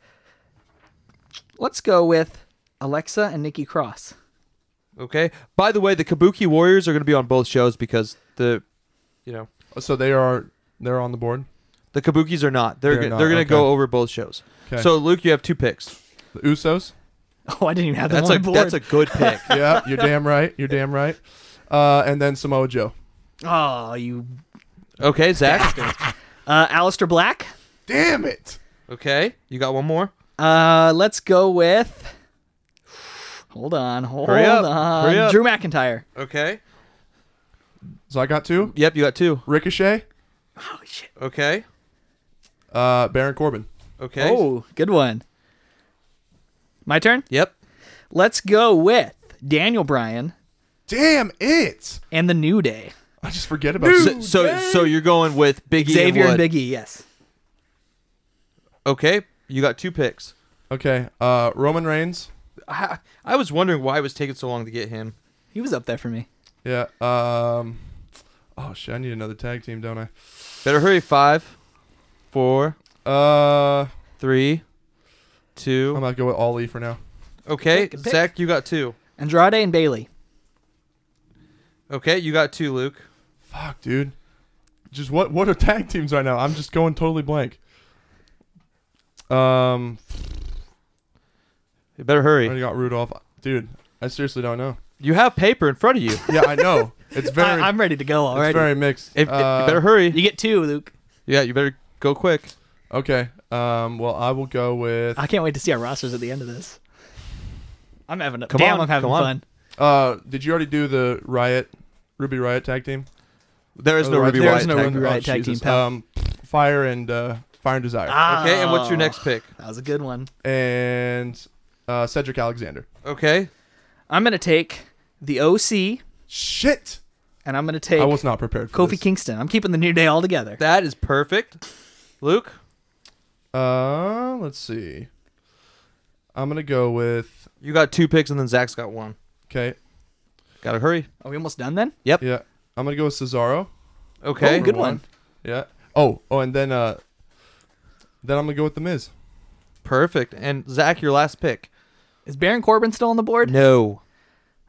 Speaker 3: Let's go with Alexa and Nikki Cross.
Speaker 4: Okay. By the way, the Kabuki Warriors are going to be on both shows because the, you know,
Speaker 5: So they are they're on the board.
Speaker 4: the Kabukis are not. They're
Speaker 5: They're
Speaker 4: they're,
Speaker 5: not,
Speaker 4: they're going to
Speaker 5: okay.
Speaker 4: go over both shows.
Speaker 5: 'Kay.
Speaker 4: So Luke, you have two picks.
Speaker 5: The Usos.
Speaker 3: (laughs) Oh, I didn't even have that
Speaker 4: That's
Speaker 3: on
Speaker 4: a
Speaker 3: my board.
Speaker 4: that's a
Speaker 3: (laughs)
Speaker 4: good pick. (laughs)
Speaker 5: Yeah, you're damn right. You're damn right. Uh, and then Samoa Joe.
Speaker 3: oh, you.
Speaker 4: okay, Zach.
Speaker 3: Uh, Alistair Black,
Speaker 5: Damn it.
Speaker 4: Okay, you got one more.
Speaker 3: Uh, let's go with. (sighs) Hold on, hold
Speaker 4: Hurry up,
Speaker 3: on.
Speaker 4: hurry up.
Speaker 3: Drew McIntyre.
Speaker 4: Okay.
Speaker 5: So I got two.
Speaker 4: Yep, you got two.
Speaker 5: Ricochet,
Speaker 4: Okay.
Speaker 5: uh, Baron Corbin.
Speaker 4: Okay.
Speaker 3: Oh, good one. My turn.
Speaker 4: Yep.
Speaker 3: Let's go with Daniel Bryan
Speaker 5: Damn it!
Speaker 3: and the New Day.
Speaker 5: I just forget about
Speaker 4: So, so so you're going with Big E
Speaker 3: Xavier and
Speaker 4: and Wood.
Speaker 3: Big E. Yes.
Speaker 4: Okay, you got two picks.
Speaker 5: Okay, uh, Roman Reigns.
Speaker 4: I, I was wondering why it was taking so long to get him.
Speaker 3: He was up there for me.
Speaker 5: Yeah. Um. Oh shit! I need another tag team, don't
Speaker 4: Better hurry. Five, four,
Speaker 5: I? Uh,
Speaker 4: three,
Speaker 5: I'm
Speaker 4: two.
Speaker 5: gonna go with Ollie E for now.
Speaker 4: Okay,
Speaker 3: Pick, pick.
Speaker 4: Zach, you got two.
Speaker 3: Andrade and Bailey.
Speaker 4: Okay, you got two, Luke.
Speaker 5: Fuck, dude. Just what? What are tag teams right now? I'm just going totally blank. Um,
Speaker 4: You better
Speaker 5: I
Speaker 4: hurry.
Speaker 5: already got Rudolph, dude. I seriously don't know.
Speaker 4: You have paper in front of you.
Speaker 5: Yeah, I know. It's very,
Speaker 3: I, am ready to go
Speaker 5: it's
Speaker 3: already.
Speaker 5: very mixed.
Speaker 4: If,
Speaker 5: Uh,
Speaker 4: you better hurry.
Speaker 3: You get two, Luke.
Speaker 4: Yeah, you better go quick.
Speaker 5: Uh, okay. Um. Well, I will go with
Speaker 3: I can't wait to see our rosters at the end of this. I'm having a,
Speaker 4: Come
Speaker 3: damn.
Speaker 4: on,
Speaker 3: I'm having
Speaker 4: come on.
Speaker 3: fun.
Speaker 5: Uh, did you already do the Riot, Ruby Riot tag team?
Speaker 4: There is no
Speaker 5: Or the
Speaker 4: Ruby
Speaker 5: Riot-
Speaker 3: There
Speaker 4: Riot.
Speaker 3: is no
Speaker 4: tag.
Speaker 3: Ruby Riot tag
Speaker 5: Jesus.
Speaker 3: team, pal.
Speaker 5: Um, Fire and uh, Fire and Desire,
Speaker 4: Okay, and what's your
Speaker 3: Oh,
Speaker 4: next pick?
Speaker 3: That was a good one.
Speaker 5: and uh, Cedric Alexander.
Speaker 4: Okay,
Speaker 3: I'm gonna take the OC,
Speaker 5: Shit,
Speaker 3: and I'm gonna take
Speaker 5: I was not prepared for
Speaker 3: Kofi
Speaker 5: this.
Speaker 3: Kingston. I'm keeping the New Day all together.
Speaker 4: that is perfect. Luke,
Speaker 5: Uh, let's see. I'm gonna go with
Speaker 4: you got two picks, and then Zach's got one.
Speaker 5: okay.
Speaker 4: Gotta hurry.
Speaker 3: Are we almost done then?
Speaker 5: Yeah, I'm gonna go with Cesaro.
Speaker 4: Okay,
Speaker 3: Oh, good one.
Speaker 5: Yeah. Oh, oh, and then uh, then I'm gonna go with the Miz.
Speaker 4: perfect. And Zach, your last pick.
Speaker 3: Is Baron Corbin still on the board?
Speaker 4: No.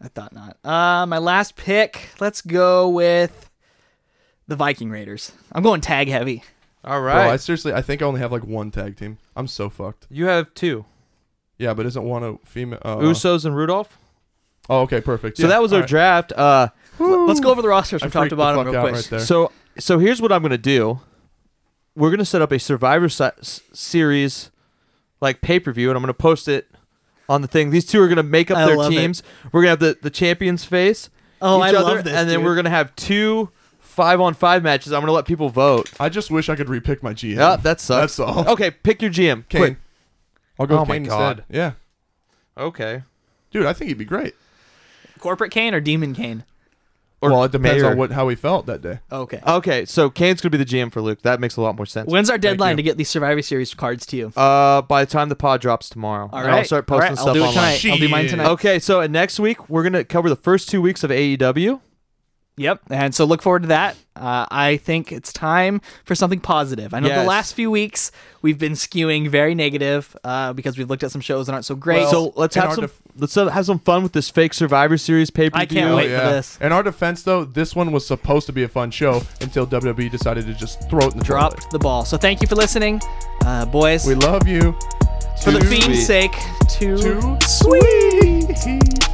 Speaker 3: I thought not. Uh, my last pick. Let's go with the Viking Raiders. I'm going tag heavy.
Speaker 4: All
Speaker 5: Bro,
Speaker 4: right.
Speaker 5: I seriously, I think I only have like one tag team. I'm so fucked.
Speaker 4: you have two.
Speaker 5: Yeah, but isn't one a female? Uh,
Speaker 4: Usos and Rudolph.
Speaker 5: Oh, okay, perfect.
Speaker 4: So
Speaker 5: Yeah,
Speaker 4: that was our
Speaker 5: alright.
Speaker 4: draft. Uh,
Speaker 3: Let's go over the rosters
Speaker 5: I
Speaker 3: from top
Speaker 5: freaked
Speaker 3: to
Speaker 5: the
Speaker 3: bottom
Speaker 5: fuck
Speaker 3: real
Speaker 5: out
Speaker 3: quick.
Speaker 5: right there.
Speaker 4: so so here's what I'm gonna do. We're gonna set up a Survivor si- s- series, like pay per view, and I'm gonna post it on the thing. These two are gonna make up
Speaker 3: I
Speaker 4: their
Speaker 3: love it.
Speaker 4: teams. We're gonna have the the champions face
Speaker 3: Oh,
Speaker 4: each
Speaker 3: I
Speaker 4: other,
Speaker 3: love this.
Speaker 4: and then
Speaker 3: dude.
Speaker 4: we're gonna have two five on five matches. I'm gonna let people vote.
Speaker 5: I just wish I could repick my GM.
Speaker 4: Yup, that sucks.
Speaker 5: That's all.
Speaker 4: Okay, pick your
Speaker 5: (laughs)
Speaker 4: GM.
Speaker 5: Kane.
Speaker 4: Quick.
Speaker 5: I'll go
Speaker 4: Oh
Speaker 5: with
Speaker 4: my
Speaker 5: Kane
Speaker 4: God.
Speaker 5: instead. Yeah.
Speaker 4: Okay.
Speaker 5: Dude, I think he'd be great.
Speaker 3: corporate Kane or Demon Kane.
Speaker 4: Or
Speaker 5: well, it depends
Speaker 4: mayor.
Speaker 5: on what how he felt that day.
Speaker 3: Okay.
Speaker 4: Okay, so Kane's gonna be the GM for Luke. That makes a lot more sense.
Speaker 3: When's our deadline
Speaker 5: you.
Speaker 3: to get these Survivor Series cards to you?
Speaker 4: Uh, by the time the pod drops tomorrow,
Speaker 3: All
Speaker 4: And
Speaker 3: right.
Speaker 4: I'll start
Speaker 3: All
Speaker 4: posting
Speaker 3: right,
Speaker 4: stuff
Speaker 3: I'll do it
Speaker 4: online.
Speaker 3: tonight. I'll do mine
Speaker 5: Shit.
Speaker 3: tonight.
Speaker 4: Okay, so uh, next week we're gonna cover the first two weeks of E AEW.
Speaker 3: Yep. And so look forward to that. Uh, I think it's time for something positive. I know
Speaker 4: Yes.
Speaker 3: the last few weeks we've been skewing very negative uh, because we've looked at some shows that aren't so great.
Speaker 4: so let's
Speaker 5: in
Speaker 4: have
Speaker 5: our
Speaker 4: some
Speaker 5: def-
Speaker 4: let's uh, have some fun with this fake Survivor Series pay per view.
Speaker 3: I can't wait for this.
Speaker 5: Oh, In our defense, though, this one was supposed to be a fun show until WWE decided to just throw it in the
Speaker 3: Drop
Speaker 5: toilet.
Speaker 3: the ball. So thank you for listening, uh, boys.
Speaker 5: We love you.
Speaker 3: for the
Speaker 5: Too
Speaker 3: theme's
Speaker 5: sweet.
Speaker 3: sake, to
Speaker 5: Too sweet.